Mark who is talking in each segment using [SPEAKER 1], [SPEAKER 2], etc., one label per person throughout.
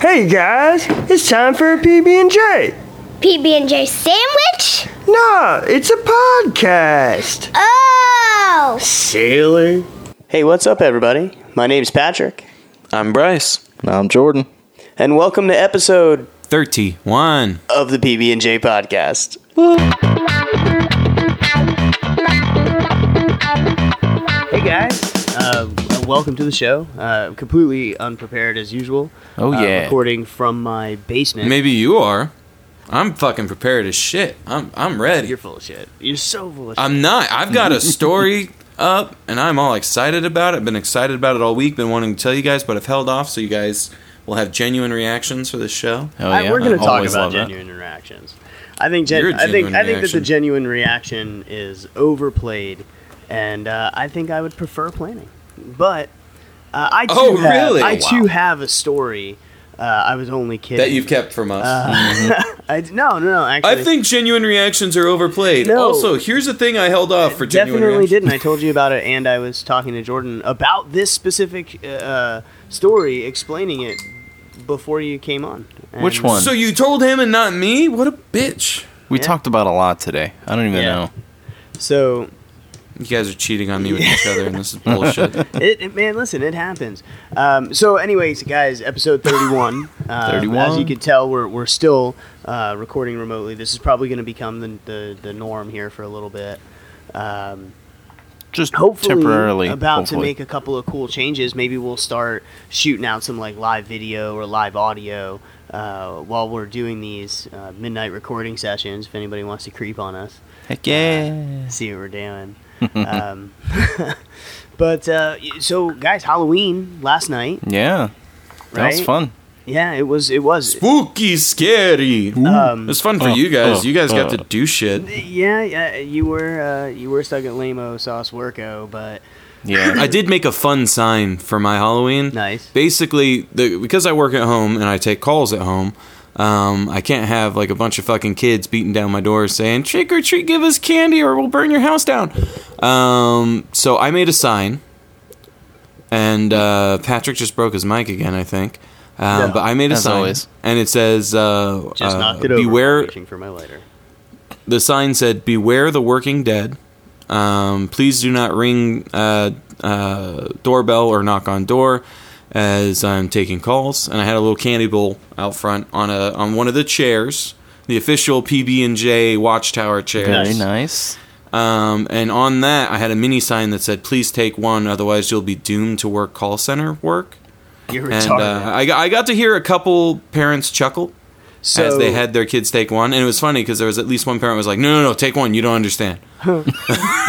[SPEAKER 1] Hey guys, it's time for a PB&J.
[SPEAKER 2] PB&J sandwich?
[SPEAKER 1] Nah, it's a podcast.
[SPEAKER 2] Oh!
[SPEAKER 1] Silly.
[SPEAKER 3] Hey, what's up, everybody? My name's Patrick,
[SPEAKER 4] I'm Bryce.
[SPEAKER 5] I'm Jordan.
[SPEAKER 3] and welcome to episode
[SPEAKER 4] 31.
[SPEAKER 3] of the PB and J podcast. Hey guys, uh, welcome to the show. Uh, completely unprepared as usual.
[SPEAKER 4] Oh,
[SPEAKER 3] Uh,
[SPEAKER 4] yeah.
[SPEAKER 3] recording from my basement.
[SPEAKER 4] Maybe you are. I'm fucking prepared as shit. I'm I'm ready.
[SPEAKER 3] you're full of shit. You're so full of shit.
[SPEAKER 4] I'm not. I've got a story up and I'm all excited about it. Been excited about it all week. Been wanting to tell you guys, but I've held off so you guys will have genuine reactions for this show.
[SPEAKER 5] Oh
[SPEAKER 3] I- we're going to talk
[SPEAKER 4] always
[SPEAKER 3] about
[SPEAKER 4] love that.
[SPEAKER 3] genuine interactions. I think gen-
[SPEAKER 4] You're a
[SPEAKER 3] I think
[SPEAKER 4] genuine
[SPEAKER 3] I think that the
[SPEAKER 4] reaction.
[SPEAKER 3] genuine reaction is overplayed, and uh, I think I would prefer planning. But uh, I too
[SPEAKER 4] Oh,
[SPEAKER 3] have,
[SPEAKER 4] really?
[SPEAKER 3] I
[SPEAKER 4] Wow.
[SPEAKER 3] too have a story. Uh, I was only kidding.
[SPEAKER 4] That you've kept from us.
[SPEAKER 3] Uh, I, no, no, no. Actually,
[SPEAKER 4] I think genuine reactions are overplayed.
[SPEAKER 3] No.
[SPEAKER 4] Also, here's the thing I held off for genuine
[SPEAKER 3] definitely
[SPEAKER 4] reactions.
[SPEAKER 3] didn't. I told you about it, and I was talking to Jordan about this specific uh, uh, story, explaining it before you came on. And-
[SPEAKER 5] Which one?
[SPEAKER 4] So you told him and not me? What a bitch.
[SPEAKER 5] we
[SPEAKER 3] Yeah.
[SPEAKER 5] talked about a lot today. I don't even
[SPEAKER 3] Yeah.
[SPEAKER 5] know.
[SPEAKER 3] So
[SPEAKER 4] You guys are cheating on me with each other and this is bullshit.
[SPEAKER 3] it, it- man, listen, it happens. Um, so, anyways, guys, episode 31. Uh,
[SPEAKER 5] 31.
[SPEAKER 3] As you can tell, we're, we're still uh, recording remotely. This is probably going to become the, the, the norm here for a little bit. Um,
[SPEAKER 5] Just
[SPEAKER 3] hopefully,
[SPEAKER 5] temporarily.
[SPEAKER 3] about to
[SPEAKER 5] hopefully.
[SPEAKER 3] make a couple of cool changes. Maybe we'll start shooting out some like live video or live audio uh, while we're doing these uh, midnight recording sessions. If anybody wants to creep on us
[SPEAKER 5] Heck yeah.
[SPEAKER 3] see what we're doing. um, but uh, y- so, guys, Halloween last night,
[SPEAKER 5] Yeah. That was
[SPEAKER 3] Right?
[SPEAKER 5] fun.
[SPEAKER 3] yeah, it was, it was,
[SPEAKER 4] Spooky, scary.
[SPEAKER 3] Um,
[SPEAKER 4] it was fun for
[SPEAKER 5] Uh,
[SPEAKER 4] you guys.
[SPEAKER 5] uh,
[SPEAKER 4] you guys got
[SPEAKER 5] uh.
[SPEAKER 4] to do shit.
[SPEAKER 3] yeah, yeah. You were, uh, you were stuck at Lamo Sauce Worko, but
[SPEAKER 5] Yeah.
[SPEAKER 4] I did make a fun sign for my Halloween.
[SPEAKER 3] Nice.
[SPEAKER 4] Basically, the, because I work at home and I take calls at home, um, I can't have like a bunch of fucking kids beating down my door saying "trick or treat, give us candy or we'll burn your house down." Um, so I made a sign, and uh, Patrick just broke his mic again, I think. Um,
[SPEAKER 3] Yeah,
[SPEAKER 4] but I made a
[SPEAKER 5] as
[SPEAKER 4] sign,
[SPEAKER 5] always.
[SPEAKER 4] and it says, uh,
[SPEAKER 3] just
[SPEAKER 4] uh,
[SPEAKER 3] knocked it over.
[SPEAKER 4] "Beware,
[SPEAKER 3] Reaching for my lighter.
[SPEAKER 4] the sign said beware the working dead um, please do not ring uh, uh, doorbell or knock on door as i'm taking calls and i had a little candy bowl out front on a on one of the chairs the official pb&j watchtower
[SPEAKER 5] Very
[SPEAKER 4] chairs
[SPEAKER 5] nice.
[SPEAKER 4] um, and on that i had a mini sign that said please take one otherwise you'll be doomed to work call center work
[SPEAKER 3] You're
[SPEAKER 4] and
[SPEAKER 3] retarded.
[SPEAKER 4] uh, I, got- I got to hear a couple parents chuckle
[SPEAKER 3] so
[SPEAKER 4] as they had their kids take one, and it was funny because there was at least one parent was like, "No, no, no, take one. You don't understand."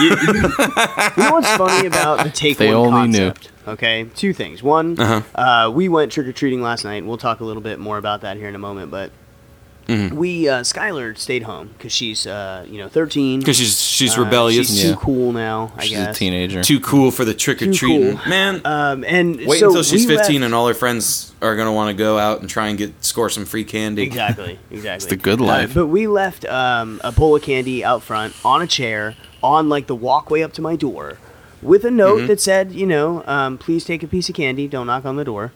[SPEAKER 3] you, you know what's funny about the take
[SPEAKER 5] They
[SPEAKER 3] one
[SPEAKER 5] only knew. Uh-huh.
[SPEAKER 3] concept? Okay, two things. One, uh we went trick or treating last night. We'll talk a little bit more about that here in a moment, but.
[SPEAKER 5] Mm-hmm.
[SPEAKER 3] We uh, Skylar stayed home because she's uh, you know thirteen.
[SPEAKER 4] Because she's she's
[SPEAKER 3] Uh,
[SPEAKER 4] rebellious,
[SPEAKER 3] She's
[SPEAKER 5] Yeah.
[SPEAKER 3] too cool now. I
[SPEAKER 5] She's
[SPEAKER 3] guess.
[SPEAKER 5] a teenager.
[SPEAKER 4] too cool for the trick or treating.
[SPEAKER 3] cool.
[SPEAKER 4] Man,
[SPEAKER 3] Um, and
[SPEAKER 4] wait
[SPEAKER 3] so
[SPEAKER 4] until she's
[SPEAKER 3] we
[SPEAKER 4] fifteen
[SPEAKER 3] left-
[SPEAKER 4] and all her friends are gonna want to go out and try and get score some free candy.
[SPEAKER 3] exactly, exactly. It's
[SPEAKER 5] the good life.
[SPEAKER 3] but we left um, a bowl of candy out front on a chair on like the walkway up to my door, with a
[SPEAKER 4] Mm-hmm.
[SPEAKER 3] note that said, you know, um, please take a piece of candy. Don't knock on the door.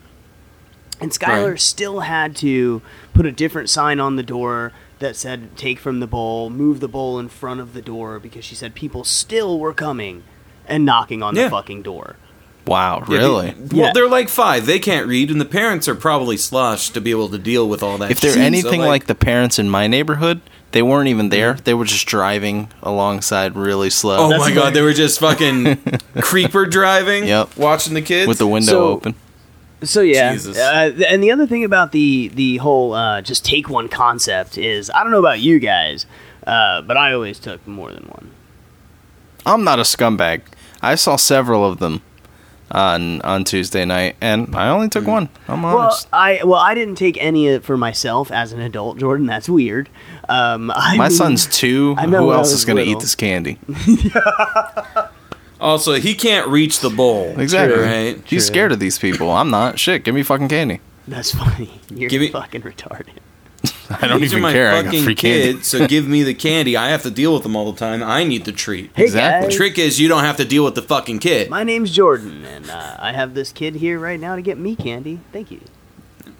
[SPEAKER 3] And Skylar
[SPEAKER 4] Right.
[SPEAKER 3] still had to put a different sign on the door that said "Take from the bowl," move the bowl in front of the door because she said people still were coming and knocking on
[SPEAKER 4] Yeah.
[SPEAKER 3] the fucking door.
[SPEAKER 5] Wow.
[SPEAKER 4] Yeah,
[SPEAKER 5] Really?
[SPEAKER 4] they- well,
[SPEAKER 3] Yeah.
[SPEAKER 4] they're like five. They can't read, and the parents are probably sloshed to be able to deal with all that.
[SPEAKER 5] if they're
[SPEAKER 4] shit. So,
[SPEAKER 5] anything like, the parents in my neighborhood, they weren't even there.
[SPEAKER 3] Mm-hmm.
[SPEAKER 5] They were just driving alongside really slow.
[SPEAKER 4] oh
[SPEAKER 3] That's
[SPEAKER 4] my
[SPEAKER 3] like-
[SPEAKER 4] god, they were just fucking creeper driving.
[SPEAKER 5] Yep.
[SPEAKER 4] watching the kids
[SPEAKER 5] With the window
[SPEAKER 3] So-
[SPEAKER 5] open.
[SPEAKER 3] So yeah,
[SPEAKER 4] Jesus.
[SPEAKER 3] Uh, th- and the other thing about the the whole uh, just take one concept is I don't know about you guys, uh, but I always took more than one.
[SPEAKER 5] I'm not a scumbag. I saw several of them on on Tuesday night, and I only took one. I'm
[SPEAKER 3] Mm. Well,
[SPEAKER 5] honest.
[SPEAKER 3] I well I didn't take any of it for myself as an adult, Jordan. That's weird. Um, I
[SPEAKER 5] my
[SPEAKER 3] mean-
[SPEAKER 5] son's two.
[SPEAKER 3] I know
[SPEAKER 5] Who
[SPEAKER 3] when I
[SPEAKER 5] else
[SPEAKER 3] was
[SPEAKER 5] is going to
[SPEAKER 3] little.
[SPEAKER 5] eat this candy?
[SPEAKER 4] Also, he can't reach the bowl.
[SPEAKER 5] Exactly.
[SPEAKER 4] Right.
[SPEAKER 5] He's scared of these people. I'm not. Shit, give me fucking candy.
[SPEAKER 3] That's funny. You're
[SPEAKER 4] Give me-
[SPEAKER 3] fucking retarded.
[SPEAKER 5] I don't
[SPEAKER 4] These are
[SPEAKER 5] even
[SPEAKER 4] my
[SPEAKER 5] care. I got
[SPEAKER 4] fucking
[SPEAKER 5] free candy.
[SPEAKER 4] kids, so give me the candy. I have to deal with them all the time. I need the treat.
[SPEAKER 3] Hey
[SPEAKER 5] Exactly.
[SPEAKER 3] guys,
[SPEAKER 4] Trick is you don't have to deal with the fucking kid.
[SPEAKER 3] my name's Jordan, and uh, I have this kid here right now to get me candy. Thank you.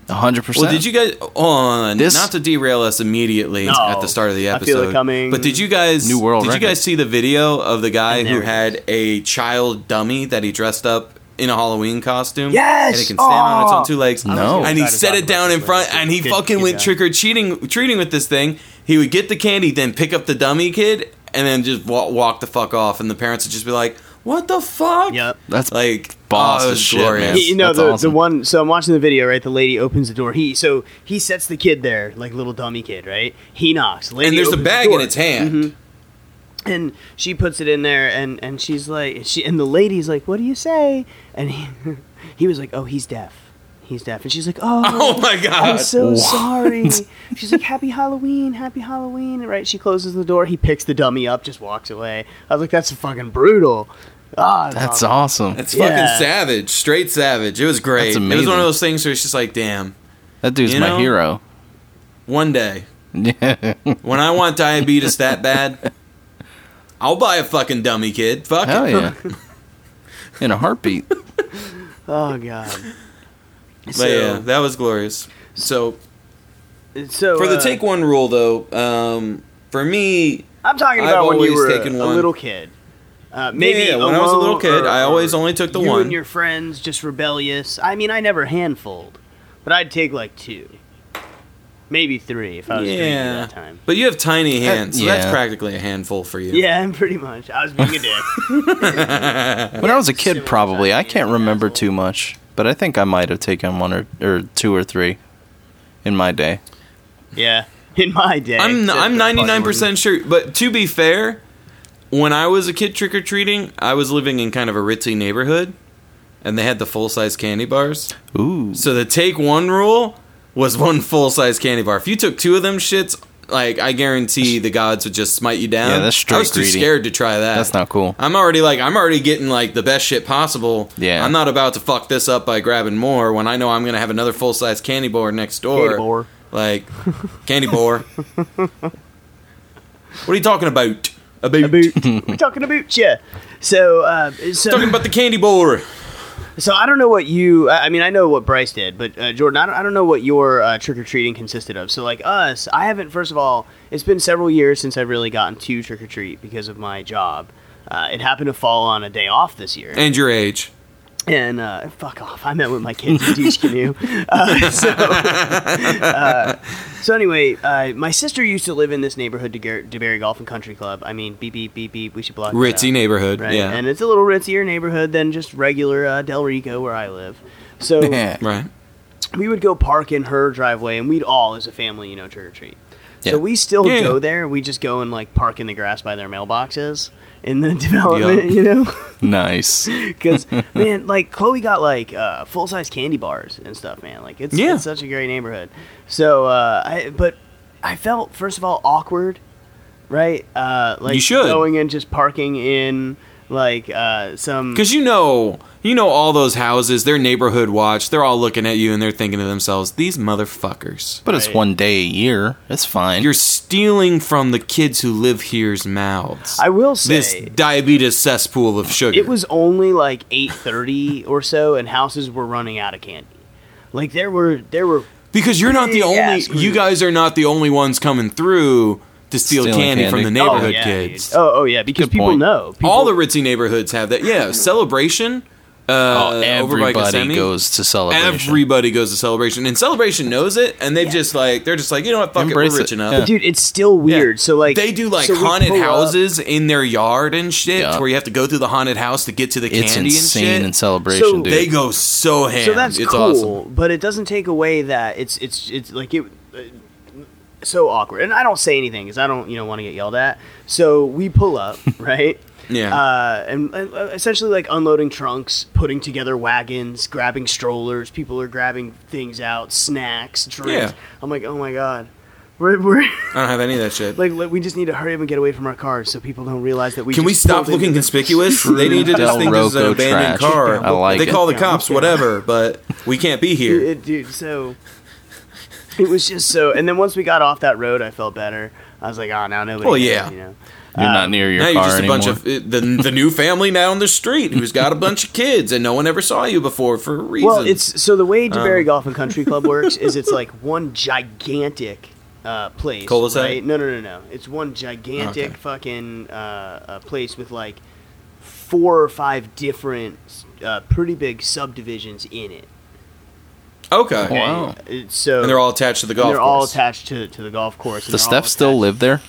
[SPEAKER 5] hundred percent.
[SPEAKER 4] Well, did you guys hold on?
[SPEAKER 5] This-
[SPEAKER 4] not to derail us immediately
[SPEAKER 3] No.
[SPEAKER 4] at the start of the
[SPEAKER 3] I
[SPEAKER 4] episode.
[SPEAKER 3] feel it coming.
[SPEAKER 4] But did you guys
[SPEAKER 5] New world
[SPEAKER 4] Did you
[SPEAKER 5] record.
[SPEAKER 4] guys see the video of the guy
[SPEAKER 3] And
[SPEAKER 4] who
[SPEAKER 3] there it
[SPEAKER 4] had a child dummy that he dressed up in a Halloween costume?
[SPEAKER 3] Yes!
[SPEAKER 4] and it can stand on its
[SPEAKER 3] Oh!
[SPEAKER 4] own two legs.
[SPEAKER 5] No.
[SPEAKER 4] and he
[SPEAKER 3] Try to
[SPEAKER 4] set
[SPEAKER 3] talk
[SPEAKER 4] it down
[SPEAKER 3] about
[SPEAKER 4] in
[SPEAKER 3] this
[SPEAKER 4] front,
[SPEAKER 3] later.
[SPEAKER 4] and he
[SPEAKER 3] Good-
[SPEAKER 4] fucking
[SPEAKER 3] good
[SPEAKER 4] went
[SPEAKER 3] job.
[SPEAKER 4] trick or cheating, treating with this thing. He would get the candy, then pick up the dummy kid, and then just walk, walk the fuck off. And the parents would just be like, "What the fuck?"
[SPEAKER 3] Yep.
[SPEAKER 5] That's
[SPEAKER 4] like
[SPEAKER 5] boss
[SPEAKER 4] oh, it
[SPEAKER 5] as
[SPEAKER 4] was
[SPEAKER 5] shit, man.
[SPEAKER 4] glorious.
[SPEAKER 5] Yes,
[SPEAKER 3] you know
[SPEAKER 5] that's
[SPEAKER 3] the,
[SPEAKER 5] awesome.
[SPEAKER 3] the one so i'm watching the video right the lady opens the door he so he sets the kid there like little dummy kid right he knocks lady
[SPEAKER 4] And there's a
[SPEAKER 3] opens
[SPEAKER 4] bag
[SPEAKER 3] the
[SPEAKER 4] in
[SPEAKER 3] door, Mm-hmm.
[SPEAKER 4] its hand.
[SPEAKER 3] and she puts it in there and and she's like she and the lady's like what do you say and he, he was like oh he's deaf he's deaf and she's like oh,
[SPEAKER 4] Oh my
[SPEAKER 3] I'm
[SPEAKER 4] god!
[SPEAKER 3] so sorry. She's like, Happy Halloween, Happy Halloween. And Right? She closes the door. He picks the dummy up, just walks away. I was like, That's fucking brutal. Ah, it was
[SPEAKER 5] That's
[SPEAKER 3] awful.
[SPEAKER 5] awesome.
[SPEAKER 4] um, That's
[SPEAKER 3] Yeah.
[SPEAKER 4] fucking savage, straight savage. It was great.
[SPEAKER 5] That's
[SPEAKER 4] It was one
[SPEAKER 5] amazing.
[SPEAKER 4] of those things where it's just like, damn.
[SPEAKER 5] that dude's
[SPEAKER 4] you
[SPEAKER 5] my
[SPEAKER 4] know?
[SPEAKER 5] hero.
[SPEAKER 4] One day,
[SPEAKER 5] Yeah.
[SPEAKER 4] when I want diabetes that bad, I'll buy a fucking dummy kid. Fuck
[SPEAKER 5] Hell
[SPEAKER 4] it.
[SPEAKER 5] yeah. In a heartbeat.
[SPEAKER 3] Oh, God.
[SPEAKER 4] But
[SPEAKER 3] So-
[SPEAKER 4] yeah, that was glorious. So
[SPEAKER 3] So
[SPEAKER 4] for the
[SPEAKER 3] uh,
[SPEAKER 4] take one rule, though, um, for me,
[SPEAKER 3] I'm talking
[SPEAKER 4] I've
[SPEAKER 3] about when you
[SPEAKER 4] always
[SPEAKER 3] were
[SPEAKER 4] taken
[SPEAKER 3] a, a
[SPEAKER 4] one.
[SPEAKER 3] little kid. Uh, maybe
[SPEAKER 4] Yeah, when I was a little
[SPEAKER 3] alone
[SPEAKER 4] kid,
[SPEAKER 3] or-
[SPEAKER 4] I
[SPEAKER 3] or
[SPEAKER 4] always only took the
[SPEAKER 3] you
[SPEAKER 4] one.
[SPEAKER 3] and your friends just rebellious. I mean, I never handfold, but I'd take like two, maybe three if I was drinking
[SPEAKER 4] Yeah.
[SPEAKER 3] that time.
[SPEAKER 4] but you have tiny hands, so that's
[SPEAKER 5] yeah.
[SPEAKER 4] practically a handful for you.
[SPEAKER 3] Yeah, pretty much. I was being a dick.
[SPEAKER 5] When I was a kid,
[SPEAKER 3] Similar
[SPEAKER 5] probably.
[SPEAKER 3] time,
[SPEAKER 5] I can't
[SPEAKER 3] yeah,
[SPEAKER 5] remember
[SPEAKER 3] asshole.
[SPEAKER 5] too much, but I think I might have taken one or, or two or three in my day.
[SPEAKER 3] yeah, in my day.
[SPEAKER 4] I'm
[SPEAKER 3] That's
[SPEAKER 4] I'm
[SPEAKER 3] the
[SPEAKER 4] 99% sure, but to be fair, when I was a kid trick or treating, I was living in kind of a ritzy neighborhood, and they had the full size candy bars.
[SPEAKER 5] Ooh.
[SPEAKER 4] So the take one rule was one full size candy bar. If you took two of them shits, like I guarantee the gods would just smite you down.
[SPEAKER 5] Yeah, that's straight
[SPEAKER 4] I was too
[SPEAKER 5] greedy.
[SPEAKER 4] scared to try that.
[SPEAKER 5] That's not cool.
[SPEAKER 4] I'm already like I'm already getting like the best shit possible.
[SPEAKER 5] Yeah.
[SPEAKER 4] I'm not about to fuck this up by grabbing more when I know I'm gonna have another full size candy bar next door.
[SPEAKER 3] Candy bar.
[SPEAKER 4] Like candy bar. what are you talking about? About,
[SPEAKER 3] one. We're talking about you. So, uh,
[SPEAKER 4] talking
[SPEAKER 3] so,
[SPEAKER 4] about the candy bar.
[SPEAKER 3] so I don't know what you. I I mean, I know what Bryce did, but uh, Jordan, I don't, I don't know what your uh, trick or treating consisted of. So, like us, I haven't. First of all, it's been several years since I've really gotten to trick or treat because of my job. Uh, it happened to fall on a day off this year.
[SPEAKER 4] And your age.
[SPEAKER 3] and uh, fuck off. I met with my kids in Douche Canoe. Uh, so, uh, so anyway, uh, my sister used to live in this neighborhood, DeGar- DeBerry Golf and Country Club. I mean, beep, beep, beep, beep. We should block that
[SPEAKER 4] Ritzy
[SPEAKER 3] out,
[SPEAKER 4] neighborhood.
[SPEAKER 3] Right?
[SPEAKER 4] Yeah.
[SPEAKER 3] And it's a little ritzier neighborhood than just regular uh, Del Rico where I live. So
[SPEAKER 4] oh,
[SPEAKER 5] Yeah.
[SPEAKER 4] right.
[SPEAKER 3] we would go park in her driveway, and we'd all, as a family, you know, trick or treat.
[SPEAKER 5] Yeah.
[SPEAKER 3] So we still
[SPEAKER 4] Yeah.
[SPEAKER 3] go there. We just go and like park in the grass by their mailboxes in the development, you know.
[SPEAKER 5] Nice.
[SPEAKER 3] Because man, like Chloe got like uh, full size candy bars and stuff, man. Like it's,
[SPEAKER 4] Yeah.
[SPEAKER 3] it's such a great neighborhood. So, uh, I but I felt first of all awkward, right? Uh, like
[SPEAKER 4] You should.
[SPEAKER 3] going and just parking in like uh, some.
[SPEAKER 4] Because you know, you know, all those houses, their neighborhood watch, they're all looking at you and they're thinking to themselves, these motherfuckers.
[SPEAKER 5] But it's
[SPEAKER 3] Right.
[SPEAKER 5] one day a year. It's fine.
[SPEAKER 4] You're stealing from the kids who live here's mouths.
[SPEAKER 3] I will say
[SPEAKER 4] this diabetes cesspool of sugar.
[SPEAKER 3] it was only like eight thirty or so, and houses were running out of candy. Like there were there were
[SPEAKER 4] because you're not the
[SPEAKER 3] Yeah,
[SPEAKER 4] only.
[SPEAKER 3] screw
[SPEAKER 4] you
[SPEAKER 3] it.
[SPEAKER 4] guys are not the only ones coming through to steal
[SPEAKER 5] Stealing
[SPEAKER 4] candy, from
[SPEAKER 5] candy.
[SPEAKER 4] the neighborhood
[SPEAKER 3] oh, yeah,
[SPEAKER 4] kids.
[SPEAKER 3] dude. Oh, oh yeah, because
[SPEAKER 5] Good
[SPEAKER 3] people
[SPEAKER 5] point.
[SPEAKER 3] know people,
[SPEAKER 4] All the ritzy neighborhoods have that. Yeah, celebration. Uh,
[SPEAKER 5] oh,
[SPEAKER 4] over by
[SPEAKER 5] everybody
[SPEAKER 4] Kissimmee.
[SPEAKER 5] goes to celebration.
[SPEAKER 4] Everybody goes to celebration, and celebration knows it, and they've just like they're just like you know what, fuck it,
[SPEAKER 5] Embrace
[SPEAKER 4] we're rich
[SPEAKER 5] it.
[SPEAKER 4] enough.
[SPEAKER 5] Yeah.
[SPEAKER 3] dude. It's still weird.
[SPEAKER 4] Yeah.
[SPEAKER 3] So like
[SPEAKER 4] they do like
[SPEAKER 3] so we
[SPEAKER 4] haunted
[SPEAKER 3] pull up-
[SPEAKER 4] houses in their yard and shit,
[SPEAKER 5] Yeah.
[SPEAKER 4] where you have to go through the haunted house to get to the
[SPEAKER 5] it's
[SPEAKER 4] candy
[SPEAKER 5] insane
[SPEAKER 4] and shit.
[SPEAKER 5] in celebration,
[SPEAKER 3] So-
[SPEAKER 5] dude.
[SPEAKER 4] they go so ham.
[SPEAKER 3] So that's
[SPEAKER 4] it's
[SPEAKER 3] cool,
[SPEAKER 4] awesome.
[SPEAKER 3] but it doesn't take away that it's it's it's like it uh, so awkward. And I don't say anything because I don't you know want to get yelled at. So we pull up, right?
[SPEAKER 4] Yeah.
[SPEAKER 3] Uh, and, and uh, essentially like unloading trunks, putting together wagons, grabbing strollers. People are grabbing things out, snacks, drinks.
[SPEAKER 4] Yeah.
[SPEAKER 3] I'm like, oh my god, we're we're
[SPEAKER 4] I don't have any of that shit.
[SPEAKER 3] like we just need to hurry up and get away from our cars so people don't realize that we
[SPEAKER 4] Can we
[SPEAKER 3] just
[SPEAKER 4] stop
[SPEAKER 3] pulled into
[SPEAKER 4] looking conspicuous? they need to just
[SPEAKER 5] Del
[SPEAKER 4] think this is an
[SPEAKER 5] Rocco
[SPEAKER 4] abandoned
[SPEAKER 5] trash.
[SPEAKER 4] car.
[SPEAKER 5] I like
[SPEAKER 4] they
[SPEAKER 5] it.
[SPEAKER 4] call the cops, whatever, but we can't be here.
[SPEAKER 3] It- dude, so it was just so. And then once we got off that road, I felt better. I was like, oh, now nobody.
[SPEAKER 4] Well,
[SPEAKER 3] cares,"
[SPEAKER 4] yeah.
[SPEAKER 3] You know?
[SPEAKER 5] You're not near your
[SPEAKER 4] now
[SPEAKER 5] car
[SPEAKER 4] you're just a
[SPEAKER 5] anymore.
[SPEAKER 4] bunch of uh, the, the new family now on the street who's got a bunch of kids and no one ever saw you before for a reason.
[SPEAKER 3] Well, it's so the way DeBerry
[SPEAKER 5] Um.
[SPEAKER 3] Golf and Country Club works is it's like one gigantic uh, place.
[SPEAKER 4] Cul-de-sac?
[SPEAKER 3] Right? No, no, no, no. It's one gigantic
[SPEAKER 4] Okay.
[SPEAKER 3] fucking uh, uh, place with like four or five different, uh, pretty big subdivisions in it.
[SPEAKER 4] okay.
[SPEAKER 5] Wow.
[SPEAKER 3] It's- So
[SPEAKER 4] And they're all attached to the
[SPEAKER 3] and
[SPEAKER 4] golf
[SPEAKER 3] they're all
[SPEAKER 4] course.
[SPEAKER 3] attached to, to the golf course. and
[SPEAKER 5] The
[SPEAKER 3] they're all
[SPEAKER 5] Steph still
[SPEAKER 3] attached-
[SPEAKER 5] live there?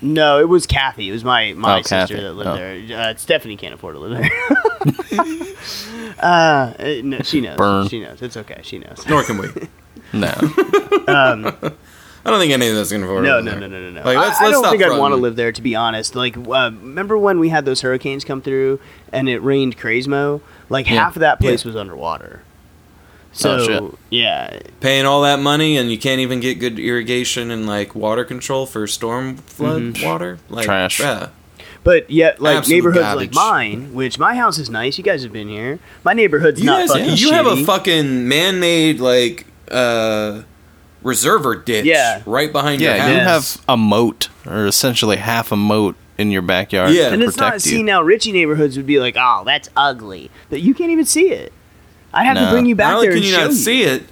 [SPEAKER 3] No, it was Kathy. It was my my
[SPEAKER 5] Oh,
[SPEAKER 3] sister
[SPEAKER 5] Kathy.
[SPEAKER 3] that lived
[SPEAKER 5] Oh.
[SPEAKER 3] there. Uh, Stephanie can't afford to live there. uh, no, she knows.
[SPEAKER 5] Burn.
[SPEAKER 3] She knows. It's okay. She knows.
[SPEAKER 4] Nor can we.
[SPEAKER 5] No.
[SPEAKER 4] I don't think any of that's going to work.
[SPEAKER 3] No, no, no, no, no, no.
[SPEAKER 4] Like, let's-
[SPEAKER 3] I, I
[SPEAKER 4] let's
[SPEAKER 3] don't
[SPEAKER 4] stop
[SPEAKER 3] think I'd
[SPEAKER 4] fronting.
[SPEAKER 3] want to live there, to be honest. Like, uh, remember when we had those hurricanes come through and it rained Crazmo? Like, half of that place was underwater. So,
[SPEAKER 5] Oh, shit.
[SPEAKER 3] yeah.
[SPEAKER 4] Paying all that money and you can't even get good irrigation and like water control for storm flood water. Like,
[SPEAKER 5] Mm-hmm. Trash.
[SPEAKER 4] bruh.
[SPEAKER 3] But yet, like,
[SPEAKER 4] Absolute
[SPEAKER 3] neighborhoods like
[SPEAKER 4] garbage.
[SPEAKER 3] mine, which my house is nice. You guys have been here. My neighborhood's
[SPEAKER 4] You
[SPEAKER 3] not
[SPEAKER 4] guys,
[SPEAKER 3] fucking
[SPEAKER 4] you have a
[SPEAKER 3] shitty.
[SPEAKER 4] fucking man-made like uh reserver ditch
[SPEAKER 3] Yeah.
[SPEAKER 4] right behind your
[SPEAKER 5] Yeah,
[SPEAKER 4] house.
[SPEAKER 5] you
[SPEAKER 3] Yes.
[SPEAKER 5] have a moat, or essentially half a moat in your backyard.
[SPEAKER 4] Yeah.
[SPEAKER 5] to
[SPEAKER 4] And
[SPEAKER 3] And it's
[SPEAKER 5] protect
[SPEAKER 3] not,
[SPEAKER 5] you.
[SPEAKER 3] see, now Richie neighborhoods would be like, oh, that's ugly. But you can't even see it. I'd have
[SPEAKER 5] No.
[SPEAKER 3] to bring you
[SPEAKER 4] Not
[SPEAKER 3] back
[SPEAKER 4] only
[SPEAKER 3] there
[SPEAKER 4] can
[SPEAKER 3] and
[SPEAKER 4] you
[SPEAKER 3] show
[SPEAKER 4] not
[SPEAKER 3] you.
[SPEAKER 4] see it,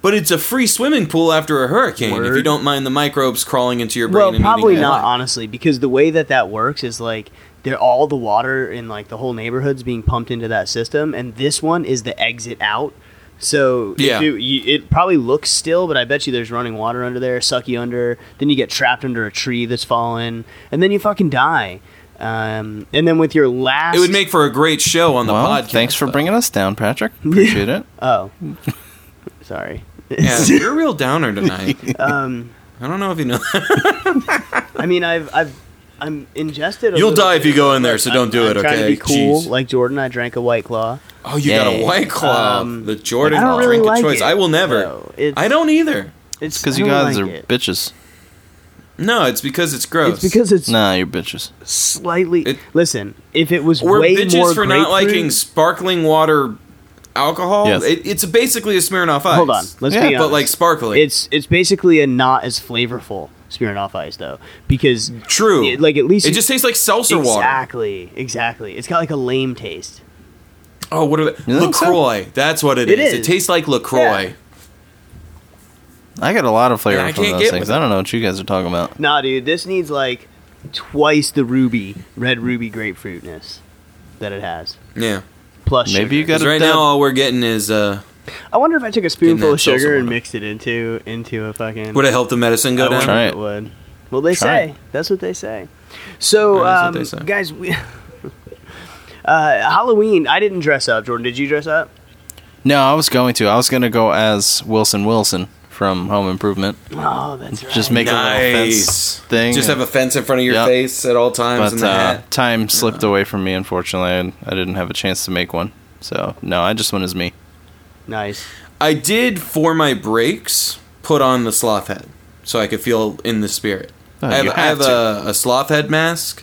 [SPEAKER 4] but it's a free swimming pool after a hurricane if you
[SPEAKER 3] Word.
[SPEAKER 4] don't mind the microbes crawling into your brain.
[SPEAKER 3] Well,
[SPEAKER 4] and
[SPEAKER 3] probably
[SPEAKER 4] eating it
[SPEAKER 3] not,
[SPEAKER 4] alive.
[SPEAKER 3] honestly, because the way that that works is like they're all the water in like the whole neighborhood's being pumped into that system, and this one is the exit out. So if
[SPEAKER 4] Yeah.
[SPEAKER 3] you, you, it probably looks still, but I bet you there's running water under there, suck you under. Then you get trapped under a tree that's fallen, and then you fucking die. Um, and then with your last,
[SPEAKER 4] It would make for a great show on the
[SPEAKER 5] Well,
[SPEAKER 4] podcast.
[SPEAKER 5] thanks for
[SPEAKER 4] though.
[SPEAKER 5] bringing us down, Patrick. Appreciate it.
[SPEAKER 3] oh, sorry,
[SPEAKER 4] Yeah, you're a real downer tonight.
[SPEAKER 3] Um,
[SPEAKER 4] I don't know if you know.
[SPEAKER 3] I mean, I've I've I'm ingested. A
[SPEAKER 4] You'll
[SPEAKER 3] little
[SPEAKER 4] die if you
[SPEAKER 3] bit.
[SPEAKER 4] go in there, so don't do
[SPEAKER 3] I'm
[SPEAKER 4] it.
[SPEAKER 3] Trying
[SPEAKER 4] Okay.
[SPEAKER 3] to be cool,
[SPEAKER 4] Jeez.
[SPEAKER 3] like Jordan. I drank a white claw.
[SPEAKER 4] oh, you got
[SPEAKER 5] Yay.
[SPEAKER 4] a white claw.
[SPEAKER 3] Um,
[SPEAKER 4] the Jordan
[SPEAKER 3] I don't really
[SPEAKER 4] drink of
[SPEAKER 3] like
[SPEAKER 4] choice.
[SPEAKER 3] it,
[SPEAKER 4] I will never.
[SPEAKER 3] though. It's-
[SPEAKER 4] I don't either.
[SPEAKER 3] It's
[SPEAKER 5] Because
[SPEAKER 3] I
[SPEAKER 5] you
[SPEAKER 3] don't
[SPEAKER 5] guys
[SPEAKER 3] like
[SPEAKER 5] are
[SPEAKER 3] it.
[SPEAKER 5] bitches.
[SPEAKER 4] No, it's because it's gross.
[SPEAKER 3] It's because it's
[SPEAKER 5] Nah, you're bitches.
[SPEAKER 3] slightly.
[SPEAKER 4] It-
[SPEAKER 3] listen, if it was
[SPEAKER 4] we're
[SPEAKER 3] way more
[SPEAKER 4] bitches for not
[SPEAKER 3] grapefruit-
[SPEAKER 4] liking sparkling water alcohol.
[SPEAKER 5] Yes.
[SPEAKER 4] It, it's basically a Smirnoff Ice.
[SPEAKER 3] Hold on, let's
[SPEAKER 5] Yeah,
[SPEAKER 3] be honest.
[SPEAKER 4] but like sparkling.
[SPEAKER 3] it's it's basically a not as flavorful Smirnoff Ice though, because
[SPEAKER 4] True.
[SPEAKER 3] it- like at least
[SPEAKER 4] it just tastes like seltzer water.
[SPEAKER 3] exactly exactly. It's got like a lame taste.
[SPEAKER 4] Oh, what are they?
[SPEAKER 5] You think so?
[SPEAKER 4] Lacroix. That's what
[SPEAKER 3] It
[SPEAKER 4] it is.
[SPEAKER 3] is.
[SPEAKER 4] It tastes like
[SPEAKER 3] Yeah.
[SPEAKER 4] Lacroix.
[SPEAKER 5] I got a lot of flavor
[SPEAKER 4] And I
[SPEAKER 5] from
[SPEAKER 4] can't
[SPEAKER 5] those
[SPEAKER 4] get
[SPEAKER 5] things.
[SPEAKER 4] with
[SPEAKER 5] I don't know what you guys are talking about.
[SPEAKER 3] Nah, dude, this needs like twice the ruby red ruby grapefruitness that it has.
[SPEAKER 4] Yeah.
[SPEAKER 3] Plus,
[SPEAKER 5] Maybe you
[SPEAKER 3] sugar.
[SPEAKER 5] uh, got-
[SPEAKER 4] 'Cause
[SPEAKER 5] But
[SPEAKER 4] right
[SPEAKER 5] that-
[SPEAKER 4] now all we're getting is uh,
[SPEAKER 3] I wonder if I took a
[SPEAKER 4] that
[SPEAKER 3] spoonful of
[SPEAKER 4] salsa
[SPEAKER 3] sugar and
[SPEAKER 4] water.
[SPEAKER 3] mixed it into into a fucking.
[SPEAKER 4] would it help the medicine go
[SPEAKER 3] I
[SPEAKER 4] down?
[SPEAKER 3] wonder
[SPEAKER 5] Try
[SPEAKER 3] if
[SPEAKER 5] it.
[SPEAKER 3] would. Well, they
[SPEAKER 5] Try
[SPEAKER 3] say that's what they say. So,
[SPEAKER 4] Yeah,
[SPEAKER 3] um,
[SPEAKER 4] that's what they say.
[SPEAKER 3] guys, we, uh, Halloween. I didn't dress up. Jordan, did you dress up?
[SPEAKER 5] No, I was going to. I was going to go as Wilson Wilson from Home Improvement.
[SPEAKER 3] Oh, that's right.
[SPEAKER 5] Just make a little fence
[SPEAKER 4] Nice.
[SPEAKER 5] thing.
[SPEAKER 4] Just have a fence in front of your
[SPEAKER 5] Yeah.
[SPEAKER 4] face at all times in
[SPEAKER 5] but
[SPEAKER 4] the
[SPEAKER 5] uh,
[SPEAKER 4] hat.
[SPEAKER 5] time slipped away from me, unfortunately, and I didn't have a chance to make one. So, no, I just went as me.
[SPEAKER 3] nice.
[SPEAKER 4] I did for my breaks put on the sloth head so I could feel in the spirit.
[SPEAKER 5] Oh,
[SPEAKER 4] I have,
[SPEAKER 5] you
[SPEAKER 4] I have
[SPEAKER 5] have to.
[SPEAKER 4] a, a sloth head mask,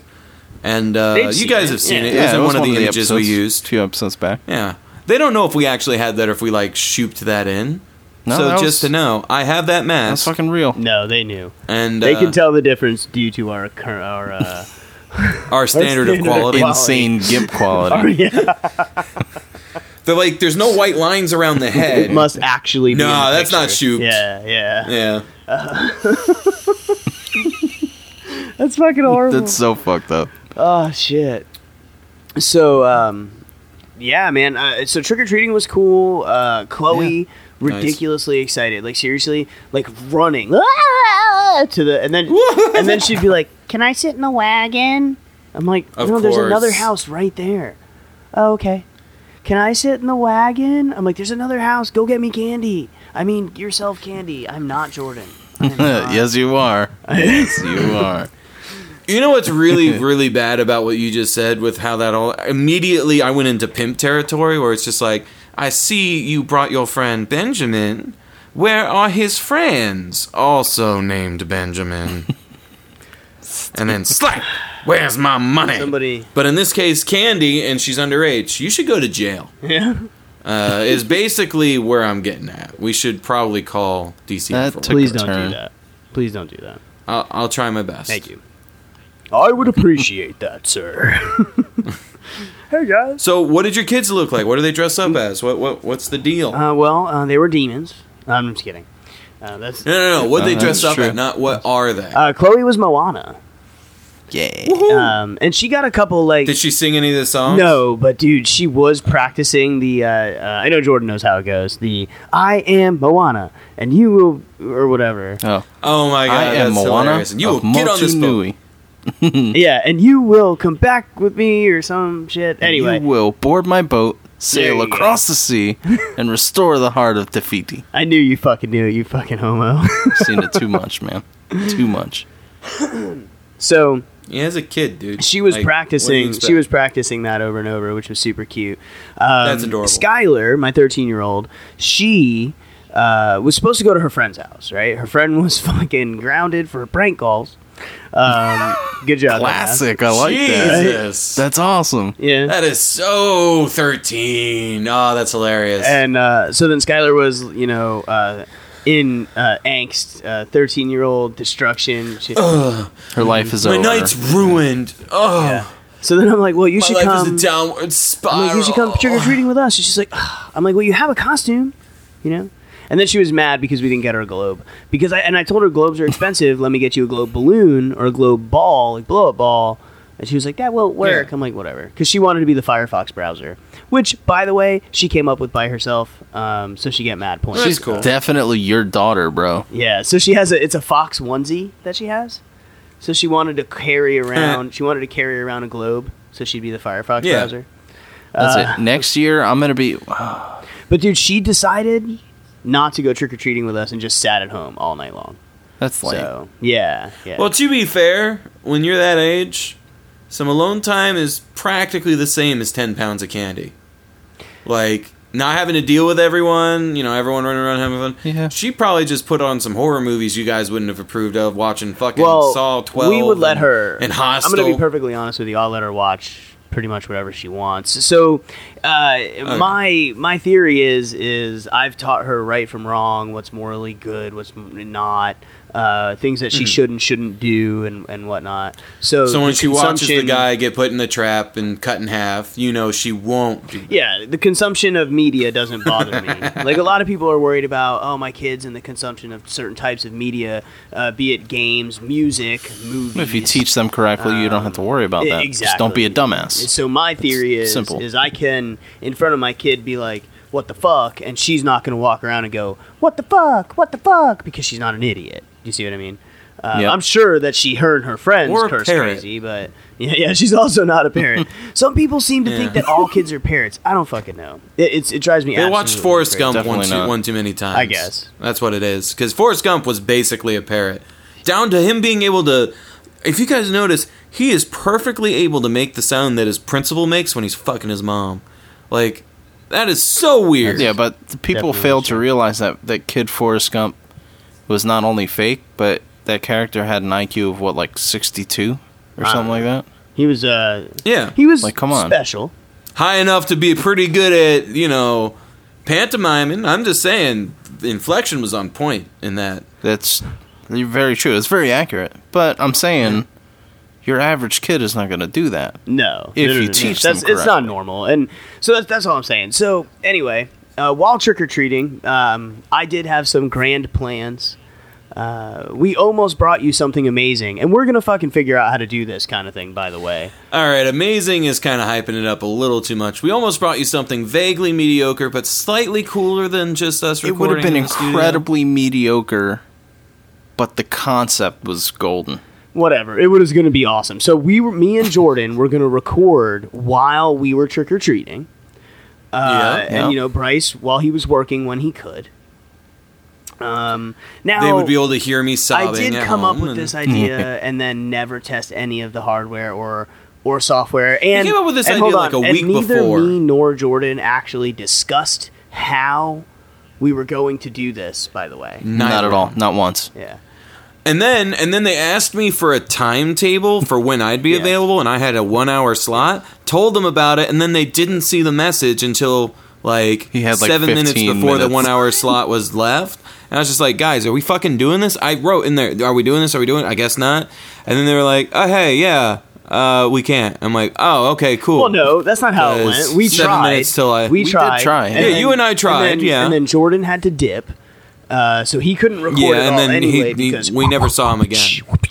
[SPEAKER 4] and uh,
[SPEAKER 3] They've
[SPEAKER 4] you
[SPEAKER 3] seen
[SPEAKER 4] guys
[SPEAKER 3] it.
[SPEAKER 4] have seen
[SPEAKER 3] Yeah.
[SPEAKER 4] it. It was in
[SPEAKER 5] it
[SPEAKER 4] one, of the, images we
[SPEAKER 5] episodes,
[SPEAKER 4] used.
[SPEAKER 5] a few episodes back.
[SPEAKER 4] Yeah, they don't know if we actually had that or if we like shooped that in.
[SPEAKER 5] No,
[SPEAKER 4] so
[SPEAKER 5] that
[SPEAKER 4] just
[SPEAKER 5] was-
[SPEAKER 4] to know, I have that
[SPEAKER 5] That's
[SPEAKER 4] mask,
[SPEAKER 5] fucking real.
[SPEAKER 3] No, they knew.
[SPEAKER 4] and
[SPEAKER 3] They
[SPEAKER 4] uh,
[SPEAKER 3] can tell the difference due to our current our. Uh,
[SPEAKER 4] our
[SPEAKER 3] standard
[SPEAKER 4] standard of
[SPEAKER 3] of
[SPEAKER 4] quality.
[SPEAKER 3] quality.
[SPEAKER 5] Insane gimp quality.
[SPEAKER 3] our- yeah,
[SPEAKER 4] They're like, there's no white lines around the head.
[SPEAKER 3] it must actually. be in
[SPEAKER 4] No,
[SPEAKER 3] the
[SPEAKER 4] that's not
[SPEAKER 3] picture.
[SPEAKER 4] shooped.
[SPEAKER 3] Yeah, yeah,
[SPEAKER 4] Yeah.
[SPEAKER 3] That's fucking horrible.
[SPEAKER 5] That's so fucked up.
[SPEAKER 3] Oh shit. So um yeah, man. Uh, so trick or treating was cool. Uh Chloe
[SPEAKER 4] Yeah.
[SPEAKER 3] ridiculously excited. Like seriously, like running "Ah!" to the and then and then she'd be like, "Can I sit in the wagon?" I'm like,
[SPEAKER 4] Of
[SPEAKER 3] "No, there's another
[SPEAKER 4] course.
[SPEAKER 3] house right there." "Oh, okay. Can I sit in the wagon? I'm like, "There's another house. Go get me candy." I mean, yourself candy. I'm not Jordan. I'm not.
[SPEAKER 5] yes, you are. Yes, you are.
[SPEAKER 4] You know what's really, really bad about what you just said with how that all immediately I went into pimp territory where it's just like, I see you brought your friend Benjamin. Where are his friends? Also named Benjamin. and then slap! Where's my money?
[SPEAKER 3] Somebody-
[SPEAKER 4] But in this case, Candy, and she's underage. You should go to jail.
[SPEAKER 3] Yeah.
[SPEAKER 4] Uh, is basically where I'm getting at. We should probably call DC.
[SPEAKER 5] That
[SPEAKER 4] for-
[SPEAKER 5] took-
[SPEAKER 3] Please don't
[SPEAKER 5] Turn.
[SPEAKER 3] do that. Please don't do that.
[SPEAKER 4] I'll, I'll try my best.
[SPEAKER 3] Thank you. I would appreciate that, sir. hey guys.
[SPEAKER 4] So, what did your kids look like? What do they dress up as? What what what's the deal?
[SPEAKER 3] Uh, well, uh, they were demons. I'm just kidding. Uh, that's
[SPEAKER 4] no, no, no. What they
[SPEAKER 5] Uh,
[SPEAKER 4] dress
[SPEAKER 5] that's
[SPEAKER 4] up
[SPEAKER 5] true.
[SPEAKER 4] at, not what are they?
[SPEAKER 3] uh-huh. uh, Chloe was Moana,
[SPEAKER 5] Yeah.
[SPEAKER 3] um, and she got a couple like
[SPEAKER 4] did she sing any of the songs?
[SPEAKER 3] No, but dude, she was practicing the. Uh, uh, I know Jordan knows how it goes. The I am Moana, and you will, or whatever.
[SPEAKER 5] Oh,
[SPEAKER 4] Oh my god,
[SPEAKER 5] I am
[SPEAKER 4] that's
[SPEAKER 5] Moana.
[SPEAKER 4] hilarious. And You will
[SPEAKER 5] of
[SPEAKER 4] get on this boat.
[SPEAKER 5] Motunui.
[SPEAKER 4] Hmm.
[SPEAKER 3] yeah, and you will come back with me or some shit. Anyway,
[SPEAKER 5] you will board my boat, sail
[SPEAKER 3] There you
[SPEAKER 5] across the sea, and restore the heart of Tafiti.
[SPEAKER 3] I knew you fucking knew it, you fucking homo.
[SPEAKER 5] I've seen it too much, man. Too much.
[SPEAKER 3] so
[SPEAKER 4] Yeah, as a kid, dude.
[SPEAKER 3] she was
[SPEAKER 4] Like, what do you
[SPEAKER 3] practicing.
[SPEAKER 4] expect?
[SPEAKER 3] She was practicing that over and over, which was super cute. Um,
[SPEAKER 4] That's adorable.
[SPEAKER 3] Skylar, my 13 year old, she uh, was supposed to go to her friend's house. Right, her friend was fucking grounded for prank calls. Um, good job, dumbass.
[SPEAKER 5] Classic. I like that.
[SPEAKER 4] Jesus.
[SPEAKER 5] That's awesome.
[SPEAKER 3] Yeah.
[SPEAKER 4] That is so 13. Oh, that's hilarious.
[SPEAKER 3] and uh, so then Skylar was, you know, uh, in uh, angst, thirteen-year-old destruction. She-
[SPEAKER 5] Her life is
[SPEAKER 4] my
[SPEAKER 5] over.
[SPEAKER 4] night's
[SPEAKER 3] uh,
[SPEAKER 4] ruined. Oh,
[SPEAKER 3] so then I'm like, well, you
[SPEAKER 4] my
[SPEAKER 3] should
[SPEAKER 4] life
[SPEAKER 3] come.
[SPEAKER 4] is a downward
[SPEAKER 3] I'm
[SPEAKER 4] spiral.
[SPEAKER 3] like, you should come trick or treating with us. And she's like, "Ugh." I'm like, well, you have a costume, you know. And then she was mad because we didn't get her a globe because I and I told her globes are expensive. Let me get you a globe balloon or a globe ball, like blow up ball. And she was like, that won't work.
[SPEAKER 4] Yeah.
[SPEAKER 3] I'm like, whatever, because she wanted to be the Firefox browser, which, by the way, she came up with by herself. Um, so she get mad points.
[SPEAKER 4] She's cool.
[SPEAKER 5] Definitely your daughter, bro.
[SPEAKER 3] Yeah, so she has a it's a fox onesie that she has. So she wanted to carry
[SPEAKER 4] Uh-huh.
[SPEAKER 3] around she wanted to carry around a globe so she'd be the Firefox
[SPEAKER 4] Yeah.
[SPEAKER 3] browser.
[SPEAKER 5] That's
[SPEAKER 4] Uh,
[SPEAKER 5] it. Next year, I'm gonna be.
[SPEAKER 3] But dude, she decided not to go trick or treating with us and just sat at home all night long.
[SPEAKER 5] That's like
[SPEAKER 3] So yeah, yeah.
[SPEAKER 4] Well, to be fair, when you're that age, some alone time is practically the same as 10 pounds of candy. Like, not having to deal with everyone, you know, everyone running around having fun.
[SPEAKER 5] Yeah.
[SPEAKER 4] She probably just put on some horror movies you guys wouldn't have approved of, watching fucking
[SPEAKER 3] well,
[SPEAKER 4] Saw 12.
[SPEAKER 3] we would let
[SPEAKER 4] and-
[SPEAKER 3] her.
[SPEAKER 4] And Hostel.
[SPEAKER 3] I'm gonna be perfectly honest with you. I'll let her watch pretty much whatever she wants. So, uh, my my theory is is I've taught her right from wrong, what's morally good, what's m- not, uh, things that she should and shouldn't do, and and whatnot. So,
[SPEAKER 4] Mm-hmm. So when
[SPEAKER 3] the
[SPEAKER 4] she watches the
[SPEAKER 3] consumption-
[SPEAKER 4] guy get put in the trap and cut in half, you know she won't do that.
[SPEAKER 3] Yeah, the consumption of media doesn't bother me. like a lot of people are worried about, oh, my kids and the consumption of certain types of media, uh, be it games, music, movies.
[SPEAKER 5] if you teach them correctly, you don't have to worry
[SPEAKER 4] Um,
[SPEAKER 5] about
[SPEAKER 3] e-
[SPEAKER 5] that. Just don't be a
[SPEAKER 3] exactly.
[SPEAKER 5] dumbass.
[SPEAKER 3] So my theory
[SPEAKER 5] It's
[SPEAKER 3] is
[SPEAKER 5] simple.
[SPEAKER 3] is I can in front of my kid be like, "What the fuck?" and she's not going to walk around and go, "What the fuck? What the fuck?" because she's not an idiot. Do you see what I mean? Uh,
[SPEAKER 5] Yep.
[SPEAKER 3] I'm sure that she her and her friends
[SPEAKER 4] Or a
[SPEAKER 3] curse
[SPEAKER 4] parrot.
[SPEAKER 3] crazy, but yeah, yeah, she's also not a parent. Some people seem to think that all kids are parrots. I don't fucking know. It, it's, it drives me.
[SPEAKER 4] They watched
[SPEAKER 3] absolutely
[SPEAKER 4] Forrest
[SPEAKER 3] crazy.
[SPEAKER 4] Gump one
[SPEAKER 5] Definitely
[SPEAKER 4] too,
[SPEAKER 5] not.
[SPEAKER 4] one too many times.
[SPEAKER 3] I guess.
[SPEAKER 4] that's what it is. Because Forrest Gump was basically a parrot, down to him being able to. If you guys notice, he is perfectly able to make the sound that his principal makes when he's fucking his mom. Like that is so weird.
[SPEAKER 5] Yeah, but the people
[SPEAKER 3] Definitely
[SPEAKER 5] fail to realize that that kid Forrest Gump was not only fake, but that character had an IQ of what, like sixty-two or something like that.
[SPEAKER 3] He was uh
[SPEAKER 4] yeah.
[SPEAKER 3] he was
[SPEAKER 5] Like, come on.
[SPEAKER 3] special.
[SPEAKER 4] High enough to be pretty good at you know pantomiming. I'm just saying, the inflection was on point in that.
[SPEAKER 5] That's very true. It's very accurate. But I'm saying, your average kid is not going to do that.
[SPEAKER 3] No,
[SPEAKER 5] If
[SPEAKER 3] No, no,
[SPEAKER 5] you
[SPEAKER 3] no, no.
[SPEAKER 5] teach
[SPEAKER 3] that's,
[SPEAKER 5] them
[SPEAKER 3] it's not
[SPEAKER 5] correctly.
[SPEAKER 3] normal, and so that's that's all I'm saying. So anyway, uh, while trick or treating, um, I did have some grand plans. Uh, we almost brought you something amazing, and we're gonna fucking figure out how to do this kind of thing. By the way,
[SPEAKER 4] All right, amazing is kind of hyping it up a little too much. We almost brought you something vaguely mediocre, but slightly cooler than just us.
[SPEAKER 5] It would have
[SPEAKER 4] recording
[SPEAKER 5] been
[SPEAKER 4] in the studio.
[SPEAKER 5] incredibly mediocre, but the concept was golden.
[SPEAKER 3] whatever, it was gonna be awesome. So we were, me and Jordan, were gonna record while we were trick or treating, uh,
[SPEAKER 4] Yeah,
[SPEAKER 3] and
[SPEAKER 5] yeah.
[SPEAKER 3] you know Bryce while he was working when he could. Um, now
[SPEAKER 4] They would be able to hear me sobbing.
[SPEAKER 3] I did
[SPEAKER 4] at
[SPEAKER 3] come up
[SPEAKER 4] home,
[SPEAKER 3] with
[SPEAKER 4] and-
[SPEAKER 3] this idea and then never test any of the hardware or or software. And
[SPEAKER 4] came up with this
[SPEAKER 3] and
[SPEAKER 4] idea
[SPEAKER 3] hold
[SPEAKER 4] like
[SPEAKER 3] on,
[SPEAKER 4] a
[SPEAKER 3] and
[SPEAKER 4] week
[SPEAKER 3] neither
[SPEAKER 4] before.
[SPEAKER 3] me nor Jordan actually discussed how we were going to do this. By the way,
[SPEAKER 4] Mm.
[SPEAKER 5] Not at
[SPEAKER 4] Neither.
[SPEAKER 5] all. Not once.
[SPEAKER 3] yeah,
[SPEAKER 4] And then, and then they asked me for a timetable for when I'd be
[SPEAKER 3] Yeah.
[SPEAKER 4] available, and I had a one-hour slot. Told them about it, and then they didn't see the message until like,
[SPEAKER 5] He had, like,
[SPEAKER 4] seven minutes
[SPEAKER 5] 15
[SPEAKER 4] before the
[SPEAKER 5] minutes.
[SPEAKER 4] one hour slot was left. And I was just like, guys, are we fucking doing this? I wrote in there, are we doing this? Are we doing? I guess not. And then they were like, oh hey, yeah, uh, we can't. I'm like, oh okay, cool.
[SPEAKER 3] Well, no, that's not how it
[SPEAKER 4] Because
[SPEAKER 3] went. We
[SPEAKER 4] seven
[SPEAKER 3] tried.
[SPEAKER 4] minutes till I-
[SPEAKER 3] we,
[SPEAKER 4] We did
[SPEAKER 3] tried.
[SPEAKER 5] try. Yeah,
[SPEAKER 4] you and I
[SPEAKER 3] then-
[SPEAKER 4] tried, yeah.
[SPEAKER 3] and then Jordan had to dip, uh, so he couldn't record.
[SPEAKER 4] Yeah,
[SPEAKER 3] at
[SPEAKER 4] and
[SPEAKER 3] all
[SPEAKER 4] then he-
[SPEAKER 3] anyway
[SPEAKER 4] he-
[SPEAKER 3] because
[SPEAKER 4] we never saw him again.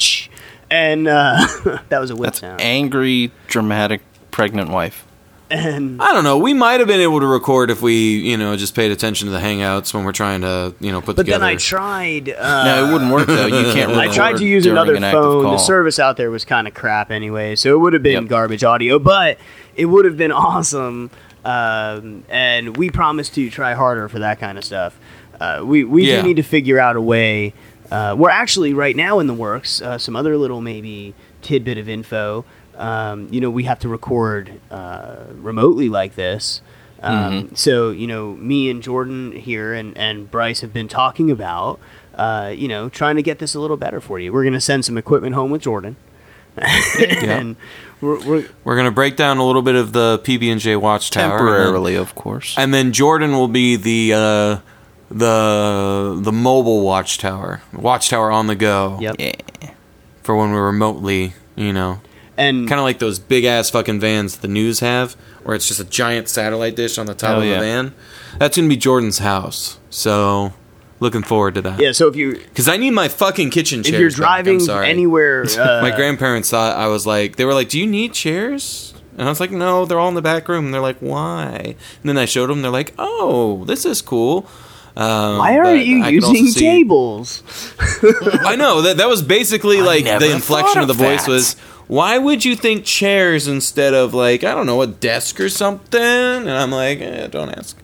[SPEAKER 3] And uh, that was a whip
[SPEAKER 5] That's
[SPEAKER 3] sound.
[SPEAKER 5] angry, dramatic, pregnant wife.
[SPEAKER 3] and
[SPEAKER 4] I don't know. We might have been able to record if we, you know, just paid attention to the hangouts when we're trying to, you know, put
[SPEAKER 3] but
[SPEAKER 4] together.
[SPEAKER 3] then I tried. Uh,
[SPEAKER 5] No, it wouldn't work though. You can't.
[SPEAKER 3] I
[SPEAKER 5] Record
[SPEAKER 3] tried to use
[SPEAKER 5] during
[SPEAKER 3] another
[SPEAKER 5] an active
[SPEAKER 3] phone. The
[SPEAKER 5] call.
[SPEAKER 3] service out there was kind of crap anyway, so it would have been
[SPEAKER 5] Yep.
[SPEAKER 3] garbage audio, but it would have been awesome. Um, and we promised to try harder for that kind of stuff. Uh, we we
[SPEAKER 4] Yeah.
[SPEAKER 3] do need to figure out a way. Uh, we're actually right now in the works. Uh, some other little maybe tidbit of info. Um, you know, we have to record uh, remotely like this. Um,
[SPEAKER 4] Mm-hmm.
[SPEAKER 3] So you know, me and Jordan here and and Bryce have been talking about uh, you know trying to get this a little better for you. We're gonna send some equipment home with Jordan, and we're, we're
[SPEAKER 4] We're gonna break down a little bit of the PB and J Watchtower and then-
[SPEAKER 5] temporarily, of course.
[SPEAKER 4] and then Jordan will be the uh, the the mobile Watchtower, Watchtower on the go
[SPEAKER 3] yep.
[SPEAKER 5] Yeah.
[SPEAKER 4] for when we're remotely, you know,
[SPEAKER 3] And
[SPEAKER 4] kind of like those big ass fucking vans the news have, where it's just a giant satellite dish on the top
[SPEAKER 5] Hell
[SPEAKER 4] of
[SPEAKER 5] yeah.
[SPEAKER 4] the van. That's gonna be Jordan's house. So, looking forward to that.
[SPEAKER 3] yeah, so if you
[SPEAKER 4] Because I need my fucking kitchen
[SPEAKER 3] if
[SPEAKER 4] chairs.
[SPEAKER 3] you're
[SPEAKER 4] back, I'm
[SPEAKER 3] driving
[SPEAKER 4] sorry.
[SPEAKER 3] anywhere, uh,
[SPEAKER 4] my grandparents thought I was like, they were like, "Do you need chairs?" And I was like, "No, they're all in the back room." And they're like, "Why?" And then I showed them. They're like, "Oh, this is cool." Um,
[SPEAKER 3] why are
[SPEAKER 4] but
[SPEAKER 3] you
[SPEAKER 4] I could also
[SPEAKER 3] using
[SPEAKER 4] see-
[SPEAKER 3] tables?
[SPEAKER 4] I know that that was basically like
[SPEAKER 5] never
[SPEAKER 4] the inflection
[SPEAKER 5] thought
[SPEAKER 4] of the
[SPEAKER 5] of
[SPEAKER 4] voice
[SPEAKER 5] that.
[SPEAKER 4] was. Why would you think chairs instead of like I don't know a desk or something? And I'm like, eh, don't ask.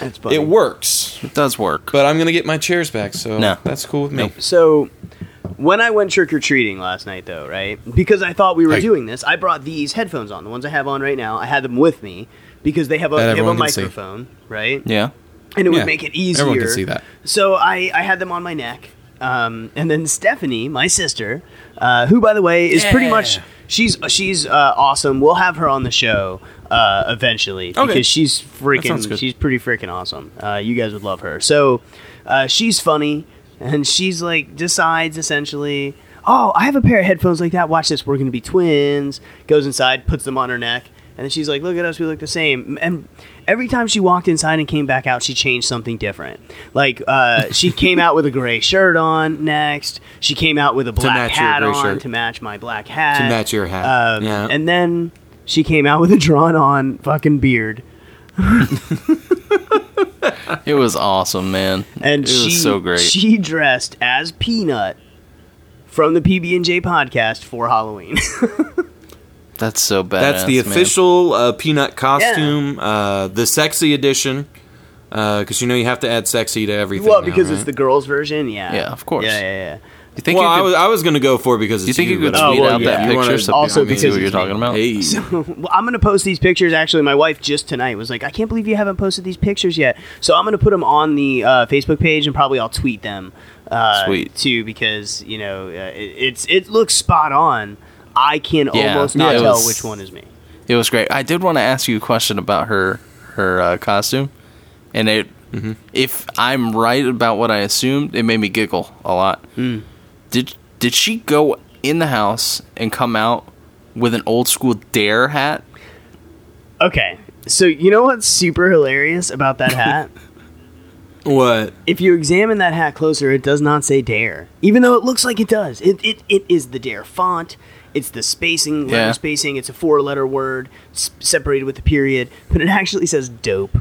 [SPEAKER 3] That's funny.
[SPEAKER 4] It works,
[SPEAKER 5] It does work.
[SPEAKER 4] but I'm gonna get my chairs back, so
[SPEAKER 5] No.
[SPEAKER 4] that's cool with me.
[SPEAKER 3] So when I went trick or treating last night, though, right? Because I thought we were
[SPEAKER 4] Hey.
[SPEAKER 3] doing this, I brought these headphones on, the ones I have on right now. I had them with me because they have a,
[SPEAKER 4] That
[SPEAKER 3] they have a
[SPEAKER 4] everyone can see.
[SPEAKER 3] microphone, right?
[SPEAKER 5] yeah.
[SPEAKER 3] And it
[SPEAKER 4] Yeah.
[SPEAKER 3] would make it easier.
[SPEAKER 4] Everyone can see that.
[SPEAKER 3] So I, I had them on my neck. Um, and then Stephanie, my sister, uh, who, by the way, is pretty much she's she's uh, awesome. We'll have her on the show uh, eventually because
[SPEAKER 4] Okay.
[SPEAKER 3] she's
[SPEAKER 4] sounds
[SPEAKER 3] freaking
[SPEAKER 4] good.
[SPEAKER 3] she's pretty freaking awesome. Uh, you guys would love her. So uh, she's funny, and she's like decides essentially. Oh, I have a pair of headphones like that. Watch this. We're gonna be twins. Goes inside, puts them on her neck, and then she's like, "Look at us. We look the same." And every time she walked inside and came back out, she changed something different. Like uh, she came out with a gray shirt on. Next, she came out with a black
[SPEAKER 4] match your
[SPEAKER 3] hat
[SPEAKER 4] gray
[SPEAKER 3] on
[SPEAKER 4] shirt.
[SPEAKER 3] to match my black hat.
[SPEAKER 4] To match your hat.
[SPEAKER 3] Um,
[SPEAKER 4] Yeah.
[SPEAKER 3] And then she came out with a drawn-on fucking beard.
[SPEAKER 5] It was awesome, man.
[SPEAKER 3] and
[SPEAKER 5] it
[SPEAKER 3] she
[SPEAKER 5] was so great.
[SPEAKER 3] she dressed as Peanut from the PB and J podcast for Halloween.
[SPEAKER 5] That's so bad.
[SPEAKER 4] That's the official uh, peanut costume, uh, the sexy edition, because you know you have to add sexy to everything.
[SPEAKER 3] well,
[SPEAKER 4] now,
[SPEAKER 3] because it's
[SPEAKER 4] right?
[SPEAKER 3] the girls' version. Yeah.
[SPEAKER 5] Yeah, of course.
[SPEAKER 3] Yeah, yeah, yeah.
[SPEAKER 5] You think
[SPEAKER 4] well, I
[SPEAKER 5] you could,
[SPEAKER 4] was I was gonna go for it because it's
[SPEAKER 5] you think you could
[SPEAKER 4] but-
[SPEAKER 3] Oh,
[SPEAKER 5] tweet
[SPEAKER 3] well,
[SPEAKER 5] out
[SPEAKER 3] yeah.
[SPEAKER 5] that
[SPEAKER 4] You wanna-
[SPEAKER 5] picture? So
[SPEAKER 3] also
[SPEAKER 5] people can see
[SPEAKER 3] because
[SPEAKER 5] what you're
[SPEAKER 3] it's me.
[SPEAKER 5] talking about.
[SPEAKER 4] Hey.
[SPEAKER 3] Well, I'm gonna post these pictures. Actually, my wife just tonight was like, "I can't believe you haven't posted these pictures yet." So I'm gonna put them on the uh, Facebook page and probably I'll tweet them. Uh,
[SPEAKER 5] Sweet.
[SPEAKER 3] Too, because you know uh, it, it's it looks spot on. I can
[SPEAKER 5] Yeah.
[SPEAKER 3] almost not
[SPEAKER 5] Yeah, it
[SPEAKER 3] tell
[SPEAKER 5] was-
[SPEAKER 3] which one is me.
[SPEAKER 5] It was great. I did want to ask you a question about her her uh, costume, and it
[SPEAKER 4] Mm-hmm.
[SPEAKER 5] if I'm right about what I assumed, it made me giggle a lot.
[SPEAKER 4] Hmm.
[SPEAKER 5] Did did she go in the house and come out with an old school dare hat?
[SPEAKER 3] Okay. So you know what's super hilarious about that hat?
[SPEAKER 4] what?
[SPEAKER 3] if you examine that hat closer, it does not say dare, even though it looks like it does. It it, it is the dare font. It's the spacing, letter
[SPEAKER 5] Yeah.
[SPEAKER 3] spacing. It's a four-letter word s- separated with a period, but it actually says dope.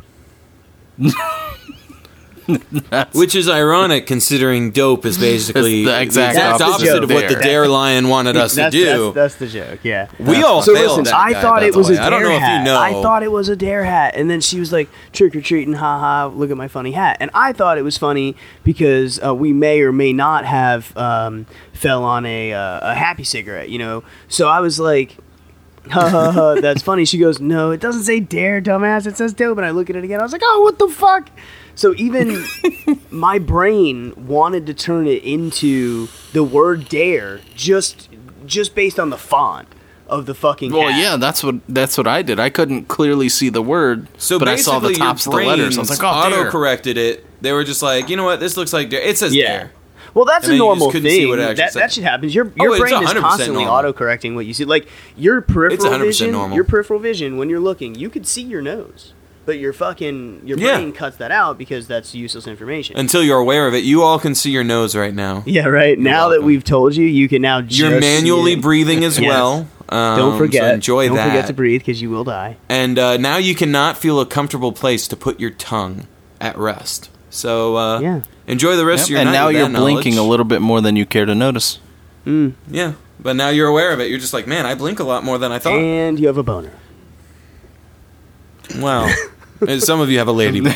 [SPEAKER 4] Which is ironic considering dope is basically
[SPEAKER 5] That's the exact
[SPEAKER 3] opposite
[SPEAKER 4] opposite
[SPEAKER 3] of
[SPEAKER 4] of what the
[SPEAKER 5] dare.
[SPEAKER 4] dare lion wanted us to
[SPEAKER 3] that's,
[SPEAKER 4] do.
[SPEAKER 3] That's, that's the joke. Yeah.
[SPEAKER 4] we all
[SPEAKER 3] so
[SPEAKER 4] failed
[SPEAKER 3] listen,
[SPEAKER 4] that
[SPEAKER 3] I
[SPEAKER 4] guy,
[SPEAKER 3] thought
[SPEAKER 4] by
[SPEAKER 3] it
[SPEAKER 4] the
[SPEAKER 3] was
[SPEAKER 4] way.
[SPEAKER 3] a dare
[SPEAKER 4] I don't know
[SPEAKER 3] hat.
[SPEAKER 4] if you know.
[SPEAKER 3] I thought it was a dare hat, and then she was like trick or treating, haha, look at my funny hat. And I thought it was funny because uh, we may or may not have um, fell on a uh, a happy cigarette, you know. So I was like. ha, ha, ha, that's funny. She goes, No, it doesn't say dare, dumbass. It says dope. And I look at it again. I was like, Oh, what the fuck? So even my brain wanted to turn it into the word dare just just based on the font of the fucking
[SPEAKER 5] Well,
[SPEAKER 3] cat.
[SPEAKER 5] yeah, that's what that's what I did. I couldn't clearly see the word,
[SPEAKER 4] So
[SPEAKER 5] but I
[SPEAKER 4] basically,
[SPEAKER 5] saw the tops of
[SPEAKER 4] your
[SPEAKER 5] the letters. I
[SPEAKER 4] brains
[SPEAKER 5] was like, oh,
[SPEAKER 4] auto
[SPEAKER 5] dear.
[SPEAKER 4] corrected it. They were just like, you know what? This looks like dare. It says
[SPEAKER 3] Yeah.
[SPEAKER 4] dare.
[SPEAKER 3] Well, that's
[SPEAKER 4] And
[SPEAKER 3] a
[SPEAKER 4] then you
[SPEAKER 3] normal
[SPEAKER 4] just
[SPEAKER 3] thing.
[SPEAKER 4] couldn't see what it actually
[SPEAKER 3] that,
[SPEAKER 4] said.
[SPEAKER 3] that shit happens. Your
[SPEAKER 4] Oh,
[SPEAKER 3] your
[SPEAKER 4] it's
[SPEAKER 3] brain is
[SPEAKER 4] 100%
[SPEAKER 3] constantly
[SPEAKER 4] normal.
[SPEAKER 3] autocorrecting what you see. Like your peripheral
[SPEAKER 4] 100%
[SPEAKER 3] vision,
[SPEAKER 4] normal.
[SPEAKER 3] your peripheral vision when you're looking, you could see your nose, but your fucking your
[SPEAKER 4] Yeah.
[SPEAKER 3] brain cuts that out because that's useless information.
[SPEAKER 4] Until you're aware of it, you all can see your nose right now.
[SPEAKER 3] yeah, right. Now that
[SPEAKER 4] welcome.
[SPEAKER 3] we've told you, you can now just
[SPEAKER 4] You're manually
[SPEAKER 3] see it.
[SPEAKER 4] breathing as
[SPEAKER 3] Yes.
[SPEAKER 4] well. Um,
[SPEAKER 3] Don't forget.
[SPEAKER 4] So enjoy
[SPEAKER 3] don't
[SPEAKER 4] that.
[SPEAKER 3] forget to breathe because you will die.
[SPEAKER 4] And uh, now you cannot feel a comfortable place to put your tongue at rest. So uh,
[SPEAKER 3] Yeah.
[SPEAKER 4] enjoy the rest
[SPEAKER 5] Yep,
[SPEAKER 4] of your
[SPEAKER 5] and
[SPEAKER 4] night
[SPEAKER 5] now
[SPEAKER 4] with
[SPEAKER 5] you're
[SPEAKER 4] that
[SPEAKER 5] blinking a
[SPEAKER 4] knowledge.
[SPEAKER 5] little bit more than you care to notice.
[SPEAKER 4] Yeah, but now you're aware of it. You're just like, man, I blink a lot more than I thought.
[SPEAKER 3] And you have a boner.
[SPEAKER 4] Wow. And Some of you have a lady. bone.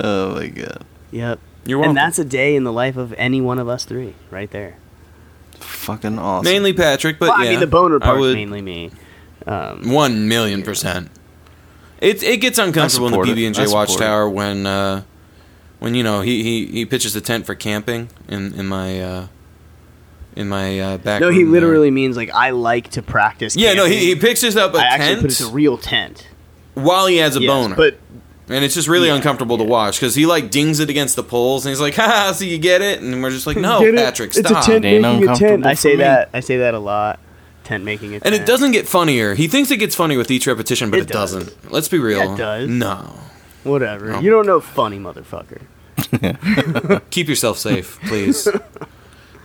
[SPEAKER 5] Oh my god!
[SPEAKER 3] Yep.
[SPEAKER 4] You're welcome.
[SPEAKER 3] And that's a day in the life of any one of us three, right there.
[SPEAKER 5] Fucking awesome.
[SPEAKER 4] mainly Patrick, but
[SPEAKER 3] Well,
[SPEAKER 4] yeah,
[SPEAKER 3] I mean, the boner
[SPEAKER 4] I
[SPEAKER 3] part's
[SPEAKER 4] would-
[SPEAKER 3] mainly me.
[SPEAKER 4] One million percent. It it gets uncomfortable in the
[SPEAKER 5] support it.
[SPEAKER 4] PB and
[SPEAKER 5] I
[SPEAKER 4] J
[SPEAKER 5] support
[SPEAKER 4] Watchtower when uh, when you know he, he, he pitches the tent for camping in in my uh, in my uh, back.
[SPEAKER 3] No, he
[SPEAKER 4] room there.
[SPEAKER 3] literally means like I like to practice.
[SPEAKER 4] Yeah, no,
[SPEAKER 3] camping.
[SPEAKER 4] he, he pitches up a
[SPEAKER 3] I actually
[SPEAKER 4] tent
[SPEAKER 3] put it's a real tent.
[SPEAKER 4] while he has a
[SPEAKER 3] Yes,
[SPEAKER 4] boner,
[SPEAKER 3] But
[SPEAKER 4] and it's just really
[SPEAKER 3] Yeah,
[SPEAKER 4] uncomfortable to watch because he like dings it against the poles and he's like, "Ha, ha, so you get it?" And we're just like, "No,
[SPEAKER 3] Get it?
[SPEAKER 4] Patrick,
[SPEAKER 3] It's a
[SPEAKER 4] stop."
[SPEAKER 5] It ain't uncomfortable
[SPEAKER 3] I say
[SPEAKER 5] for me.
[SPEAKER 3] that I say that a lot. Tent making a tent.
[SPEAKER 4] And it doesn't get funnier. He thinks it gets funny with each repetition, but it,
[SPEAKER 3] It does.
[SPEAKER 4] not Let's be real.
[SPEAKER 3] it does.
[SPEAKER 4] No.
[SPEAKER 3] Whatever.
[SPEAKER 4] Oh.
[SPEAKER 3] You don't know funny motherfucker.
[SPEAKER 4] Keep yourself safe, please.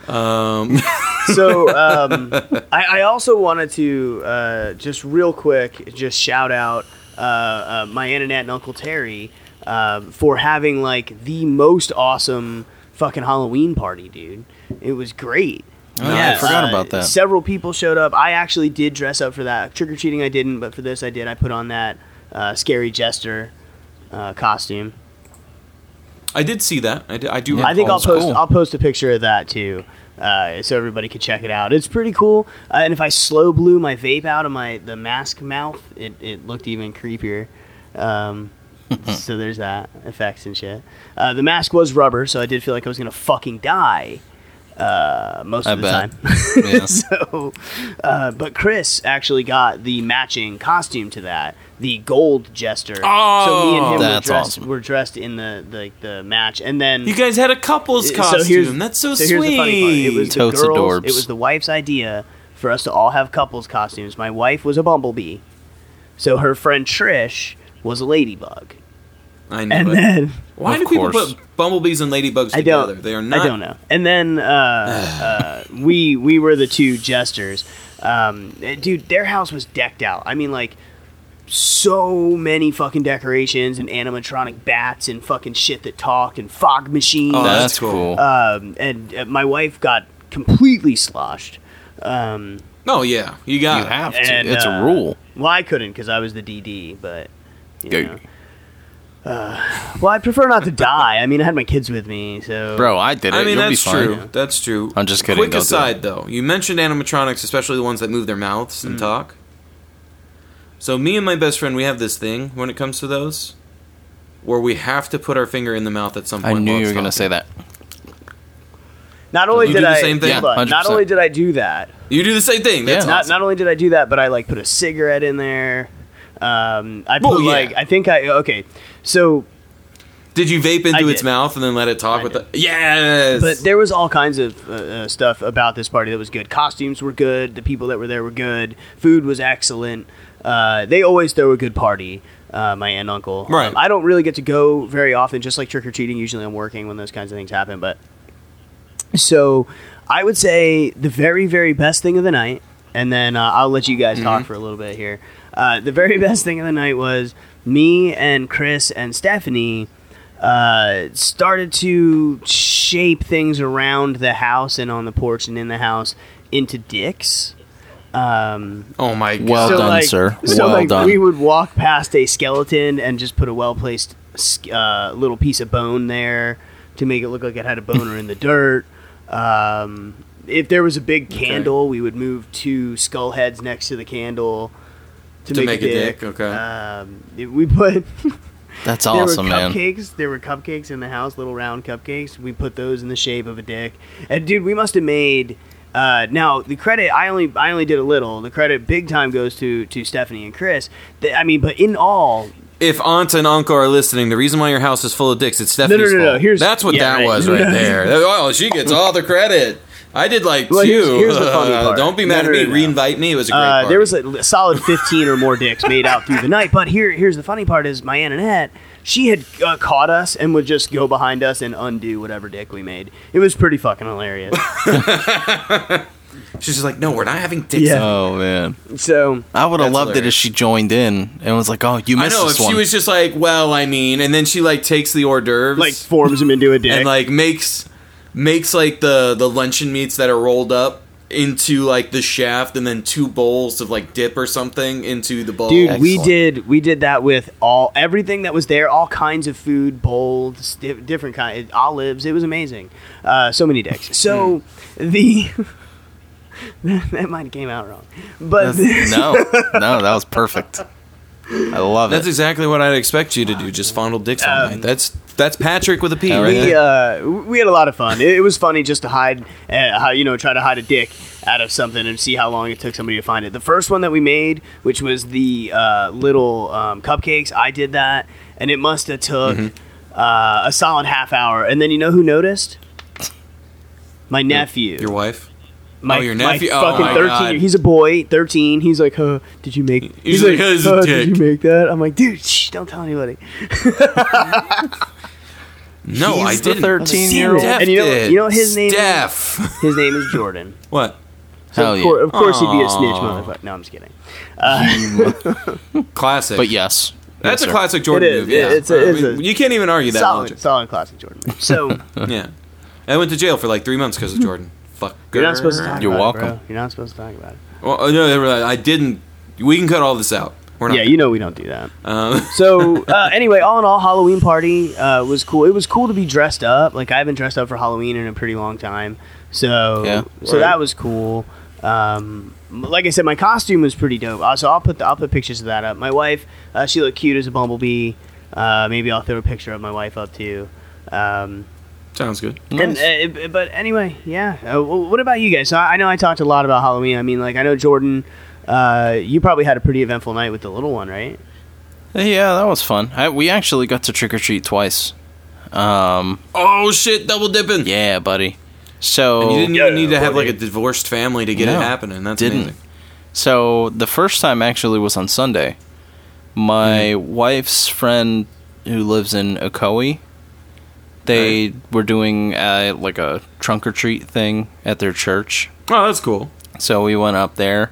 [SPEAKER 3] So um, I, I also wanted to uh, just real quick just shout out uh, uh, my aunt and aunt and Uncle Terry uh, for having like the most awesome fucking Halloween party, dude. It was great. Uh,
[SPEAKER 5] Oh, yeah, I forgot about that.
[SPEAKER 3] Several people showed up. I actually did dress up for that. Trick or treating, I didn't, but for this, I did. I put on that uh, scary jester uh, costume.
[SPEAKER 4] I did see that. I, did, I do.
[SPEAKER 3] I think
[SPEAKER 4] recall
[SPEAKER 3] I'll post.
[SPEAKER 4] that.
[SPEAKER 3] I'll post a picture of that too, uh, so everybody can check it out. It's pretty cool. Uh, and if I slow blew my vape out of my the mask mouth, it, it looked even creepier. Um, so there's that effects and shit. Uh, the mask was rubber, so I did feel like I was gonna fucking die uh, most
[SPEAKER 5] I
[SPEAKER 3] of the
[SPEAKER 5] bet.
[SPEAKER 3] time
[SPEAKER 5] Yeah.
[SPEAKER 3] so, uh, but Chris actually got the matching costume to that, the gold jester. so me and him
[SPEAKER 5] Oh, That's
[SPEAKER 3] were dressed,
[SPEAKER 5] awesome.
[SPEAKER 3] were dressed in the, the the match, and then
[SPEAKER 4] You guys had a couple's
[SPEAKER 3] so
[SPEAKER 4] costume.
[SPEAKER 3] here's-
[SPEAKER 4] That's so,
[SPEAKER 3] so
[SPEAKER 4] sweet.
[SPEAKER 3] here's the funny part. It was
[SPEAKER 5] Totes
[SPEAKER 3] the girls,
[SPEAKER 5] adorbs.
[SPEAKER 3] It was the wife's idea for us to all have couples costumes. My wife was a bumblebee, so her friend Trish was a ladybug,
[SPEAKER 4] I know.
[SPEAKER 3] and
[SPEAKER 4] it.
[SPEAKER 3] then.
[SPEAKER 4] Why
[SPEAKER 5] Of
[SPEAKER 4] do people
[SPEAKER 5] course.
[SPEAKER 4] put bumblebees and ladybugs
[SPEAKER 3] I
[SPEAKER 4] together?
[SPEAKER 3] don't.
[SPEAKER 4] They are not.
[SPEAKER 3] I don't know. And then uh, uh, we we were the two jesters. Um, eh, dude, their house was decked out. I mean, like so many fucking decorations and animatronic bats and fucking shit that talked and fog machines.
[SPEAKER 4] Oh,
[SPEAKER 5] That's,
[SPEAKER 4] that's cool.
[SPEAKER 5] cool.
[SPEAKER 3] um, and uh, my wife got completely sloshed. Um,
[SPEAKER 4] Oh yeah, you got.
[SPEAKER 5] you
[SPEAKER 4] it.
[SPEAKER 5] have to.
[SPEAKER 3] and,
[SPEAKER 5] it's
[SPEAKER 3] uh,
[SPEAKER 5] a rule.
[SPEAKER 3] well, I couldn't because I was the DD, but. You
[SPEAKER 5] Go-
[SPEAKER 3] know. Uh, well, I prefer not to die. I mean, I had my kids with me, so
[SPEAKER 5] Bro, I did it.
[SPEAKER 4] I mean,
[SPEAKER 5] You'll be
[SPEAKER 4] that's
[SPEAKER 5] fine.
[SPEAKER 4] true. That's true.
[SPEAKER 5] I'm just kidding,
[SPEAKER 4] Quick
[SPEAKER 5] don't do
[SPEAKER 4] aside, though, you mentioned animatronics, especially the ones that move their mouths
[SPEAKER 5] Mm.
[SPEAKER 4] and talk. So, me and my best friend, we have this thing when it comes to those, where we have to put our finger in the mouth at some
[SPEAKER 5] I
[SPEAKER 4] point.
[SPEAKER 5] knew
[SPEAKER 4] while
[SPEAKER 5] you
[SPEAKER 4] it's
[SPEAKER 5] were going to
[SPEAKER 4] talking.
[SPEAKER 5] say that.
[SPEAKER 3] Not only
[SPEAKER 4] You
[SPEAKER 3] did
[SPEAKER 4] do the
[SPEAKER 3] I
[SPEAKER 4] same thing?
[SPEAKER 5] Yeah,
[SPEAKER 3] but not
[SPEAKER 5] 100%.
[SPEAKER 3] only did I do that,
[SPEAKER 4] You do the same thing. That's
[SPEAKER 5] Yeah.
[SPEAKER 4] yeah.
[SPEAKER 3] not, not only did I do that, but I like put a cigarette in there. Um, I put
[SPEAKER 4] Well, yeah.
[SPEAKER 3] like I think I okay. So,
[SPEAKER 4] Did you vape
[SPEAKER 3] I
[SPEAKER 4] into
[SPEAKER 3] did.
[SPEAKER 4] its mouth and then let it talk
[SPEAKER 3] I
[SPEAKER 4] with the? Yes.
[SPEAKER 3] but there was all kinds of uh, uh, stuff about this party that was good. Costumes were good. The people that were there were good. Food was excellent. Uh, they always throw a good party. Uh, my aunt and uncle.
[SPEAKER 4] Right.
[SPEAKER 3] Um, I don't really get to go very often. Just like trick or treating, usually I'm working when those kinds of things happen. But So I would say the very, very best thing of the night, and then uh, I'll let you guys talk for a little bit here. Uh, the very best thing of the night was me and Chris and Stephanie uh, started to shape things around the house and on the porch and in the house into dicks. Um,
[SPEAKER 4] oh my god.
[SPEAKER 5] Well
[SPEAKER 3] so
[SPEAKER 5] done,
[SPEAKER 3] like,
[SPEAKER 5] sir.
[SPEAKER 3] So
[SPEAKER 5] well
[SPEAKER 3] like,
[SPEAKER 5] done.
[SPEAKER 3] we would walk past a skeleton and just put a well placed uh, little piece of bone there to make it look like it had a boner in the dirt. Um, if there was a big candle, we would move two skull heads next to the candle to,
[SPEAKER 4] To
[SPEAKER 3] make, a dick.
[SPEAKER 5] uh,
[SPEAKER 4] okay.
[SPEAKER 3] Um, it- we put
[SPEAKER 5] That's
[SPEAKER 3] there
[SPEAKER 5] awesome,
[SPEAKER 3] were
[SPEAKER 5] man.
[SPEAKER 3] cupcakes. There were cupcakes in the house, little round cupcakes. We put those in the shape of a dick. And dude, we must have made. Uh, now the credit I only I only did a little. The credit big time goes to to Stephanie and Chris. Th- I mean, but in all,
[SPEAKER 4] If aunt and uncle are listening, the reason why your house is full of dicks, it's Stephanie's
[SPEAKER 3] no, no, no,
[SPEAKER 4] fault.
[SPEAKER 3] here's-
[SPEAKER 4] That's what
[SPEAKER 3] yeah,
[SPEAKER 4] that
[SPEAKER 3] right.
[SPEAKER 4] was right there. Oh, she gets all the credit. I did like
[SPEAKER 3] Well,
[SPEAKER 4] two.
[SPEAKER 3] here's- here's the funny
[SPEAKER 4] Uh,
[SPEAKER 3] part.
[SPEAKER 4] Don't be mad
[SPEAKER 3] No, no,
[SPEAKER 4] at
[SPEAKER 3] no,
[SPEAKER 4] me.
[SPEAKER 3] no.
[SPEAKER 4] Reinvite me. It was a great
[SPEAKER 3] uh,
[SPEAKER 4] party.
[SPEAKER 3] there was a solid fifteen or more dicks made out through the night. But here here's the funny part: is my aunt Annette. She had uh, caught us and would just go behind us and undo whatever dick we made. It was pretty fucking hilarious.
[SPEAKER 4] She's just like, no, we're not having dicks.
[SPEAKER 3] Yeah.
[SPEAKER 5] Oh man,
[SPEAKER 3] so
[SPEAKER 5] I would have
[SPEAKER 4] That's
[SPEAKER 5] loved it if
[SPEAKER 4] hilarious.
[SPEAKER 5] she joined in and was like, "Oh, you
[SPEAKER 4] I
[SPEAKER 5] missed
[SPEAKER 4] know. If
[SPEAKER 5] this one."
[SPEAKER 4] she was just like, well, I mean, and then she like takes the hors d'oeuvres,
[SPEAKER 3] like forms him into a dick.
[SPEAKER 4] and like makes makes like the the luncheon meats that are rolled up into like the shaft and then two bowls of like dip or something into the bowl
[SPEAKER 3] Dude, we
[SPEAKER 5] Excellent.
[SPEAKER 3] did we did that with all everything that was there, all kinds of food, bowls, di- different kind, olives. It was amazing. Uh, so many dicks. So the that, that might have came out wrong, but
[SPEAKER 5] no, no, that was perfect. I love
[SPEAKER 4] that's
[SPEAKER 5] it.
[SPEAKER 4] exactly what i'd expect you to do just fondle dicks all night that's that's patrick with a p
[SPEAKER 5] All
[SPEAKER 4] right
[SPEAKER 5] right.
[SPEAKER 4] there.
[SPEAKER 3] we uh, we had a lot of fun. It, it was funny just to hide uh, how you know try to hide a dick out of something and see how long it took somebody to find it. The first one that we made, which was the uh, little um, cupcakes, I did that, and it must have took
[SPEAKER 4] Mm-hmm.
[SPEAKER 3] uh, a solid half hour. And then you know who noticed? My nephew.
[SPEAKER 4] your wife
[SPEAKER 3] my,
[SPEAKER 4] oh, your
[SPEAKER 3] my
[SPEAKER 4] nephew? Oh,
[SPEAKER 3] fucking
[SPEAKER 4] my
[SPEAKER 3] thirteen.
[SPEAKER 4] God.
[SPEAKER 3] He's a boy, thirteen. He's like, huh? Did you make?
[SPEAKER 4] He's like, "Huh, it's a
[SPEAKER 3] huh,
[SPEAKER 4] dick."
[SPEAKER 3] did you make that? I'm like, dude, shh, don't tell anybody.
[SPEAKER 4] no i
[SPEAKER 5] He's the
[SPEAKER 4] didn't
[SPEAKER 5] 13 year old.
[SPEAKER 4] Steph
[SPEAKER 3] And you know-
[SPEAKER 4] did.
[SPEAKER 3] you know his name is-
[SPEAKER 4] Steph.
[SPEAKER 3] His name is Jordan.
[SPEAKER 4] what
[SPEAKER 5] Hell
[SPEAKER 3] of,
[SPEAKER 5] yeah.
[SPEAKER 3] cour- of course, he'd be a
[SPEAKER 4] Aw.
[SPEAKER 3] snitch motherfucker. No, I'm just kidding.
[SPEAKER 4] classic
[SPEAKER 5] But yes,
[SPEAKER 4] that's
[SPEAKER 5] Yes,
[SPEAKER 4] a
[SPEAKER 5] sir.
[SPEAKER 4] classic jordan
[SPEAKER 3] It is.
[SPEAKER 4] movie yeah.
[SPEAKER 3] It's a- it's
[SPEAKER 4] I mean,
[SPEAKER 3] a-
[SPEAKER 4] you can't even argue that
[SPEAKER 3] solid,
[SPEAKER 4] logic.
[SPEAKER 3] solid classic Jordan. movie. So
[SPEAKER 4] yeah i went to jail for like three months because of jordan fuck
[SPEAKER 3] Hmm. you're not supposed to talk.
[SPEAKER 5] You're
[SPEAKER 3] about it,
[SPEAKER 5] welcome.
[SPEAKER 3] bro. You're not supposed to talk about it.
[SPEAKER 4] Well, uh, no, they were like, I didn't. We can cut all this out. We're not.
[SPEAKER 3] Yeah, you know we don't do that.
[SPEAKER 4] Um,
[SPEAKER 3] So uh, anyway, all in all, Halloween party uh, was cool. It was cool to be dressed up. Like I haven't dressed up for Halloween in a pretty long time. So
[SPEAKER 5] Yeah.
[SPEAKER 3] so that was cool. Um, like I said, my costume was pretty dope. Uh, So I'll put the, I'll put pictures of that up. My wife, uh, she looked cute as a bumblebee. Uh, maybe I'll throw a picture of my wife up too. Um,
[SPEAKER 4] sounds good.
[SPEAKER 5] Nice.
[SPEAKER 3] And, uh, but anyway, yeah. Uh, wh- what about you guys? So I I know I talked a lot about Halloween. I mean, like I know Jordan, uh, you probably had a pretty eventful night with the little one, right?
[SPEAKER 5] yeah, that was fun. I, we actually got to trick or treat twice. Um,
[SPEAKER 4] Oh shit! Double dipping.
[SPEAKER 5] yeah, buddy. So
[SPEAKER 4] And you didn't
[SPEAKER 3] Yeah,
[SPEAKER 4] even need to have like a
[SPEAKER 3] buddy.
[SPEAKER 4] divorced family to get
[SPEAKER 5] No,
[SPEAKER 4] it happening. That's
[SPEAKER 5] didn't.
[SPEAKER 4] amazing.
[SPEAKER 5] So the first time actually was on Sunday. My
[SPEAKER 4] Mm-hmm.
[SPEAKER 5] wife's friend who lives in Ocoee, they were doing uh, like a trunk or treat thing at their church.
[SPEAKER 4] Oh, that's cool.
[SPEAKER 5] So we went up there,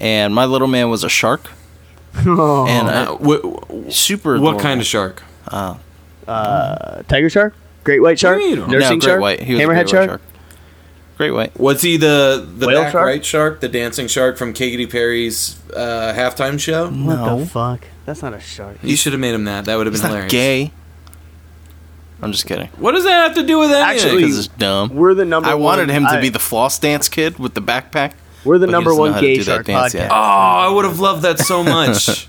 [SPEAKER 5] and my little man was a shark, and
[SPEAKER 4] Uh,
[SPEAKER 5] uh,
[SPEAKER 4] wh- wh-
[SPEAKER 5] super.
[SPEAKER 4] what kind of shark?
[SPEAKER 3] Uh, tiger shark, great white shark,
[SPEAKER 4] You know.
[SPEAKER 3] nursing
[SPEAKER 5] no, great
[SPEAKER 3] shark,
[SPEAKER 5] white. He was a
[SPEAKER 3] hammerhead
[SPEAKER 5] great white
[SPEAKER 3] shark.
[SPEAKER 5] Great white.
[SPEAKER 4] Was he the the
[SPEAKER 3] Whale
[SPEAKER 4] back
[SPEAKER 3] shark?
[SPEAKER 4] right shark, the dancing shark from Katy Perry's uh, halftime show?
[SPEAKER 3] What
[SPEAKER 5] No.
[SPEAKER 3] the fuck? That's not a shark.
[SPEAKER 4] You should have made him that. That would have been
[SPEAKER 5] Mm-hmm. He's not
[SPEAKER 4] hilarious.
[SPEAKER 5] gay. I'm just kidding.
[SPEAKER 4] What does that have to do with that?
[SPEAKER 3] Actually-
[SPEAKER 5] Because it's dumb.
[SPEAKER 3] We're the number.
[SPEAKER 5] I wanted
[SPEAKER 3] one-
[SPEAKER 5] him to
[SPEAKER 3] I-
[SPEAKER 5] be the floss dance kid with the backpack.
[SPEAKER 3] We're the
[SPEAKER 5] but he
[SPEAKER 3] number
[SPEAKER 5] doesn't know
[SPEAKER 3] one
[SPEAKER 5] how to
[SPEAKER 3] gay
[SPEAKER 5] do that
[SPEAKER 3] shark
[SPEAKER 5] dance
[SPEAKER 3] podcast.
[SPEAKER 5] yet.
[SPEAKER 4] oh, I would have loved that so much.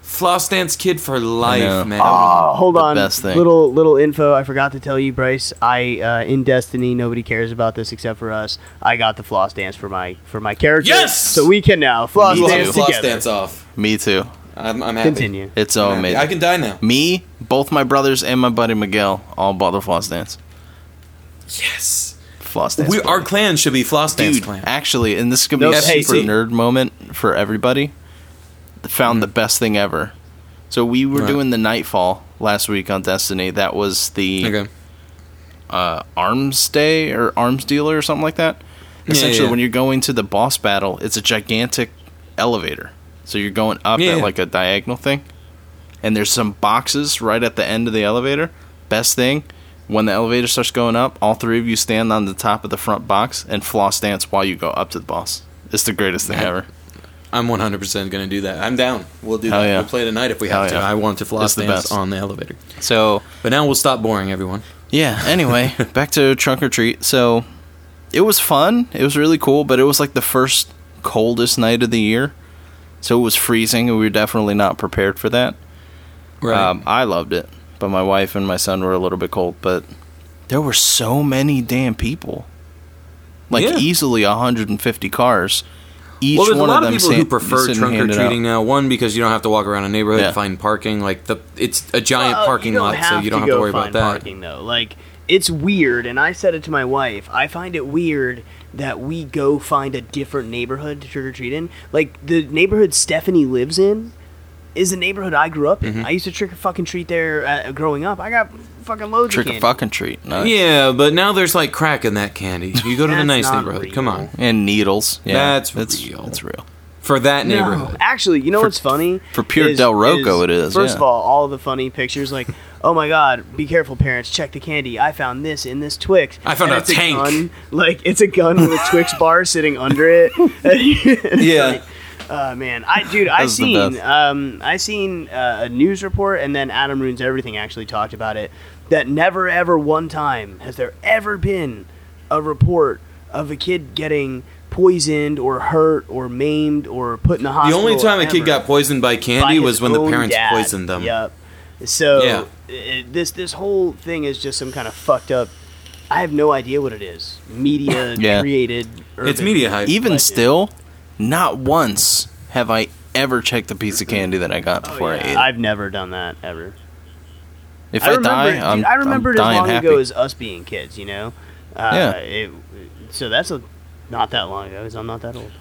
[SPEAKER 4] Floss dance kid for
[SPEAKER 5] know.
[SPEAKER 4] life, man.
[SPEAKER 3] Oh, hold
[SPEAKER 5] The
[SPEAKER 3] on.
[SPEAKER 5] best thing.
[SPEAKER 3] Little little info. I forgot to tell you, Bryce. I uh, in Destiny, nobody cares about this except for us. I got the floss dance for my for my character.
[SPEAKER 4] Yes!
[SPEAKER 3] So we can now floss
[SPEAKER 4] You
[SPEAKER 5] Me
[SPEAKER 4] have
[SPEAKER 3] dance
[SPEAKER 5] too.
[SPEAKER 4] floss
[SPEAKER 3] together.
[SPEAKER 4] dance off.
[SPEAKER 5] Me too.
[SPEAKER 4] I'm, I'm happy.
[SPEAKER 3] Continue.
[SPEAKER 5] It's so
[SPEAKER 4] I'm happy.
[SPEAKER 5] Oh, amazing.
[SPEAKER 4] I can die now.
[SPEAKER 5] Me, both my brothers, and my buddy Miguel all bought the floss dance.
[SPEAKER 4] Yes.
[SPEAKER 5] Floss dance.
[SPEAKER 4] we,
[SPEAKER 5] buddy.
[SPEAKER 4] our clan should be floss dance
[SPEAKER 5] dude.
[SPEAKER 4] clan.
[SPEAKER 5] Actually, and this is gonna be
[SPEAKER 3] No,
[SPEAKER 5] a
[SPEAKER 3] hey,
[SPEAKER 5] super
[SPEAKER 4] see-
[SPEAKER 5] nerd moment for everybody. Found the best thing ever. So we
[SPEAKER 4] Mm.
[SPEAKER 5] were
[SPEAKER 4] Right.
[SPEAKER 5] doing the Nightfall last week on Destiny. That was the
[SPEAKER 4] Okay.
[SPEAKER 5] uh, arms day or arms dealer or something like that. Essentially,
[SPEAKER 4] yeah.
[SPEAKER 5] when you're going to the boss battle, it's a gigantic elevator. So you're going up
[SPEAKER 4] Yeah,
[SPEAKER 5] at
[SPEAKER 4] yeah.
[SPEAKER 5] like a diagonal thing, and there's some boxes right at the end of the elevator. Best thing, when the elevator starts going up, all three of you stand on the top of the front box and floss dance while you go up to the boss. It's the greatest thing ever.
[SPEAKER 4] I'm 100% going to do that. I'm down. We'll do
[SPEAKER 5] Hell
[SPEAKER 4] that.
[SPEAKER 5] yeah.
[SPEAKER 4] We'll play tonight if we
[SPEAKER 5] Hell
[SPEAKER 4] have to.
[SPEAKER 5] yeah.
[SPEAKER 4] I want to floss
[SPEAKER 5] It's the
[SPEAKER 4] dance
[SPEAKER 5] best.
[SPEAKER 4] on the elevator.
[SPEAKER 5] So
[SPEAKER 4] But now we'll stop boring everyone.
[SPEAKER 5] Yeah, anyway, back to trunk or treat. So it was fun. It was really cool, but it was like the first coldest night of the year. So it was freezing, and we were definitely not prepared for that. Um, I loved it, but my wife and my son were a little bit cold. But there were so many damn people. like
[SPEAKER 4] Yeah.
[SPEAKER 5] easily 150 cars. Each
[SPEAKER 4] Well, there's
[SPEAKER 5] one
[SPEAKER 4] a lot of,
[SPEAKER 5] of them
[SPEAKER 4] people who
[SPEAKER 5] stand-
[SPEAKER 4] prefer
[SPEAKER 5] sitting
[SPEAKER 4] trunk or
[SPEAKER 5] handed out.
[SPEAKER 4] treating now. One because you don't have to walk around a neighborhood
[SPEAKER 5] Yeah.
[SPEAKER 4] and find parking. Like the it's a giant
[SPEAKER 3] Well,
[SPEAKER 4] parking
[SPEAKER 3] you don't
[SPEAKER 4] lot, so you don't have
[SPEAKER 3] go
[SPEAKER 4] to worry about
[SPEAKER 3] find
[SPEAKER 4] that.
[SPEAKER 3] Parking though, like it's weird, and I said it to my wife. I find it weird that we go find a different neighborhood to trick or treat in. Like the neighborhood Stephanie lives in is the neighborhood I grew up in.
[SPEAKER 4] Mm-hmm.
[SPEAKER 3] I used to trick or fucking treat there uh, growing up. I got fucking loads
[SPEAKER 5] Trick
[SPEAKER 3] of
[SPEAKER 5] or
[SPEAKER 3] candy.
[SPEAKER 5] fucking treat. Nice.
[SPEAKER 4] Yeah, but now there's like crack in that candy. You go to the
[SPEAKER 3] That's
[SPEAKER 4] nice
[SPEAKER 3] not
[SPEAKER 4] neighborhood. Come
[SPEAKER 3] real.
[SPEAKER 4] on,
[SPEAKER 5] And needles. Yeah.
[SPEAKER 4] That's
[SPEAKER 5] that's
[SPEAKER 4] real.
[SPEAKER 5] That's real.
[SPEAKER 4] for that
[SPEAKER 3] No.
[SPEAKER 4] neighborhood.
[SPEAKER 3] Actually, you know what's funny?
[SPEAKER 5] for pure Del Rocco it is,
[SPEAKER 3] First
[SPEAKER 5] yeah.
[SPEAKER 3] of all, all the funny pictures like, oh my god, be careful, parents, check the candy. I found this in this Twix.
[SPEAKER 4] I found
[SPEAKER 3] And
[SPEAKER 4] a
[SPEAKER 3] it's
[SPEAKER 4] tank.
[SPEAKER 3] gun, like it's a gun with a Twix bar sitting under it.
[SPEAKER 5] Yeah.
[SPEAKER 3] Uh, man, I dude, I
[SPEAKER 5] That's the
[SPEAKER 3] seen
[SPEAKER 5] best.
[SPEAKER 3] um, I seen uh, a news report, and then Adam ruins everything. Actually, talked about it that never ever one time has there ever been a report of a kid getting poisoned or hurt or maimed or put in the
[SPEAKER 4] The
[SPEAKER 3] hospital.
[SPEAKER 4] only time a
[SPEAKER 3] ever
[SPEAKER 4] kid got poisoned by
[SPEAKER 3] by
[SPEAKER 4] candy
[SPEAKER 3] his
[SPEAKER 4] was when the
[SPEAKER 3] own
[SPEAKER 4] parents
[SPEAKER 3] dad.
[SPEAKER 4] poisoned them.
[SPEAKER 3] Yep. So
[SPEAKER 4] Yeah.
[SPEAKER 3] i- this this whole thing is just some kind of fucked up. I have no idea what it is. Media
[SPEAKER 5] Yeah.
[SPEAKER 3] created.
[SPEAKER 4] It's
[SPEAKER 3] urban-
[SPEAKER 4] media hype.
[SPEAKER 5] Even
[SPEAKER 3] Legend.
[SPEAKER 5] still, not once have I ever checked the piece of candy that I got
[SPEAKER 3] Oh,
[SPEAKER 5] before
[SPEAKER 3] yeah.
[SPEAKER 5] I ate. it.
[SPEAKER 3] I've never done that ever.
[SPEAKER 5] if
[SPEAKER 3] I
[SPEAKER 5] I,
[SPEAKER 3] remember,
[SPEAKER 5] die,
[SPEAKER 3] dude,
[SPEAKER 5] I'm,
[SPEAKER 3] I remember
[SPEAKER 5] I'm
[SPEAKER 3] it as
[SPEAKER 5] dying
[SPEAKER 3] long
[SPEAKER 5] happy.
[SPEAKER 3] ago as us being kids, you know? Uh,
[SPEAKER 5] Yeah.
[SPEAKER 3] It, so that's a, not that long ago, because I'm not that old.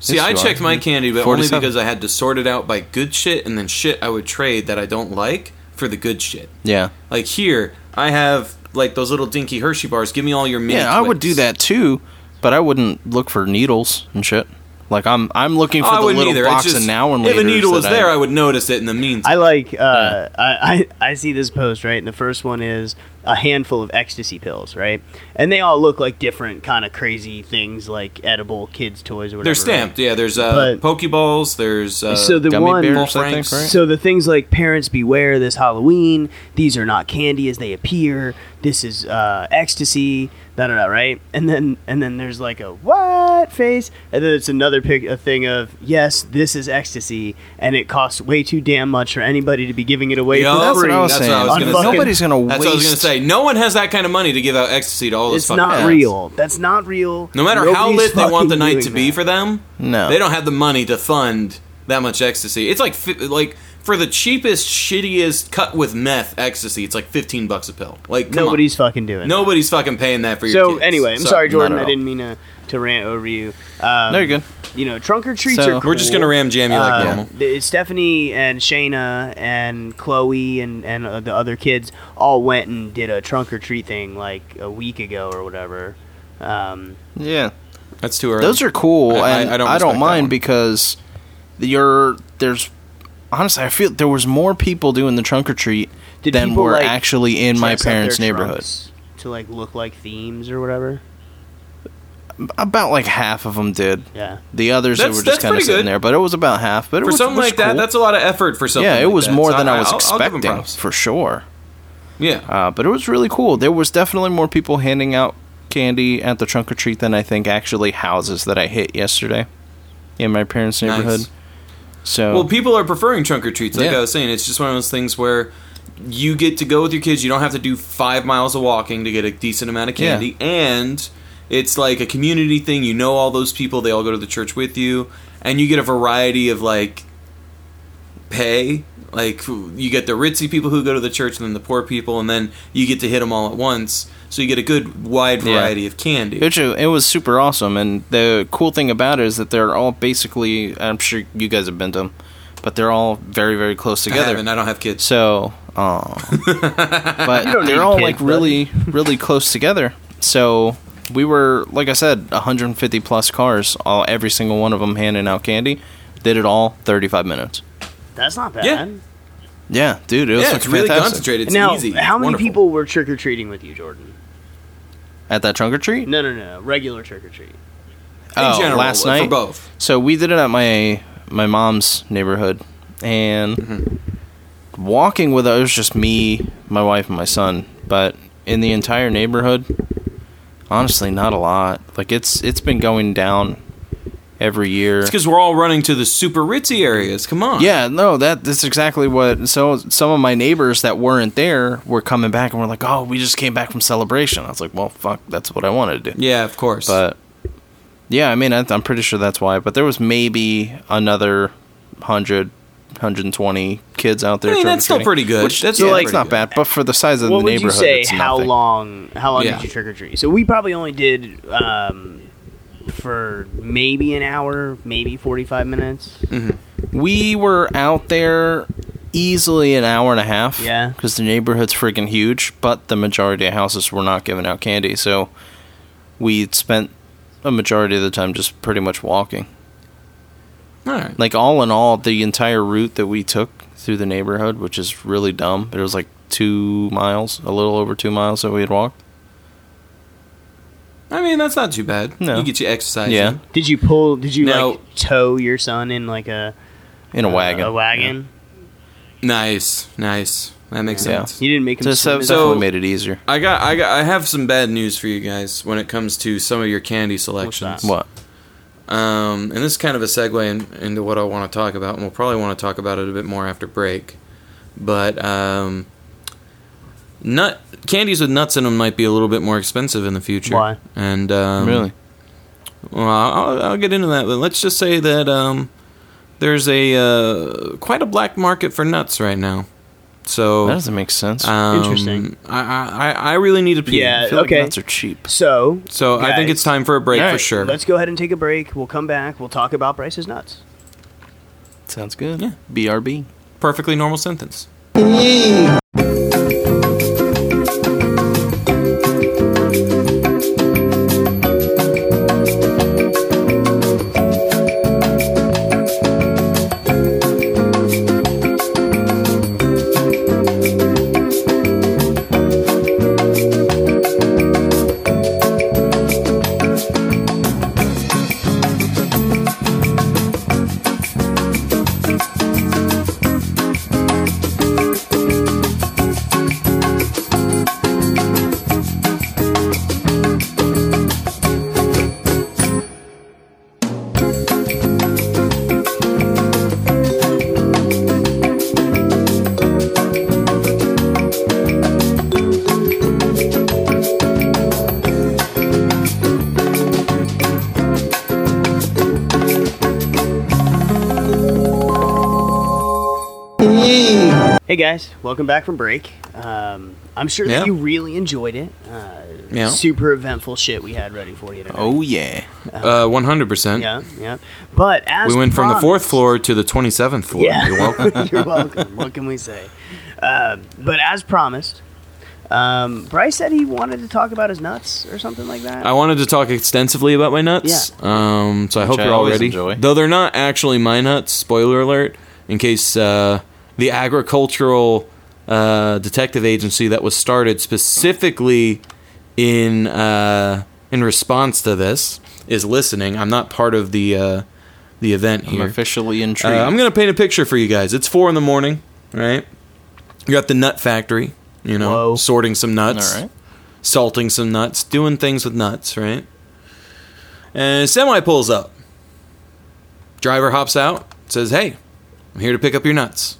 [SPEAKER 4] See,
[SPEAKER 5] Yes,
[SPEAKER 4] I
[SPEAKER 5] you are.
[SPEAKER 4] checked my candy, but only
[SPEAKER 5] 47.
[SPEAKER 4] because I had to sort it out by good shit and then shit I would trade that I don't like for the good shit.
[SPEAKER 5] yeah.
[SPEAKER 4] Like here, I have like those little dinky Hershey bars. Give me all your mini.
[SPEAKER 5] Yeah, I would do
[SPEAKER 4] Twix.
[SPEAKER 5] that too, but I wouldn't look for needles and shit. Like I'm, I'm looking for
[SPEAKER 4] Oh, I
[SPEAKER 5] the
[SPEAKER 4] wouldn't
[SPEAKER 5] little
[SPEAKER 4] either. It's
[SPEAKER 5] box
[SPEAKER 4] just,
[SPEAKER 5] of now and
[SPEAKER 4] if
[SPEAKER 5] later.
[SPEAKER 4] a needle was there, I, would notice it in the meantime.
[SPEAKER 3] I like, uh, I, I, I see this post, right? And the first one is a handful of ecstasy pills, right? And they all look like different kind of crazy things like edible kids' toys or whatever.
[SPEAKER 4] They're
[SPEAKER 3] right?
[SPEAKER 4] stamped. Yeah, there's uh,
[SPEAKER 3] But-
[SPEAKER 4] Pokeballs. There's uh,
[SPEAKER 3] So the
[SPEAKER 5] gummy
[SPEAKER 3] one,
[SPEAKER 5] bears, I
[SPEAKER 4] Frank's.
[SPEAKER 5] think, right?
[SPEAKER 3] So the things like parents beware this Halloween, these are not candy as they appear, this is uh, ecstasy, da da da, right? And then and then there's like a what face, and then it's another pic a thing of yes, this is ecstasy, and it costs way too damn much for anybody to be giving it away
[SPEAKER 4] Yup.
[SPEAKER 3] for
[SPEAKER 5] That's what
[SPEAKER 3] free.
[SPEAKER 5] I was
[SPEAKER 4] That's what
[SPEAKER 5] saying.
[SPEAKER 4] I was
[SPEAKER 3] gonna say.
[SPEAKER 5] Nobody's gonna
[SPEAKER 4] That's
[SPEAKER 5] waste.
[SPEAKER 4] what I was gonna say. No one has that kind of money to give out ecstasy to all this.
[SPEAKER 3] It's
[SPEAKER 4] fucking
[SPEAKER 3] not
[SPEAKER 4] ads.
[SPEAKER 3] real. That's not real.
[SPEAKER 4] No matter how
[SPEAKER 3] Nobody's
[SPEAKER 4] lit they want the
[SPEAKER 3] fucking
[SPEAKER 4] night to
[SPEAKER 3] doing
[SPEAKER 4] be
[SPEAKER 3] that.
[SPEAKER 4] for them,
[SPEAKER 5] No.
[SPEAKER 4] they don't have the money to fund that much ecstasy. It's like fi- like for the cheapest, shittiest cut with meth ecstasy, it's like fifteen bucks a pill. Like come on.
[SPEAKER 3] nobody's fucking doing. that.
[SPEAKER 4] nobody's fucking paying that for your.
[SPEAKER 3] So
[SPEAKER 4] kids.
[SPEAKER 3] anyway, I'm sorry, Jordan.
[SPEAKER 5] at
[SPEAKER 3] I
[SPEAKER 5] all.
[SPEAKER 3] didn't mean to, to rant over you. Um,
[SPEAKER 5] No, you're good.
[SPEAKER 3] You know, trunk or treats
[SPEAKER 5] So-
[SPEAKER 3] are.
[SPEAKER 4] We're just
[SPEAKER 3] cool.
[SPEAKER 4] gonna ram jam you like
[SPEAKER 3] Uh,
[SPEAKER 4] normal.
[SPEAKER 3] th- Stephanie and Shayna and Chloe and and uh, the other kids all went and did a trunk or treat thing like a week ago or whatever. Um,
[SPEAKER 5] Yeah,
[SPEAKER 4] That's too early.
[SPEAKER 5] those are cool,
[SPEAKER 4] I- I-
[SPEAKER 5] and
[SPEAKER 4] I
[SPEAKER 5] I
[SPEAKER 4] don't
[SPEAKER 5] don't,
[SPEAKER 4] respect that one.
[SPEAKER 5] mind because you're there's honestly, I feel there was more people doing the trunk or treat
[SPEAKER 3] Did
[SPEAKER 5] than
[SPEAKER 3] people,
[SPEAKER 5] were
[SPEAKER 3] like,
[SPEAKER 5] actually in my
[SPEAKER 3] dress up their
[SPEAKER 5] parents' neighborhood.
[SPEAKER 3] trunks to like look like themes or whatever.
[SPEAKER 5] About like half of them did.
[SPEAKER 3] Yeah.
[SPEAKER 5] The others
[SPEAKER 4] That's-
[SPEAKER 5] that were just
[SPEAKER 4] that's
[SPEAKER 5] kind of
[SPEAKER 4] pretty
[SPEAKER 5] sitting
[SPEAKER 4] good.
[SPEAKER 5] there, but it was about half. But it
[SPEAKER 4] for
[SPEAKER 5] was,
[SPEAKER 4] something
[SPEAKER 5] was
[SPEAKER 4] like that.
[SPEAKER 5] cool.
[SPEAKER 4] That's a lot of effort for something.
[SPEAKER 5] yeah, it
[SPEAKER 4] like
[SPEAKER 5] was
[SPEAKER 4] that.
[SPEAKER 5] more
[SPEAKER 4] So
[SPEAKER 5] than I, was
[SPEAKER 4] I'll- I'll give 'em
[SPEAKER 5] expecting
[SPEAKER 4] props.
[SPEAKER 5] for sure.
[SPEAKER 4] Yeah,
[SPEAKER 5] Uh, but it was really cool. There was definitely more people handing out candy at the trunk or treat than I think actually houses that I hit yesterday in my parents'
[SPEAKER 4] Nice.
[SPEAKER 5] neighborhood. So
[SPEAKER 4] Well, people are preferring trunk or treats. Like
[SPEAKER 5] Yeah.
[SPEAKER 4] I was saying, it's just one of those things where you get to go with your kids. You don't have to do five miles of walking to get a decent amount of
[SPEAKER 5] Yeah.
[SPEAKER 4] candy, and it's like a community thing. You know all those people. They all go to the church with you, and you get a variety of like pay. Like you get the ritzy people who go to the church, and then the poor people, and then you get to hit them all at once. So you get a good wide
[SPEAKER 5] Yeah.
[SPEAKER 4] variety of candy.
[SPEAKER 5] Which, uh, it was super awesome, and the cool thing about it is that they're all basically. I'm sure you guys have been to them, but they're all very, very close
[SPEAKER 4] I
[SPEAKER 5] together.
[SPEAKER 4] haven't. I don't have kids.
[SPEAKER 5] So, oh, but
[SPEAKER 3] need
[SPEAKER 5] they're all
[SPEAKER 3] kids,
[SPEAKER 5] like
[SPEAKER 3] buddy.
[SPEAKER 5] really, really close together. So we were, like I said, 150 plus cars, all every single one of them handing out candy. Did it all 35 minutes.
[SPEAKER 3] That's not bad.
[SPEAKER 4] Yeah.
[SPEAKER 5] Yeah, dude, it was
[SPEAKER 4] yeah,
[SPEAKER 5] fucking
[SPEAKER 4] it's really
[SPEAKER 5] fantastic.
[SPEAKER 4] concentrated. It's
[SPEAKER 3] now,
[SPEAKER 4] easy.
[SPEAKER 3] how
[SPEAKER 4] It's
[SPEAKER 3] many
[SPEAKER 4] wonderful.
[SPEAKER 3] people were trick or treating with you, Jordan?
[SPEAKER 5] at that trunk or treat.
[SPEAKER 3] No, no, no, regular trick or treat.
[SPEAKER 4] in
[SPEAKER 5] oh,
[SPEAKER 4] general
[SPEAKER 5] last
[SPEAKER 4] for
[SPEAKER 5] night?
[SPEAKER 4] both?
[SPEAKER 5] So we did it at my my mom's neighborhood, and walking with it was just me, my wife, and my son. But in the entire neighborhood, honestly, not a lot. Like it's it's been going down every year.
[SPEAKER 4] It's because we're all running to the super ritzy areas. Come on.
[SPEAKER 5] Yeah, no, that that's exactly what. So some of my neighbors that weren't there were coming back and were like, "Oh, we just came back from celebration." I was like, "Well, fuck, that's what I wanted to do."
[SPEAKER 4] Yeah, of course.
[SPEAKER 5] But yeah, I mean, I, I'm pretty sure that's why. But there was maybe another 100, 120 kids out there.
[SPEAKER 4] I mean, that's still
[SPEAKER 5] trick-or-treating,
[SPEAKER 4] pretty good. That's
[SPEAKER 5] Which that's
[SPEAKER 4] still
[SPEAKER 5] it's
[SPEAKER 4] pretty
[SPEAKER 5] not
[SPEAKER 4] good.
[SPEAKER 5] bad, but for the size of
[SPEAKER 3] What
[SPEAKER 5] the
[SPEAKER 3] would you
[SPEAKER 5] neighborhood,
[SPEAKER 3] say?
[SPEAKER 5] it's
[SPEAKER 3] How
[SPEAKER 5] nothing.
[SPEAKER 3] long? How long
[SPEAKER 4] Yeah.
[SPEAKER 3] did you trick or treat? So we probably only did um, for maybe an hour, maybe forty-five minutes.
[SPEAKER 5] We were out there easily an hour and a half.
[SPEAKER 3] Yeah.
[SPEAKER 5] Because the neighborhood's freaking huge, but the majority of houses were not giving out candy. So we spent a majority of the time just pretty much walking.
[SPEAKER 4] All right.
[SPEAKER 5] Like, all in all, the entire route that we took through the neighborhood, which is really dumb, it was like two miles, a little over two miles that we had walked.
[SPEAKER 4] I mean, that's not too bad.
[SPEAKER 5] No.
[SPEAKER 4] You get your exercise.
[SPEAKER 5] yeah.
[SPEAKER 4] in.
[SPEAKER 3] Did you pull? Did you
[SPEAKER 4] Now-
[SPEAKER 3] like tow your son in like a
[SPEAKER 5] In a wagon.
[SPEAKER 3] A wagon.
[SPEAKER 4] Nice. Nice. That makes
[SPEAKER 5] Yeah.
[SPEAKER 4] sense.
[SPEAKER 3] You didn't make him.
[SPEAKER 5] So,
[SPEAKER 3] swim
[SPEAKER 5] so
[SPEAKER 3] in
[SPEAKER 4] so-
[SPEAKER 3] the-
[SPEAKER 5] definitely made it easier.
[SPEAKER 4] I got, I got, I have some bad news for you guys when it comes to some of your candy selections.
[SPEAKER 5] What?
[SPEAKER 4] Um, and this is kind of a segue in, into what I want to talk about, and we'll probably want to talk about it a bit more after break. But um, nut candies with nuts in them might be a little bit more expensive in the future.
[SPEAKER 3] Why?
[SPEAKER 4] And um,
[SPEAKER 5] really?
[SPEAKER 4] Well, I'll, I'll get into that, but let's just say that um, there's a uh, quite a black market for nuts right now. So
[SPEAKER 5] That doesn't make sense.
[SPEAKER 4] um,
[SPEAKER 3] Interesting.
[SPEAKER 4] I, I I really need to pee.
[SPEAKER 5] I
[SPEAKER 3] Yeah.
[SPEAKER 5] feel
[SPEAKER 3] okay.
[SPEAKER 5] like nuts are cheap.
[SPEAKER 3] so
[SPEAKER 4] So I think
[SPEAKER 3] guys,
[SPEAKER 4] it's time for a break
[SPEAKER 5] All
[SPEAKER 4] for
[SPEAKER 5] right,
[SPEAKER 4] sure.
[SPEAKER 3] Let's go ahead and take a break. We'll come back. We'll talk about Bryce's nuts.
[SPEAKER 5] Sounds good.
[SPEAKER 4] Yeah.
[SPEAKER 5] BRB.
[SPEAKER 4] Perfectly normal sentence.
[SPEAKER 3] Hey guys, welcome back from break. Um, I'm sure
[SPEAKER 4] Yeah.
[SPEAKER 3] that you really enjoyed it. Uh,
[SPEAKER 4] Yeah.
[SPEAKER 3] Super eventful shit we had ready for you today.
[SPEAKER 5] Oh, yeah.
[SPEAKER 4] Uh, 100%.
[SPEAKER 3] Uh-huh. Yeah, yeah. But as
[SPEAKER 4] We went from the
[SPEAKER 3] promised-
[SPEAKER 4] fourth floor to the 27th floor.
[SPEAKER 3] Yeah.
[SPEAKER 4] You're welcome.
[SPEAKER 3] You're welcome. What can we say? Uh, but as promised, um, Bryce said he wanted to talk about his nuts or something like that.
[SPEAKER 4] I wanted to talk extensively about my nuts. Um, so I hope
[SPEAKER 5] I
[SPEAKER 4] you're all
[SPEAKER 5] always
[SPEAKER 4] ready.
[SPEAKER 5] enjoy.
[SPEAKER 4] Though they're not actually my nuts, spoiler alert, in case uh, the agricultural uh, detective agency that was started specifically in uh, in response to this is listening. I'm not part of the uh, the event
[SPEAKER 5] I'm
[SPEAKER 4] here.
[SPEAKER 5] officially
[SPEAKER 4] Uh,
[SPEAKER 5] intrigued.
[SPEAKER 4] I'm gonna paint a picture for you guys. It's four in the morning, right? You're at the nut factory, you know,
[SPEAKER 3] Whoa.
[SPEAKER 4] sorting some nuts
[SPEAKER 5] All right.
[SPEAKER 4] salting some nuts, doing things with nuts, right? And a semi pulls up. Driver hops out, says, "Hey, I'm here to pick up your nuts."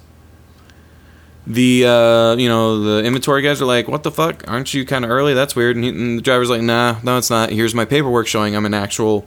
[SPEAKER 4] The uh, you know the inventory guys are like, "What the fuck? Aren't you kind of early? That's weird." And, he, and the driver's like, "Nah, no, it's not. Here's my paperwork showing I'm an actual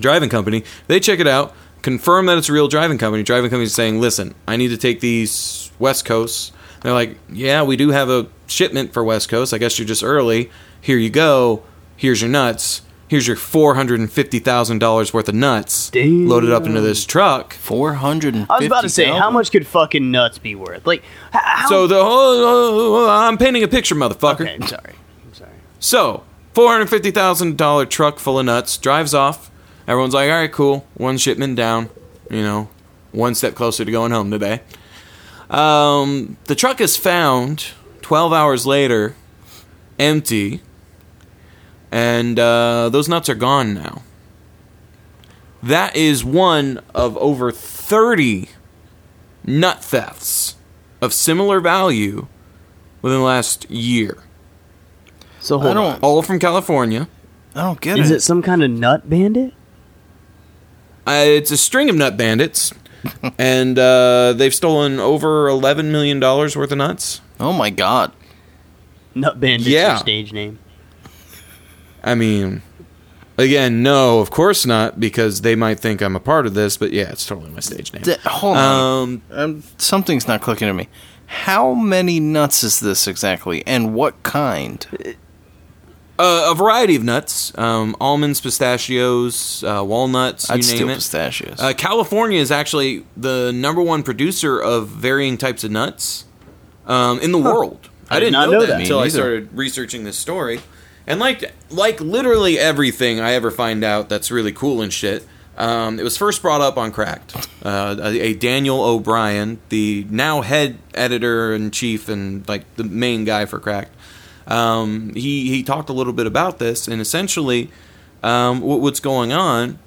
[SPEAKER 4] driving company." They check it out, confirm that it's a real driving company. Driving company's saying, "Listen, I need to take these West Coast." They're like, "Yeah, we do have a shipment for West Coast. I guess you're just early. Here you go. Here's your nuts. Here's your four hundred and fifty thousand dollars worth of nuts
[SPEAKER 3] Damn.
[SPEAKER 4] loaded up into this truck."
[SPEAKER 5] 450.
[SPEAKER 3] I was about to say, how much could fucking nuts be worth? Like, h- how?
[SPEAKER 4] So the oh, whole oh, I'm painting a picture, motherfucker.
[SPEAKER 3] okay, I'm sorry. I'm sorry.
[SPEAKER 4] So four hundred fifty thousand dollar truck full of nuts drives off. Everyone's like, all right, cool. One shipment down. You know, one step closer to going home today. Um, the truck is found twelve hours later, empty, and uh, those nuts are gone now. That is one of over thirty nut thefts of similar value within the last year
[SPEAKER 3] So hold
[SPEAKER 5] I
[SPEAKER 3] on.
[SPEAKER 5] don't.
[SPEAKER 4] all from California.
[SPEAKER 5] I don't get
[SPEAKER 3] Is
[SPEAKER 5] it.
[SPEAKER 3] it some kind of nut bandit?
[SPEAKER 4] Uh, it's a string of nut bandits, and uh, they've stolen over eleven million dollars worth of nuts.
[SPEAKER 5] Oh my god.
[SPEAKER 3] Nut Bandit's
[SPEAKER 4] Yeah.
[SPEAKER 3] your stage name.
[SPEAKER 4] I mean, again, no, of course not, because they might think I'm a part of this. But yeah, it's totally my stage name.
[SPEAKER 5] D- hold on.
[SPEAKER 4] Um,
[SPEAKER 5] Um, something's not clicking to me. How many nuts is this exactly, and what kind?
[SPEAKER 4] uh, a variety of nuts: um, almonds, pistachios, uh, walnuts. You
[SPEAKER 5] I'd
[SPEAKER 4] name
[SPEAKER 5] steal
[SPEAKER 4] it.
[SPEAKER 5] pistachios.
[SPEAKER 4] Uh, California is actually the number one producer of varying types of nuts um, in the world. I,
[SPEAKER 3] did
[SPEAKER 4] didn't
[SPEAKER 3] not
[SPEAKER 4] know,
[SPEAKER 3] know
[SPEAKER 4] that
[SPEAKER 3] that.
[SPEAKER 4] until
[SPEAKER 5] Me
[SPEAKER 4] I
[SPEAKER 5] neither.
[SPEAKER 4] started researching this story. And like like literally everything I ever find out that's really cool and shit. Um, it was first brought up on Cracked. Uh, a, a Daniel O'Brien, the now head editor in chief and like the main guy for Cracked, um, he he talked a little bit about this and essentially um, what, what's going on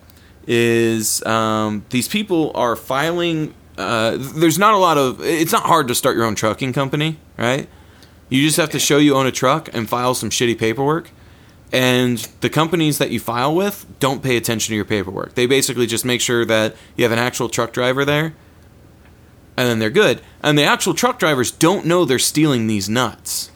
[SPEAKER 4] is um, these people are filing. Uh, there's not a lot of. It's not hard to start your own trucking company, right? You just have to show you own a truck and file some shitty paperwork. And the companies that you file with don't pay attention to your paperwork. They basically just make sure that you have an actual truck driver there, and then they're good. And the actual truck drivers don't know they're stealing these nuts.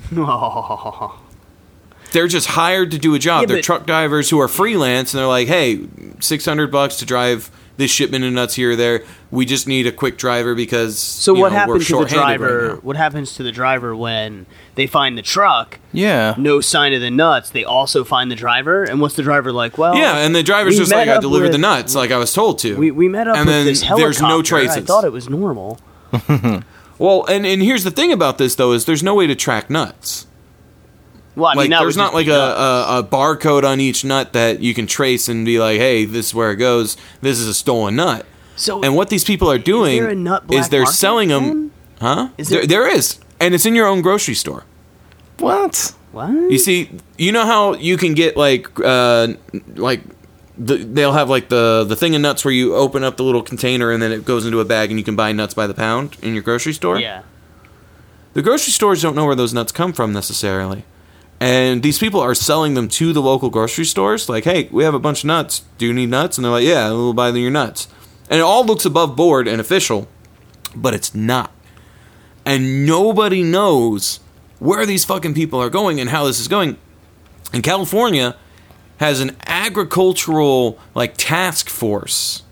[SPEAKER 4] They're just hired to do a job.
[SPEAKER 3] Yeah,
[SPEAKER 4] they're
[SPEAKER 3] but-
[SPEAKER 4] truck drivers who are freelance, and they're like, "Hey, six hundred bucks to drive this shipment of nuts here or there. We just need a quick driver because
[SPEAKER 3] So
[SPEAKER 4] you
[SPEAKER 3] what
[SPEAKER 4] know, we're
[SPEAKER 3] happened to the
[SPEAKER 4] shorthanded right
[SPEAKER 3] driver?
[SPEAKER 4] now."
[SPEAKER 3] what happens to the driver when they find the truck?
[SPEAKER 5] yeah.
[SPEAKER 3] No sign of the nuts. They also find the driver, and what's the driver like? Well,
[SPEAKER 4] Yeah, and the
[SPEAKER 3] Oh.
[SPEAKER 4] driver's
[SPEAKER 3] we
[SPEAKER 4] just
[SPEAKER 3] met
[SPEAKER 4] like, I
[SPEAKER 3] up
[SPEAKER 4] delivered the
[SPEAKER 3] with-
[SPEAKER 4] nuts like I was told to.
[SPEAKER 3] we, we met up
[SPEAKER 4] and
[SPEAKER 3] with
[SPEAKER 4] then
[SPEAKER 3] this helicopter.
[SPEAKER 4] There's no traces.
[SPEAKER 3] I thought it was normal.
[SPEAKER 4] well, and, and here's the thing about this, though, is there's no way to track nuts.
[SPEAKER 3] Well, I
[SPEAKER 4] Like,
[SPEAKER 3] mean, that
[SPEAKER 4] there's
[SPEAKER 3] would just
[SPEAKER 4] not like
[SPEAKER 3] be
[SPEAKER 4] a,
[SPEAKER 3] nuts.
[SPEAKER 4] a, a barcode on each nut that you can trace and be like, hey, this is where it goes. This is a stolen nut.
[SPEAKER 3] So
[SPEAKER 4] And what these people are doing
[SPEAKER 3] Oh, there a nut
[SPEAKER 4] is
[SPEAKER 3] black
[SPEAKER 4] they're
[SPEAKER 3] market
[SPEAKER 4] selling them.
[SPEAKER 3] then?
[SPEAKER 4] Huh?
[SPEAKER 3] Is
[SPEAKER 4] there, there is. And it's in your own grocery store.
[SPEAKER 5] What?
[SPEAKER 3] what?
[SPEAKER 4] You see, you know how you can get like, uh, like the, they'll have like the the thing of nuts where you open up the little container and then it goes into a bag and you can buy nuts by the pound in your grocery store.
[SPEAKER 3] yeah.
[SPEAKER 4] The grocery stores don't know where those nuts come from necessarily, and these people are selling them to the local grocery stores. Like, hey, we have a bunch of nuts. Do you need nuts? And they're like, yeah, we'll buy your nuts. And it all looks above board and official, but it's not. And nobody knows where these fucking people are going and how this is going. And California has an agricultural like task force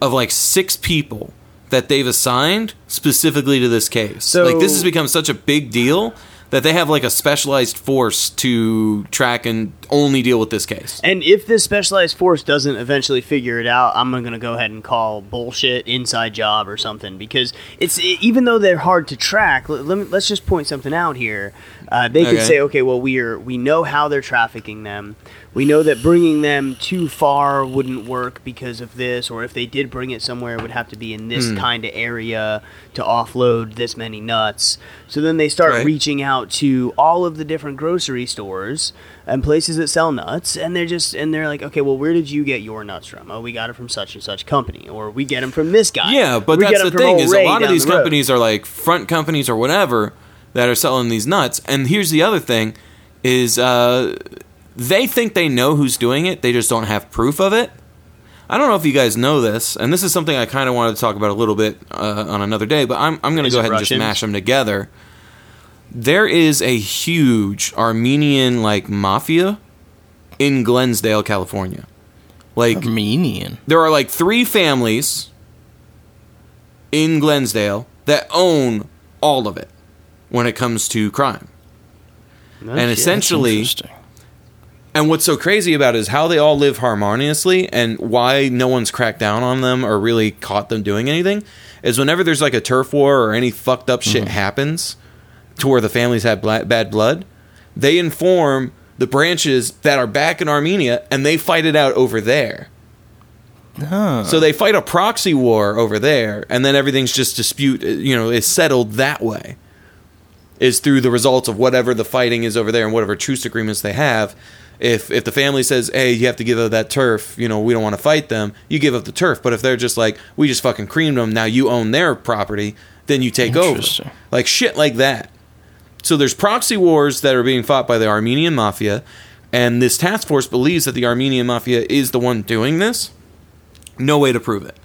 [SPEAKER 4] of like six people that they've assigned specifically to this case. like this has become such a big deal that they have like a specialized force to track and only deal with this case.
[SPEAKER 3] And if this specialized force doesn't eventually figure it out, I'm going to go ahead and call bullshit inside job or something because it's e- even though they're hard to track. Let, let me, let's just point something out here. Uh, they
[SPEAKER 4] Okay.
[SPEAKER 3] could say, okay, well we are we know how they're trafficking them. We know that bringing them too far wouldn't work because of this, or if they did bring it somewhere, it would have to be in
[SPEAKER 4] Hmm.
[SPEAKER 3] this kind of area to offload this many nuts. So then they start
[SPEAKER 4] Right.
[SPEAKER 3] reaching reaching out to all of the different grocery stores and places that sell nuts and they're just and they're like okay well where did you get your nuts from oh we got it from such and such company or we get them from this guy
[SPEAKER 4] Yeah, but
[SPEAKER 3] We get
[SPEAKER 4] that's
[SPEAKER 3] 'em
[SPEAKER 4] the
[SPEAKER 3] from
[SPEAKER 4] thing
[SPEAKER 3] old
[SPEAKER 4] is
[SPEAKER 3] Ray
[SPEAKER 4] a lot of
[SPEAKER 3] down
[SPEAKER 4] these
[SPEAKER 3] the road."
[SPEAKER 4] companies are like front companies or whatever that are selling these nuts. And here's the other thing is uh, they think they know who's doing it. They just don't have proof of it. I don't know if you guys know this, and this is something I kind of wanted to talk about a little bit uh, on another day, but I'm, I'm going to
[SPEAKER 3] Is
[SPEAKER 4] go
[SPEAKER 3] it
[SPEAKER 4] ahead and
[SPEAKER 3] Russians?
[SPEAKER 4] just mash them together. There is a huge Armenian like mafia in Glensdale, California. Like
[SPEAKER 5] Armenian.
[SPEAKER 4] there are like three families in Glensdale that own all of it when it comes to crime.
[SPEAKER 3] No
[SPEAKER 4] and
[SPEAKER 3] shit.
[SPEAKER 4] essentially,
[SPEAKER 5] Interesting.
[SPEAKER 4] and what's so crazy about it is how they all live harmoniously and why no one's cracked down on them or really caught them doing anything is whenever there's like a turf war or any fucked up shit happens to where the families have bla- bad blood, they inform the branches that are back in Armenia and they fight it out over there. So they fight a proxy war over there, and then everything's just dispute, you know, is settled that way. Is through the results of whatever the fighting is over there and whatever truce agreements they have. If if the family says, "Hey, you have to give up that turf," you know, we don't want to fight them. You give up the turf. But if they're just like, "We just fucking creamed them. Now you own their property," then you take over.
[SPEAKER 5] Interesting.
[SPEAKER 4] Like shit, like that. So there's proxy wars that are being fought by the Armenian mafia, and this task force believes that the Armenian mafia is the one doing this No way to prove it.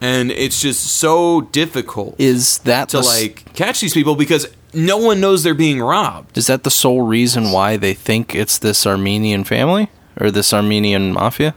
[SPEAKER 4] And it's just so difficult
[SPEAKER 5] Is that
[SPEAKER 4] to
[SPEAKER 5] the, s-
[SPEAKER 4] like catch these people because no one knows they're being robbed.
[SPEAKER 5] Is that the sole reason why they think it's this Armenian family or this Armenian mafia?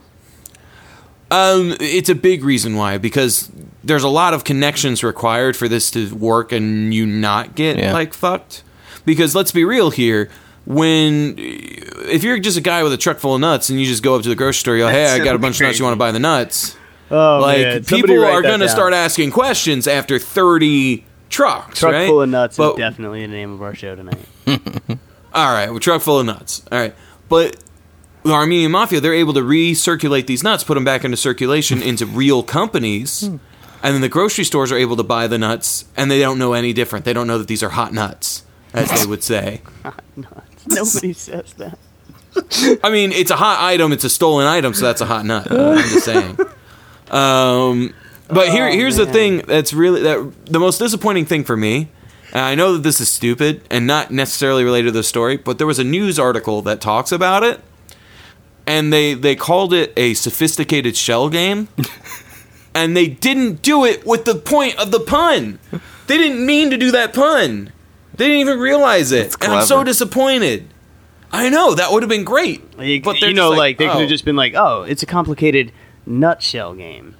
[SPEAKER 4] Um, it's a big reason why because there's a lot of connections required for this to work and you not get
[SPEAKER 5] Yeah.
[SPEAKER 4] like fucked. Because let's be real here, when if you're just a guy with a truck full of nuts and you just go up to the grocery store, you go, "Hey, I got a bunch of nuts. You want to buy the nuts?"
[SPEAKER 3] Oh,
[SPEAKER 4] like
[SPEAKER 3] man. Somebody
[SPEAKER 4] people
[SPEAKER 3] write
[SPEAKER 4] are
[SPEAKER 3] that
[SPEAKER 4] going to
[SPEAKER 3] down.
[SPEAKER 4] start asking questions after 30 trucks
[SPEAKER 3] Truck
[SPEAKER 4] right?
[SPEAKER 3] full of nuts
[SPEAKER 4] But-
[SPEAKER 3] is definitely the name of our show tonight.
[SPEAKER 4] all right well, truck full of nuts all right but the armenian mafia they're able to recirculate these nuts put them back into circulation into real companies and then the grocery stores are able to buy the nuts and they don't know any different they don't know that these are hot nuts as they would say
[SPEAKER 3] Nobody says that.
[SPEAKER 4] I mean, it's a hot item. It's a stolen item, so that's a hot nut. I'm just saying. Um, but here, here's the
[SPEAKER 3] man.
[SPEAKER 4] thing that's really that the most disappointing thing for me. And I know that this is stupid and not necessarily related to the story, but there was a news article that talks about it, and they they called it a sophisticated shell game, and they didn't do it with the point of the pun. They didn't mean to do that pun. They didn't even realize it, and I'm so
[SPEAKER 5] clever.
[SPEAKER 4] disappointed. I know that would have been great,
[SPEAKER 3] Like,
[SPEAKER 4] but they're
[SPEAKER 3] you know,
[SPEAKER 4] just
[SPEAKER 3] like, they could
[SPEAKER 4] oh.
[SPEAKER 3] have just been like, "Oh, it's a complicated nutshell game."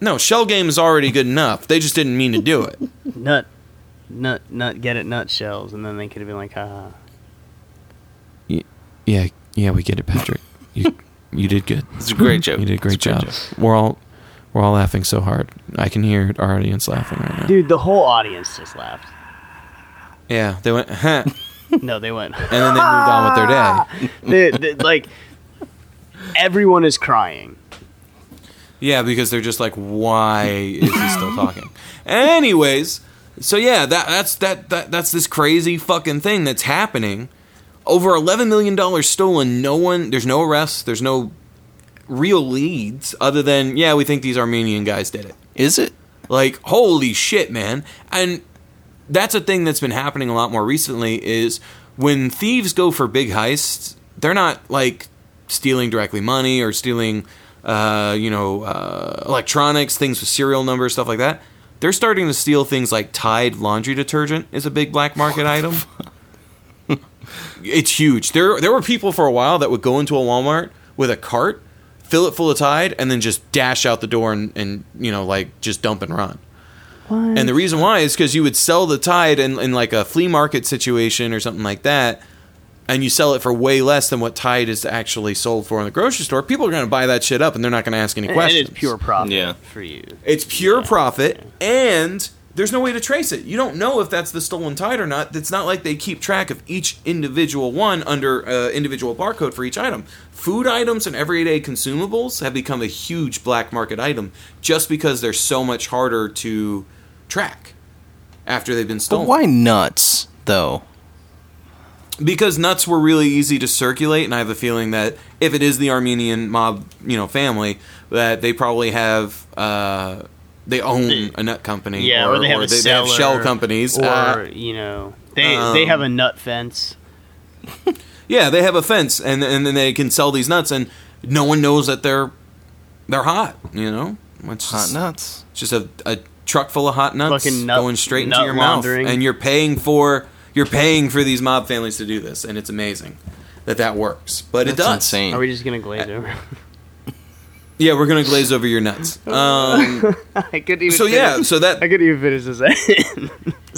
[SPEAKER 4] no shell game is already good enough. They just didn't mean to do it.
[SPEAKER 3] Nut, nut, nut. Get it? Nutshells, and then they could have been like, "Ah." "Haha."
[SPEAKER 4] yeah, yeah, we get it, Patrick. You you did good.
[SPEAKER 5] It's a great joke.
[SPEAKER 4] Hmm. You did a great
[SPEAKER 5] It's a
[SPEAKER 4] job. We're all we're all laughing so hard. I can hear our audience laughing right now.
[SPEAKER 3] Dude, the whole audience just laughed.
[SPEAKER 4] Yeah, they went huh, and
[SPEAKER 3] No, they went.
[SPEAKER 4] then they moved on with their day.
[SPEAKER 3] they, they- like everyone is crying.
[SPEAKER 4] Yeah, because they're just like, why is he still talking? Anyways, so yeah, that that's that, that that's this crazy fucking thing that's happening. Over eleven million dollars stolen. No one. There's no arrests. There's no real leads other than yeah, we think these Armenian guys did it.
[SPEAKER 5] Is it?
[SPEAKER 4] Like, holy shit, man. And that's a thing that's been happening a lot more recently is when thieves go for big heists, they're not like stealing directly money or stealing uh, you know, uh, electronics, things with serial numbers, stuff like that. They're starting to steal things like Tide laundry detergent is a big black market item. it's huge. There there were people for a while that would go into a Walmart with a cart, fill it full of Tide, and then just dash out the door and, and you know like just dump and run. And the reason why is because you would sell the Tide in, in like a flea market situation or something like that, and you sell it for way less than what Tide is actually sold for in the grocery store. People are going to buy that shit up, and they're not going to ask any
[SPEAKER 3] And
[SPEAKER 4] questions.
[SPEAKER 3] it is pure profit
[SPEAKER 5] Yeah.
[SPEAKER 3] for you.
[SPEAKER 4] It's pure profit, and there's no way to trace it. You don't know if that's the stolen tide or not. It's not like they keep track of each individual one under uh, individual barcode for each item. Food items and everyday consumables have become a huge black market item just because they're so much harder to track after they've been
[SPEAKER 5] But
[SPEAKER 4] stolen.
[SPEAKER 5] why nuts though?
[SPEAKER 4] Because nuts were really easy to circulate, and I have a feeling that if it is the Armenian mob, you know, family, that they probably have. Uh, they own a nut company,
[SPEAKER 3] Yeah, or, they have a seller,
[SPEAKER 4] shell companies,
[SPEAKER 3] or
[SPEAKER 4] uh, um,
[SPEAKER 3] you know, they they have a nut fence.
[SPEAKER 4] yeah, they have a fence, and and then they can sell these nuts, and no one knows that they're they're hot, you know. It's
[SPEAKER 5] Hot
[SPEAKER 4] just,
[SPEAKER 5] nuts.
[SPEAKER 4] it's just a, a truck full of hot nuts
[SPEAKER 3] Fucking nut-
[SPEAKER 4] going straight into
[SPEAKER 3] nut
[SPEAKER 4] your
[SPEAKER 3] laundering.
[SPEAKER 4] mouth, and you're paying for you're paying for these mob families to do this, and it's amazing that that works, but it
[SPEAKER 5] That's
[SPEAKER 4] does.
[SPEAKER 5] insane.
[SPEAKER 3] Are we just gonna glaze over?
[SPEAKER 4] Yeah, we're gonna glaze over your nuts. Um,
[SPEAKER 3] I couldn't even.
[SPEAKER 4] so yeah,
[SPEAKER 3] finish-
[SPEAKER 4] so
[SPEAKER 3] I
[SPEAKER 4] that
[SPEAKER 3] couldn't even finish this.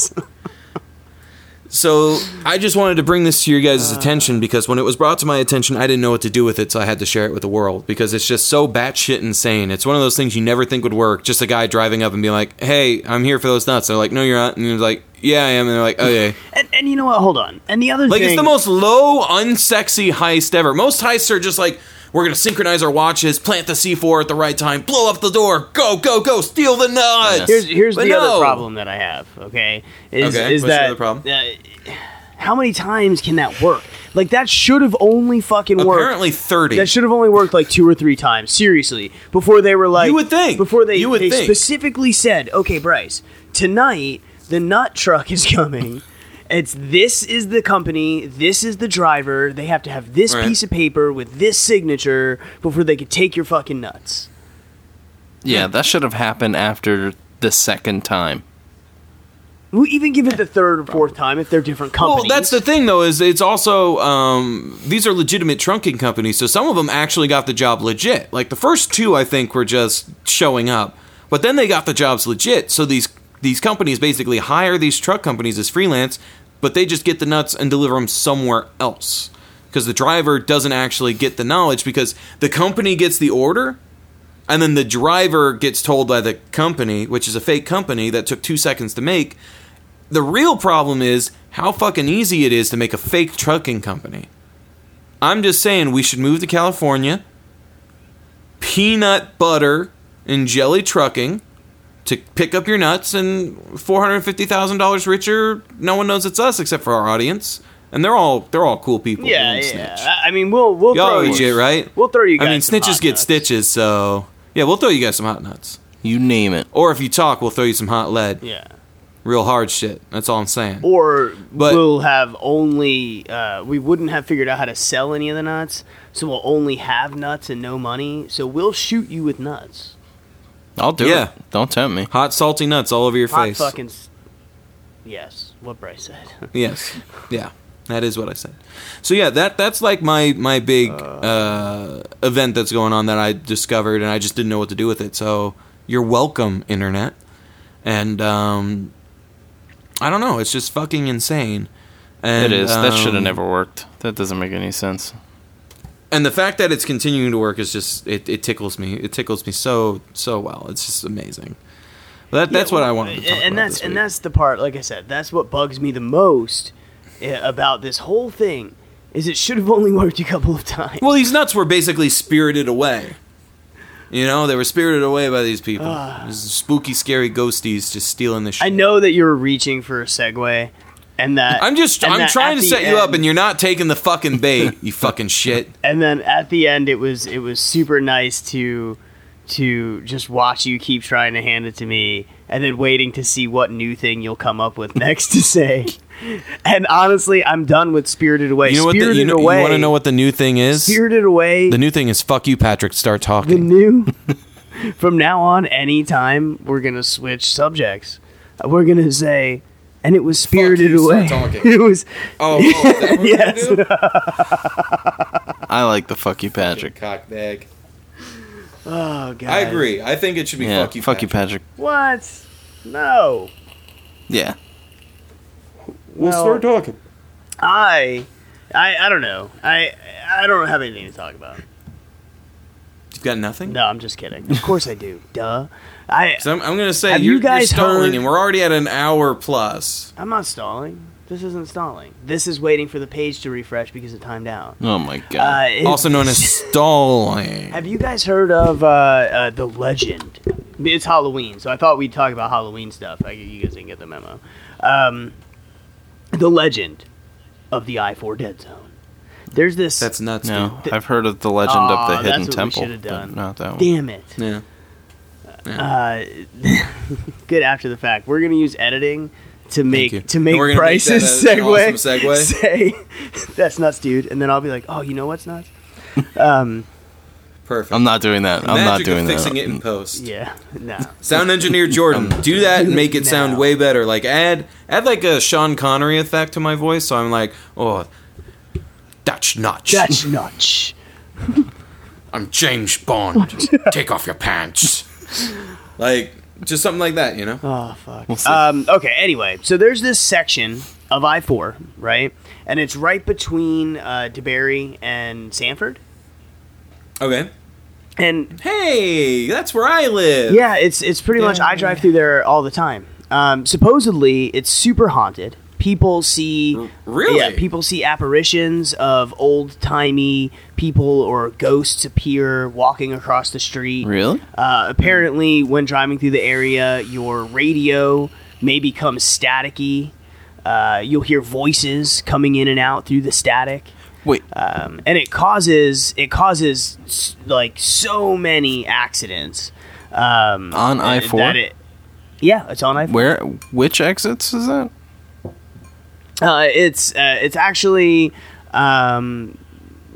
[SPEAKER 4] so I just wanted to bring this to your guys'
[SPEAKER 3] Uh.
[SPEAKER 4] attention because when it was brought to my attention, I didn't know what to do with it, so I had to share it with the world because it's just so batshit insane. It's one of those things you never think would work. Just a guy driving up and being like, "Hey, I'm here for those nuts." They're like, "No, you're not," and he's like, "Yeah, I am." And they're like, "Okay."
[SPEAKER 3] and, and you know what? Hold on. And the other
[SPEAKER 4] Like
[SPEAKER 3] thing,
[SPEAKER 4] it's the most low, unsexy heist ever. Most heists are just like we're gonna synchronize our watches, plant the C4 at the right time, blow up the door, go, go, go, steal the nuts.
[SPEAKER 3] Here's here's
[SPEAKER 4] But
[SPEAKER 3] the
[SPEAKER 4] no.
[SPEAKER 3] other problem that I have. Okay, is
[SPEAKER 4] Okay,
[SPEAKER 3] is
[SPEAKER 4] what's the
[SPEAKER 3] that
[SPEAKER 4] other problem?
[SPEAKER 3] uh, how many times can that work? Like that should have only fucking worked.
[SPEAKER 4] Apparently thirty.
[SPEAKER 3] That should have only worked like two or three times. Seriously, before they were like,
[SPEAKER 4] You would think.
[SPEAKER 3] Before they,
[SPEAKER 4] You would
[SPEAKER 3] they
[SPEAKER 4] think.
[SPEAKER 3] specifically said, "Okay, Bryce, tonight the nut truck is coming." It's this is the company, this is the driver. They have to have this
[SPEAKER 4] Right.
[SPEAKER 3] piece of paper with this signature before they could take your fucking nuts.
[SPEAKER 5] Yeah, that should have happened after the second time.
[SPEAKER 3] We even give it the third or fourth time if they're different companies.
[SPEAKER 4] Well, that's the thing though is it's also um, these are legitimate trunking companies, so some of them actually got the job legit. Like the first two, I think, were just showing up, but then they got the jobs legit. So these these companies basically hire these truck companies as freelance, but they just get the nuts and deliver them somewhere else because the driver doesn't actually get the knowledge because the company gets the order. And then the driver gets told by the company, which is a fake company that took two seconds to make, the real problem is how fucking easy it is to make a fake trucking company. I'm just saying we should move to California. Peanut butter and jelly trucking to pick up your nuts and $450,000 richer. No one knows it's us except for our audience. And they're all they're all cool people. They
[SPEAKER 3] yeah,
[SPEAKER 4] don't
[SPEAKER 3] yeah.
[SPEAKER 4] snitch.
[SPEAKER 3] I I mean, we'll we'll
[SPEAKER 4] Y'all
[SPEAKER 3] throw
[SPEAKER 4] eat
[SPEAKER 3] you,
[SPEAKER 4] it, right?
[SPEAKER 3] We'll throw you guys.
[SPEAKER 4] I mean,
[SPEAKER 3] some
[SPEAKER 4] snitches
[SPEAKER 3] hot
[SPEAKER 4] get
[SPEAKER 3] nuts.
[SPEAKER 4] stitches, so yeah, we'll throw you guys some hot nuts.
[SPEAKER 5] You name it.
[SPEAKER 4] Or if you talk, we'll throw you some hot lead.
[SPEAKER 3] Yeah.
[SPEAKER 4] Real hard shit. That's all I'm saying.
[SPEAKER 3] Or
[SPEAKER 4] But-
[SPEAKER 3] we'll have only uh, we wouldn't have figured out how to sell any of the nuts, so we'll only have nuts and no money. So we'll shoot you with nuts.
[SPEAKER 5] I'll do
[SPEAKER 4] Yeah.
[SPEAKER 5] it. Don't tempt me.
[SPEAKER 4] Hot salty nuts all over your
[SPEAKER 3] Hot
[SPEAKER 4] face.
[SPEAKER 3] fucking. s- Yes, what Bryce said.
[SPEAKER 4] Yes. Yeah. That is what I said. So yeah, that that's like my my big uh, event that's going on that I discovered and I just didn't know what to do with it. So you're welcome, internet. And um, I don't know. It's just fucking insane. And,
[SPEAKER 5] it is. that should have
[SPEAKER 4] um,
[SPEAKER 5] never worked. That doesn't make any sense.
[SPEAKER 4] and the fact that it's continuing to work is just it, it tickles me. It tickles me so so well. It's just amazing. But that, that's
[SPEAKER 3] Yeah,
[SPEAKER 4] what I
[SPEAKER 3] well,
[SPEAKER 4] wanted to talk
[SPEAKER 3] and,
[SPEAKER 4] about.
[SPEAKER 3] and that's
[SPEAKER 4] this
[SPEAKER 3] and
[SPEAKER 4] week.
[SPEAKER 3] that's the part. Like I said, that's what bugs me the most eh, about this whole thing. Is it should have only worked a couple of times.
[SPEAKER 4] Well, these nuts were basically spirited away. You know, they were spirited away by these people. These spooky, scary ghosties just stealing the shit.
[SPEAKER 3] Ah. I know that you're reaching for a segue, and that
[SPEAKER 4] I'm just,
[SPEAKER 3] and
[SPEAKER 4] I'm
[SPEAKER 3] that
[SPEAKER 4] trying
[SPEAKER 3] at
[SPEAKER 4] to
[SPEAKER 3] the
[SPEAKER 4] set you up,
[SPEAKER 3] end-
[SPEAKER 4] and you're not taking the fucking bait. you fucking shit.
[SPEAKER 3] and then at the end it was it was super nice to to just watch you keep trying to hand it to me and then waiting to see what new thing you'll come up with next to say and honestly i'm done with spirited away
[SPEAKER 4] You know what? The,
[SPEAKER 3] spirited
[SPEAKER 4] you know,
[SPEAKER 3] away
[SPEAKER 4] want to know what the new thing is?
[SPEAKER 3] spirited away
[SPEAKER 4] the new thing is fuck you, Patrick. Start
[SPEAKER 3] the
[SPEAKER 4] talking.
[SPEAKER 3] new from now on anytime we're gonna switch subjects we're gonna say and it was spirited
[SPEAKER 4] you,
[SPEAKER 3] away
[SPEAKER 4] start talking.
[SPEAKER 3] it was
[SPEAKER 4] oh,
[SPEAKER 3] yes
[SPEAKER 5] I like the fuck you, Patrick.
[SPEAKER 4] Cockbag.
[SPEAKER 3] oh god
[SPEAKER 4] I agree. I think it should be
[SPEAKER 5] Yeah,
[SPEAKER 4] fuck you,
[SPEAKER 5] you,
[SPEAKER 4] Patrick.
[SPEAKER 5] Patrick.
[SPEAKER 3] what no
[SPEAKER 5] Yeah.
[SPEAKER 4] We'll
[SPEAKER 3] No.
[SPEAKER 4] start talking.
[SPEAKER 3] I, I, I don't know. I, I don't have anything to talk about.
[SPEAKER 4] You've got nothing.
[SPEAKER 3] No, I'm just kidding. Of course I do. Duh. I,
[SPEAKER 4] So I'm, I'm gonna say
[SPEAKER 3] Have
[SPEAKER 4] you're,
[SPEAKER 3] you guys
[SPEAKER 4] you're stalling,
[SPEAKER 3] heard-
[SPEAKER 4] and we're already at an hour plus.
[SPEAKER 3] I'm not stalling. This isn't stalling. This is waiting for the page to refresh because it timed out.
[SPEAKER 5] Oh my god.
[SPEAKER 3] Uh, it-
[SPEAKER 4] Also known as stalling.
[SPEAKER 3] have you guys heard of uh, uh, the legend? It's Halloween, so I thought we'd talk about Halloween stuff. I, you guys didn't get the memo. Um, the legend of the I-4 Dead Zone. There's this.
[SPEAKER 4] That's nuts.
[SPEAKER 5] no,
[SPEAKER 4] dude.
[SPEAKER 3] th-
[SPEAKER 5] I've heard of the legend
[SPEAKER 3] Aw,
[SPEAKER 5] of the
[SPEAKER 3] that's
[SPEAKER 5] hidden
[SPEAKER 3] what we
[SPEAKER 5] temple.
[SPEAKER 3] should've
[SPEAKER 5] but
[SPEAKER 3] done.
[SPEAKER 5] Not that one.
[SPEAKER 3] damn it.
[SPEAKER 4] Yeah.
[SPEAKER 3] uh, good after the fact. We're gonna use editing to
[SPEAKER 4] you.
[SPEAKER 3] make to
[SPEAKER 4] And
[SPEAKER 3] make
[SPEAKER 4] we're gonna make
[SPEAKER 3] Bryce's
[SPEAKER 4] that a- an
[SPEAKER 3] segue,
[SPEAKER 4] awesome segue.
[SPEAKER 3] say that's nuts, dude, and then I'll be like, oh, you know what's nuts?
[SPEAKER 4] Perfect.
[SPEAKER 5] I'm not doing that. I'm
[SPEAKER 4] Magic
[SPEAKER 5] not doing
[SPEAKER 4] of
[SPEAKER 5] that.
[SPEAKER 4] fixing it in post.
[SPEAKER 3] Yeah, no.
[SPEAKER 4] Sound engineer Jordan, do that and make it sound
[SPEAKER 3] Now.
[SPEAKER 4] way better. Like add add like a Sean Connery effect to my voice, so I'm like, oh, that's nuts.
[SPEAKER 3] That's nuts.
[SPEAKER 4] I'm James Bond. Take off your pants. Like just something like that, you know.
[SPEAKER 3] Oh fuck. um, okay. Anyway, so there's this section of I four, right, and it's right between uh, DeBerry and Sanford,
[SPEAKER 4] Okay.
[SPEAKER 3] and
[SPEAKER 4] Hey, that's where I live.
[SPEAKER 3] Yeah, it's it's pretty much I drive through there all the time. Um, supposedly, it's super haunted. People
[SPEAKER 4] Oh.
[SPEAKER 3] see
[SPEAKER 4] really?
[SPEAKER 3] yeah, people see apparitions of old timey people or ghosts appear walking across the street.
[SPEAKER 5] Really?
[SPEAKER 3] Uh, apparently, when driving through the area, your radio may become staticky. Uh, you'll hear voices coming in and out through the static
[SPEAKER 5] Wait.
[SPEAKER 3] um, and it causes it causes s- like so many accidents um,
[SPEAKER 5] On I-4?
[SPEAKER 3] that it- yeah, it's on I four.
[SPEAKER 5] Where? Which exits is that?
[SPEAKER 3] Uh, it's uh, it's actually um,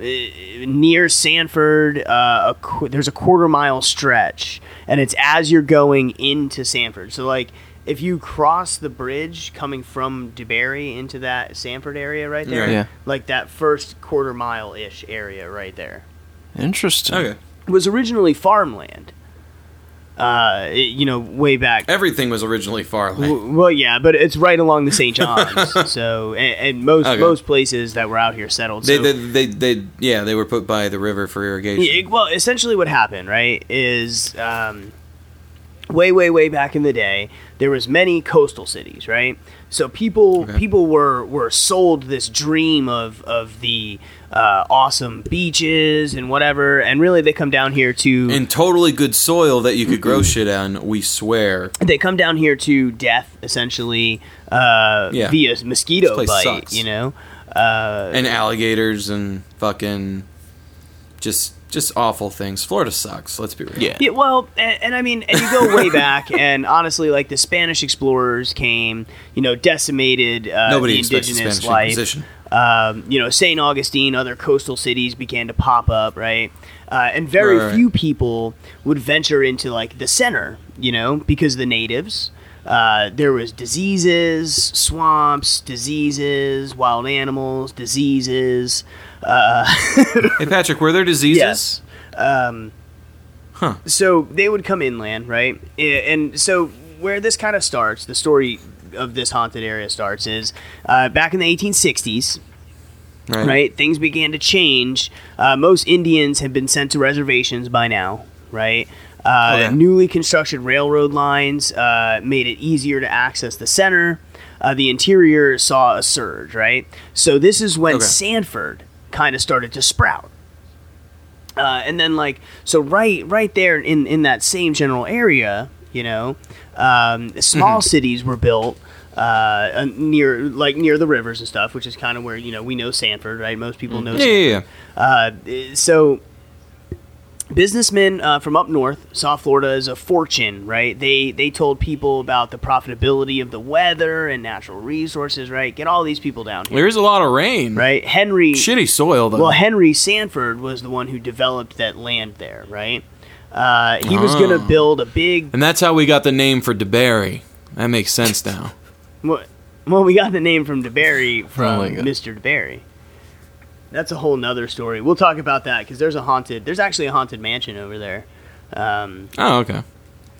[SPEAKER 3] eh, near Sanford. Uh, a qu- there's a quarter mile stretch, and it's as you're going into Sanford. So like. If you cross the bridge coming from DeBerry into that Sanford area right there,
[SPEAKER 4] Right.
[SPEAKER 5] Yeah.
[SPEAKER 3] like that first quarter mile ish area right there,
[SPEAKER 5] Interesting.
[SPEAKER 4] Okay.
[SPEAKER 3] was originally farmland. Uh, it- you know, way back
[SPEAKER 4] Everything was originally farmland.
[SPEAKER 3] W- Well, yeah, but it's right along the St. John's, so and, and most
[SPEAKER 4] Okay.
[SPEAKER 3] most places that were out here settled.
[SPEAKER 4] They,
[SPEAKER 3] so,
[SPEAKER 4] they, they, they, yeah, they were put by the river for irrigation.
[SPEAKER 3] Yeah, well, essentially, what happened, right, is um, way, way, way back in the day, there was many coastal cities, right? So people
[SPEAKER 4] Okay.
[SPEAKER 3] people were were sold this dream of of the uh, awesome beaches and whatever, and really they come down here to
[SPEAKER 4] and totally good soil that you could grow shit on. We swear.
[SPEAKER 3] they come down here to death essentially uh,
[SPEAKER 4] Yeah.
[SPEAKER 3] via mosquito
[SPEAKER 4] This place
[SPEAKER 3] bite,
[SPEAKER 4] sucks.
[SPEAKER 3] you know. Uh,
[SPEAKER 4] And alligators and fucking just just awful things. Florida sucks. Let's be real.
[SPEAKER 5] Yeah.
[SPEAKER 3] Yeah, well, and, and I mean, and you go way back, and honestly, like the Spanish explorers came, you know, decimated uh,
[SPEAKER 4] Nobody
[SPEAKER 3] the
[SPEAKER 4] expects
[SPEAKER 3] indigenous
[SPEAKER 4] Spanish
[SPEAKER 3] life.
[SPEAKER 4] Inquisition.
[SPEAKER 3] Um, you know, St. Augustine, other coastal cities began to pop up, right? Uh, and very
[SPEAKER 4] Right, right.
[SPEAKER 3] few people would venture into like the center, you know, because the natives. Uh, there was diseases, swamps, diseases, wild animals, diseases.
[SPEAKER 4] Hey Patrick, were there diseases?
[SPEAKER 3] Yes. so they would come inland, right? I- And so where this kind of starts, the story of this haunted area starts is uh, back in the 1860s,
[SPEAKER 4] Right.
[SPEAKER 3] right? Things began to change. Uh, most Indians had been sent to reservations by now, right? Uh,
[SPEAKER 4] Okay.
[SPEAKER 3] Newly constructed railroad lines uh, made it easier to access the center. Uh, the interior saw a surge, right? So this is when
[SPEAKER 4] Okay.
[SPEAKER 3] Sanford kind of started to sprout. Uh, and then like so right right there in in that same general area you know um, small
[SPEAKER 4] Mm-hmm.
[SPEAKER 3] cities were built uh, uh, near like near the rivers and stuff which is kind of where you know we know sanford right most people know
[SPEAKER 4] Yeah, yeah, Mm-hmm. yeah.
[SPEAKER 3] uh, so businessmen uh, from up north saw Florida as a fortune, right? They they told people about the profitability of the weather and natural resources, right? Get all these people down here,
[SPEAKER 4] There is a lot of rain.
[SPEAKER 3] right? Henry
[SPEAKER 4] Shitty soil though.
[SPEAKER 3] well, Henry Sanford was the one who developed that land there, right? Uh, he was going to
[SPEAKER 4] Oh.
[SPEAKER 3] build a big.
[SPEAKER 4] and that's how we got the name for DeBerry. That makes sense now.
[SPEAKER 3] Well, well, we got the name from DeBerry from
[SPEAKER 5] my God.
[SPEAKER 3] Mr. DeBerry. That's a whole nother story. We'll talk about that because there's a haunted. There's actually a haunted mansion over there. Um,
[SPEAKER 4] Oh, okay.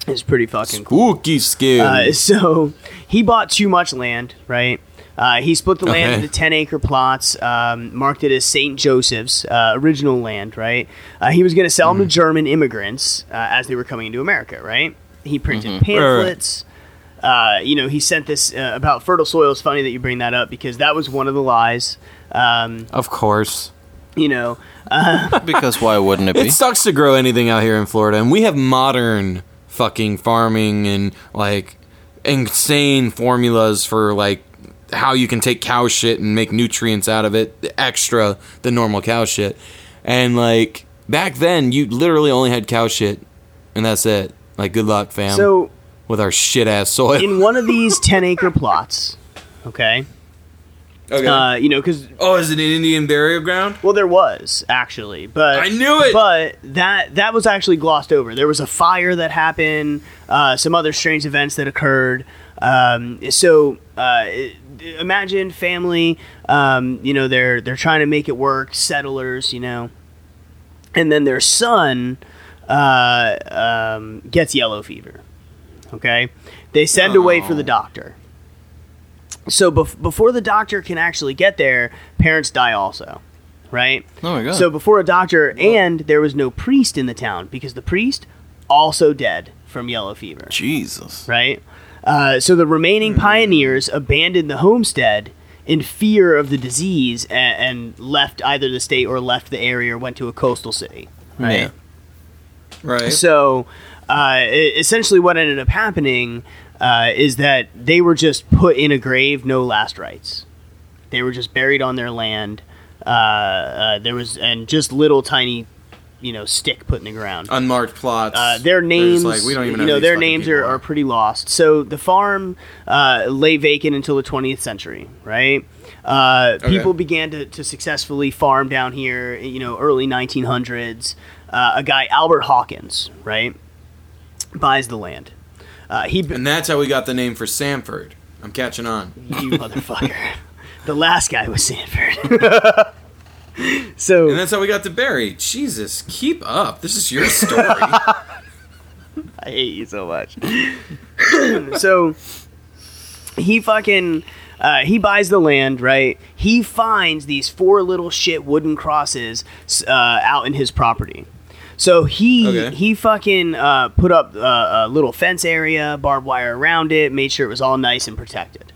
[SPEAKER 3] it's pretty fucking cool.
[SPEAKER 4] Spooky skin.
[SPEAKER 3] Uh, so he bought too much land, right? Uh, he split the land
[SPEAKER 4] Okay.
[SPEAKER 3] into 10 acre plots, um, marked it as St. Joseph's uh, original land, right? Uh, he was going to sell
[SPEAKER 4] Mm-hmm.
[SPEAKER 3] them to German immigrants uh, as they were coming into America, right? He printed
[SPEAKER 4] Mm-hmm. Right, right.
[SPEAKER 3] pamphlets. Uh, you know, he sent this uh, about fertile soil. It's funny that you bring that up because that was one of the lies. Um,
[SPEAKER 4] of course.
[SPEAKER 3] you know,
[SPEAKER 5] because why wouldn't it be?
[SPEAKER 4] It sucks to grow anything out here in Florida, and we have modern fucking farming and like insane formulas for like how you can take cow shit and make nutrients out of it extra than normal cow shit. And like back then, you literally only had cow shit, and that's it. Like, good luck, fam.
[SPEAKER 3] so
[SPEAKER 4] with our shit ass soil.
[SPEAKER 3] in one of these 10 acre plots, okay,
[SPEAKER 4] okay.
[SPEAKER 3] uh, you know, because
[SPEAKER 4] oh, is it an Indian burial ground?
[SPEAKER 3] Well, there was actually, but
[SPEAKER 4] I knew it!
[SPEAKER 3] But that that was actually glossed over. There was a fire that happened, uh, some other strange events that occurred. Um, so uh, i- imagine family, um, you know, they're they're trying to make it work, settlers, you know, and then their son uh, um, gets yellow fever. Okay, they send away
[SPEAKER 5] Oh.
[SPEAKER 3] for the doctor. So bef- before the doctor can actually get there, parents die also, right?
[SPEAKER 5] oh my god.
[SPEAKER 3] So before a doctor, and there was no priest in the town because the priest also dead from yellow fever,
[SPEAKER 5] Jesus.
[SPEAKER 3] right? Uh, so the remaining
[SPEAKER 5] Mm.
[SPEAKER 3] pioneers abandoned the homestead in fear of the disease and, and left either the state or left the area or went to a coastal city. Right.
[SPEAKER 5] Yeah.
[SPEAKER 4] Right.
[SPEAKER 3] So, uh, e- essentially, what ended up happening uh, is that they were just put in a grave, no last rites. They were just buried on their land. Uh, uh, there was and just little tiny you know stick put in the ground.
[SPEAKER 4] Unmarked plots.
[SPEAKER 3] Uh, their
[SPEAKER 4] They're
[SPEAKER 3] names,
[SPEAKER 4] just like, we don't even know
[SPEAKER 3] you know,
[SPEAKER 4] who these
[SPEAKER 3] their
[SPEAKER 4] fucking
[SPEAKER 3] names
[SPEAKER 4] people
[SPEAKER 3] are, are pretty lost. So the farm uh, lay vacant until the 20th century, right? Uh, People began to, to successfully farm down here, you know, early 1900s. Uh, a guy, Albert Hawkins, right, buys the land. Uh, he, b-
[SPEAKER 4] And that's how we got the name for Samford. I'm catching on.
[SPEAKER 3] you motherfucker. The last guy was Sanford. so
[SPEAKER 4] And that's how we got to Barry. Jesus, keep up. This is your story.
[SPEAKER 3] I hate you so much. so he fucking uh, he buys the land, right? He finds these four little shit wooden crosses s- uh, out in his property. So he
[SPEAKER 4] Okay.
[SPEAKER 3] he fucking uh, put up uh, a little fence area, barbed wire around it, made sure it was all nice and protected.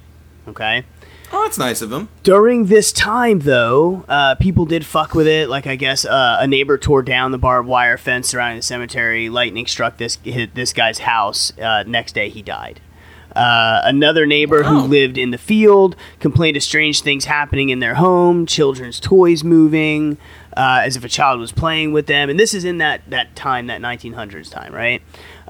[SPEAKER 3] Okay.
[SPEAKER 4] oh, that's nice of him.
[SPEAKER 3] During this time, though, uh, people did fuck with it. Like I guess uh, a neighbor tore down the barbed wire fence surrounding the cemetery. Lightning struck this hit this guy's house. Uh, next day, he died. Uh, another neighbor who
[SPEAKER 4] Wow.
[SPEAKER 3] lived in the field complained of strange things happening in their home, children's toys moving, uh, as if a child was playing with them. And this is in that, that time, that 1900s time, right?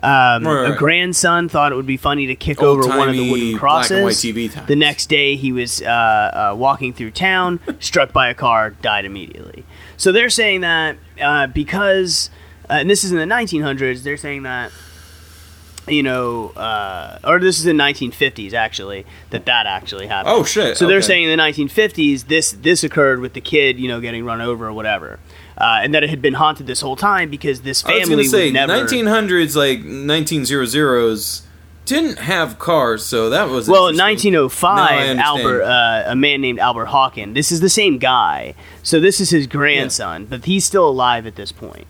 [SPEAKER 3] Um,
[SPEAKER 4] Right, right,
[SPEAKER 3] A
[SPEAKER 4] right.
[SPEAKER 3] grandson thought it would be funny to kick over one of the
[SPEAKER 4] Old-timey
[SPEAKER 3] wooden
[SPEAKER 4] black
[SPEAKER 3] crosses.
[SPEAKER 4] and white TV times.
[SPEAKER 3] The next day, he was uh, uh, walking through town, struck by a car, died immediately. So they're saying that uh, because, uh, and this is in the 1900s, they're saying that, you know, uh, or this is in 1950s actually, that that actually happened.
[SPEAKER 4] Oh, shit,
[SPEAKER 3] So they're
[SPEAKER 4] okay.
[SPEAKER 3] saying in the 1950s, this this occurred with the kid, you know, getting run over or whatever. Uh, and that it had been haunted this whole time because this
[SPEAKER 4] I was
[SPEAKER 3] family
[SPEAKER 4] gonna say
[SPEAKER 3] never.
[SPEAKER 4] 1900s, like 1900s, didn't have cars, so that was
[SPEAKER 3] Well, in
[SPEAKER 4] interesting. Now I
[SPEAKER 3] 1905,
[SPEAKER 4] understand.
[SPEAKER 3] Albert, uh, a man named Albert Hawken. This is the same guy. So this is his grandson, but he's still alive at this point,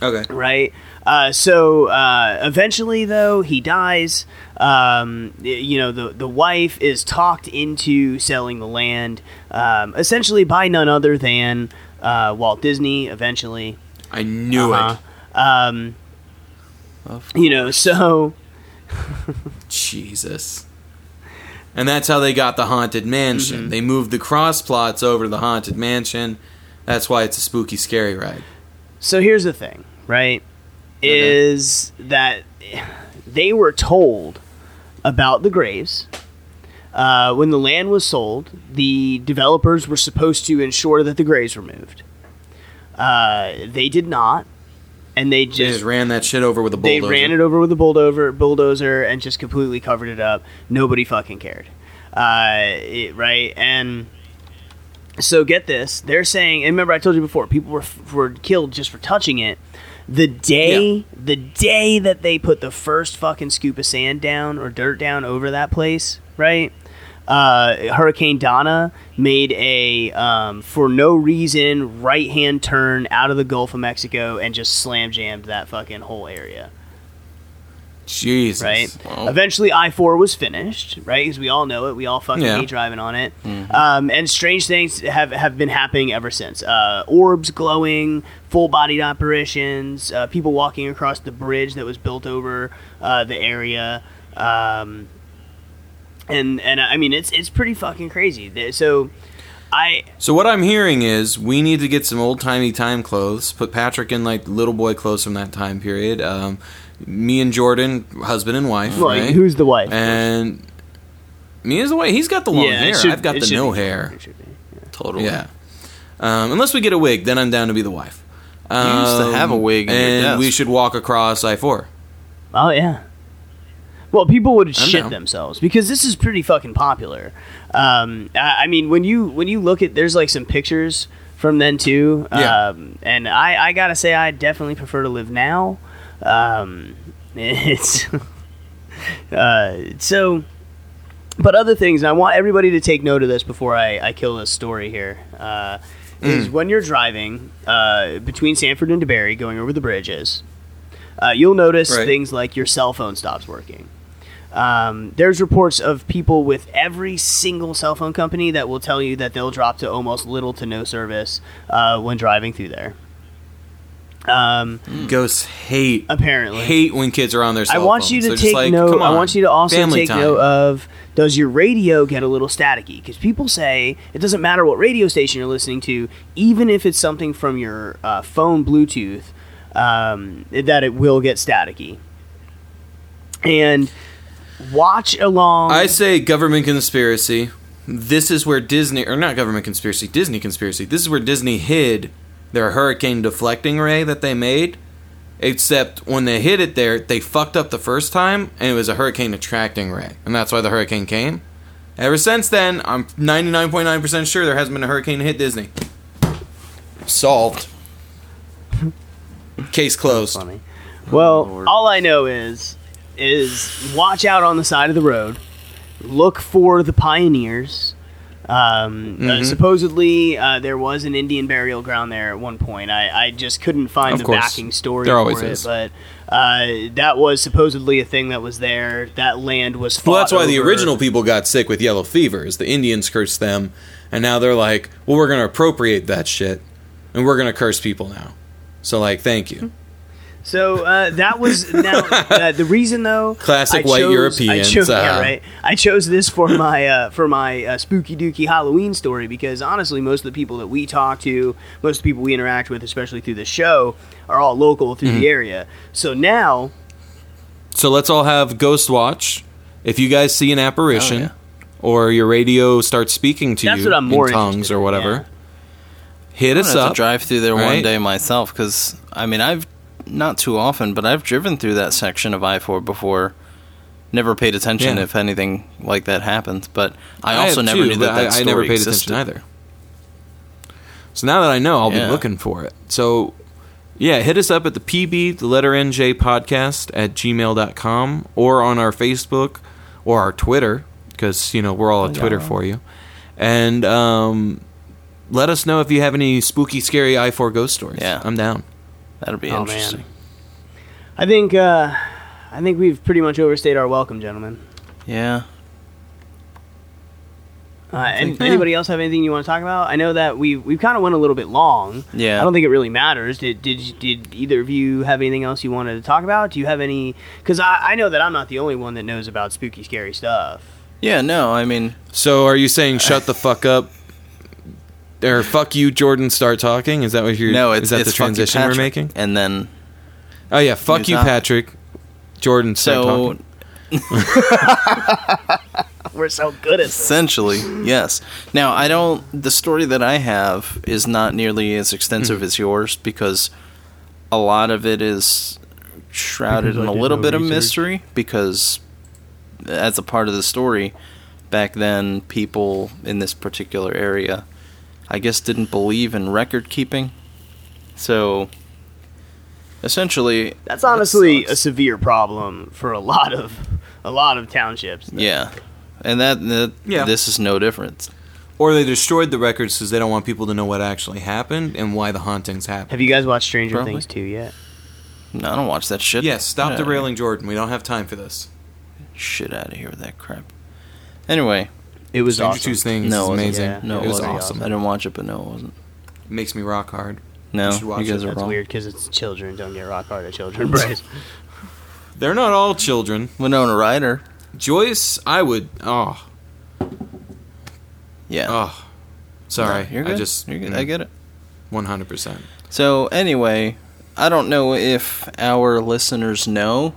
[SPEAKER 3] oh
[SPEAKER 4] Okay,
[SPEAKER 3] right? Uh, so uh, eventually, though, he dies. Um, y- you know, the the wife is talked into selling the land, um, essentially by none other than uh, Walt Disney. Eventually,
[SPEAKER 4] I knew
[SPEAKER 3] Uh-huh. um, you know, so.
[SPEAKER 4] it. Jesus. And that's how they got the haunted mansion.
[SPEAKER 3] Mm-hmm.
[SPEAKER 4] They moved the cross plots over to the haunted mansion. That's why it's a spooky, scary ride.
[SPEAKER 3] So here's the thing, right? Is that they were told about the graves. Uh, when the land was sold, the developers were supposed to ensure that the graves were moved. Uh, they did not, and they
[SPEAKER 4] They
[SPEAKER 3] just
[SPEAKER 4] just ran that shit over with a
[SPEAKER 3] they
[SPEAKER 4] bulldozer.
[SPEAKER 3] ran it over with a bulldozer, bulldozer, and just completely covered it up. Nobody fucking cared, uh, it- right? And so get this: they're saying, and remember I told you before, people were were killed just for touching it. The day, the day that they put the first fucking scoop of sand down or dirt down over that place, right? Uh, Hurricane Donna made a um, for no reason right hand turn out of the Gulf of Mexico and just slam jammed that fucking whole area
[SPEAKER 4] Jesus.
[SPEAKER 3] right? Eventually, I four was finished, right? Because we all know it. We all fucking
[SPEAKER 4] Yeah. Mm-hmm.
[SPEAKER 3] hate driving on it. Um, and strange things have have been happening ever since. Uh, orbs glowing, full bodied apparitions, uh, people walking across the bridge that was built over uh, the area. Um, and and I mean, it's it's pretty fucking crazy. Th- So, I
[SPEAKER 4] So what I'm hearing is we need to get some old timey time clothes. Put Patrick in like little boy clothes from that time period. Um, me and Jordan, husband and wife.
[SPEAKER 3] well,
[SPEAKER 4] right?
[SPEAKER 3] who's the wife?
[SPEAKER 4] and me is the way he's got the long
[SPEAKER 3] it
[SPEAKER 4] hair.
[SPEAKER 3] should-
[SPEAKER 4] I've got
[SPEAKER 3] it
[SPEAKER 4] the
[SPEAKER 3] should
[SPEAKER 4] no
[SPEAKER 3] be-
[SPEAKER 4] hair.
[SPEAKER 3] it should be.
[SPEAKER 5] Totally.
[SPEAKER 4] Yeah. Um, unless we get a wig, then I'm down to be the wife. Um,
[SPEAKER 5] You used to have a wig in your
[SPEAKER 4] and
[SPEAKER 5] desk.
[SPEAKER 4] we should walk across I four.
[SPEAKER 3] Oh yeah. Well, people would
[SPEAKER 4] I'm
[SPEAKER 3] shit
[SPEAKER 4] down.
[SPEAKER 3] themselves because this is pretty fucking popular. Um, I, I mean, when you when you look at there's like some pictures from then too.
[SPEAKER 4] Yeah.
[SPEAKER 3] Um, and I I gotta say I definitely prefer to live now. Um, it's uh, so. But other things, and I want everybody to take note of this before I, I kill this story here. Uh, Is when you're driving uh, between Sanford and DeBerry, going over the bridges, uh, you'll notice
[SPEAKER 4] Right.
[SPEAKER 3] things like your cell phone stops working. Um, there's reports of people with every single cell phone company that will tell you that they'll drop to almost little to no service uh, when driving through there. Um,
[SPEAKER 4] Ghosts hate
[SPEAKER 3] apparently,
[SPEAKER 4] hate when kids are on their.
[SPEAKER 3] I
[SPEAKER 4] Cell
[SPEAKER 3] want you
[SPEAKER 4] phones.
[SPEAKER 3] to
[SPEAKER 4] They're just
[SPEAKER 3] take
[SPEAKER 4] like,
[SPEAKER 3] note.
[SPEAKER 4] "Come
[SPEAKER 3] I
[SPEAKER 4] on,
[SPEAKER 3] want you to also
[SPEAKER 4] family
[SPEAKER 3] take
[SPEAKER 4] time."
[SPEAKER 3] note of does your radio get a little staticky? Because people say it doesn't matter what radio station you're listening to, even if it's something from your uh, phone Bluetooth, um, that it will get staticky. And watch along.
[SPEAKER 4] I say government conspiracy. This is where Disney, or not government conspiracy, Disney conspiracy. This is where Disney hid their hurricane deflecting ray that they made. Except when they hid it there, they fucked up the first time, and it was a hurricane attracting ray, and that's why the hurricane came. Ever since then, I'm 99.9% sure there hasn't been a hurricane to hit Disney. Solved. Case closed.
[SPEAKER 3] funny. Well,
[SPEAKER 5] Lord.
[SPEAKER 3] all I know is is watch out on the side of the road. Look for the pioneers. Um, uh,
[SPEAKER 4] Mhm.
[SPEAKER 3] supposedly, uh, there was an Indian burial ground there at one point. I, I just couldn't find
[SPEAKER 4] Of
[SPEAKER 3] the
[SPEAKER 4] course.
[SPEAKER 3] backing story
[SPEAKER 4] There
[SPEAKER 3] for
[SPEAKER 4] always
[SPEAKER 3] it,
[SPEAKER 4] is.
[SPEAKER 3] but uh, that was supposedly a thing that was there. That land was fought
[SPEAKER 4] Well, that's why the
[SPEAKER 3] over.
[SPEAKER 4] original people got sick with yellow fever. Is the Indians cursed them, and now they're like, "Well, we're going to appropriate that shit, and we're going to curse people now." So, like, thank you.
[SPEAKER 3] So uh, that was now uh, the reason though.
[SPEAKER 4] Classic
[SPEAKER 3] I
[SPEAKER 4] white
[SPEAKER 3] chose-
[SPEAKER 4] Europeans,
[SPEAKER 3] I chose, yeah,
[SPEAKER 4] uh,
[SPEAKER 3] right. I chose this for my uh, for my uh, spooky dooky Halloween story because honestly, most of the people that we talk to, most of the people we interact with, especially through the show, are all local through
[SPEAKER 4] Mm-hmm.
[SPEAKER 3] the area. So now,
[SPEAKER 4] So let's all have ghost watch. If you guys see an apparition,
[SPEAKER 5] Oh, yeah.
[SPEAKER 4] or your radio starts speaking to
[SPEAKER 3] That's
[SPEAKER 4] you
[SPEAKER 3] what I'm more
[SPEAKER 4] in tongues
[SPEAKER 3] interested
[SPEAKER 4] or
[SPEAKER 3] in,
[SPEAKER 4] whatever, hit
[SPEAKER 5] I
[SPEAKER 4] us
[SPEAKER 5] have
[SPEAKER 4] up.
[SPEAKER 5] to drive through there one
[SPEAKER 4] right?
[SPEAKER 5] day myself because I mean I've not too often, but I've driven through that section of I four before. Never paid attention
[SPEAKER 4] Yeah.
[SPEAKER 5] if anything like that happened, but I also
[SPEAKER 4] have
[SPEAKER 5] never
[SPEAKER 4] too,
[SPEAKER 5] knew
[SPEAKER 4] but
[SPEAKER 5] that that
[SPEAKER 4] I, I
[SPEAKER 5] story
[SPEAKER 4] never paid
[SPEAKER 5] existed.
[SPEAKER 4] attention either. So now that I know, I'll
[SPEAKER 5] Yeah.
[SPEAKER 4] be looking for it. So yeah, hit us up at the PB, the letter NJ podcast at gmail.com or on our Facebook or our Twitter because, you know, we're
[SPEAKER 5] Oh,
[SPEAKER 4] all on Twitter for you. And um, let us know if you have any spooky, scary I4 ghost stories.
[SPEAKER 5] Yeah.
[SPEAKER 4] I'm down.
[SPEAKER 5] That'll be
[SPEAKER 3] Oh, man.
[SPEAKER 5] interesting.
[SPEAKER 3] I think uh, I think we've pretty much overstayed our welcome, gentlemen.
[SPEAKER 5] Yeah.
[SPEAKER 3] Uh, and anybody else have anything you want to talk about? I know that we we kind of went a little bit long.
[SPEAKER 5] Yeah.
[SPEAKER 3] I don't think it really matters. Did did did either of you have anything else you wanted to talk about? Do you have any? Because I I know that I'm not the only one that knows about spooky scary stuff.
[SPEAKER 5] Yeah, no, I mean
[SPEAKER 4] So are you saying shut the fuck up? Or fuck you, Jordan. Start talking. Is that what you're?
[SPEAKER 5] no, it's
[SPEAKER 4] is that
[SPEAKER 5] it's
[SPEAKER 4] the
[SPEAKER 5] fuck you,
[SPEAKER 4] transition we're
[SPEAKER 5] Patrick.
[SPEAKER 4] making?
[SPEAKER 5] And then
[SPEAKER 4] Oh yeah, fuck
[SPEAKER 5] Who's
[SPEAKER 4] you,
[SPEAKER 5] not?
[SPEAKER 4] Patrick. Jordan, start
[SPEAKER 5] so
[SPEAKER 4] talking.
[SPEAKER 3] We're so good at this.
[SPEAKER 5] essentially, yes. Now I don't the story that I have is not nearly as
[SPEAKER 4] Hmm.
[SPEAKER 5] extensive as yours because a lot of it is shrouded in a little bit of mystery because as a part of the story back then people in this particular area I guess didn't believe in record keeping. So essentially
[SPEAKER 3] That's honestly
[SPEAKER 5] sucks.
[SPEAKER 3] a severe problem for a lot of a lot of townships.
[SPEAKER 5] yeah. And that, that
[SPEAKER 4] Yeah.
[SPEAKER 5] this is no different.
[SPEAKER 4] Or they destroyed the records because they don't want people to know what actually happened and why the hauntings happened.
[SPEAKER 3] Have you guys watched Stranger
[SPEAKER 5] Probably.
[SPEAKER 3] Things 2 yet?
[SPEAKER 5] No, I don't watch that shit.
[SPEAKER 4] yes, stop
[SPEAKER 5] Yeah.
[SPEAKER 4] derailing Jordan. We don't have time for this.
[SPEAKER 5] shit out of here with that crap. Anyway,
[SPEAKER 3] It was
[SPEAKER 4] Stranger
[SPEAKER 3] awesome.
[SPEAKER 4] Two Things
[SPEAKER 5] No,
[SPEAKER 4] is
[SPEAKER 5] it wasn't.
[SPEAKER 4] amazing.
[SPEAKER 3] Yeah.
[SPEAKER 5] no,
[SPEAKER 4] it was
[SPEAKER 5] wasn't.
[SPEAKER 4] awesome.
[SPEAKER 5] I didn't watch it, but no, it wasn't.
[SPEAKER 4] It makes me rock hard.
[SPEAKER 5] No,
[SPEAKER 4] You should
[SPEAKER 5] you,
[SPEAKER 4] watch
[SPEAKER 5] guys
[SPEAKER 4] it.
[SPEAKER 5] are
[SPEAKER 3] That's
[SPEAKER 5] wrong.
[SPEAKER 3] weird because it's children. Don't get rock hard at children, Bryce.
[SPEAKER 4] They're not all children.
[SPEAKER 5] Winona Ryder.
[SPEAKER 4] Joyce, I would. Oh,
[SPEAKER 5] Yeah.
[SPEAKER 4] oh. Sorry,
[SPEAKER 5] No, you're good.
[SPEAKER 4] I just. mm.
[SPEAKER 5] you're good. I get it.
[SPEAKER 4] One hundred percent.
[SPEAKER 5] So anyway, I don't know if our listeners know,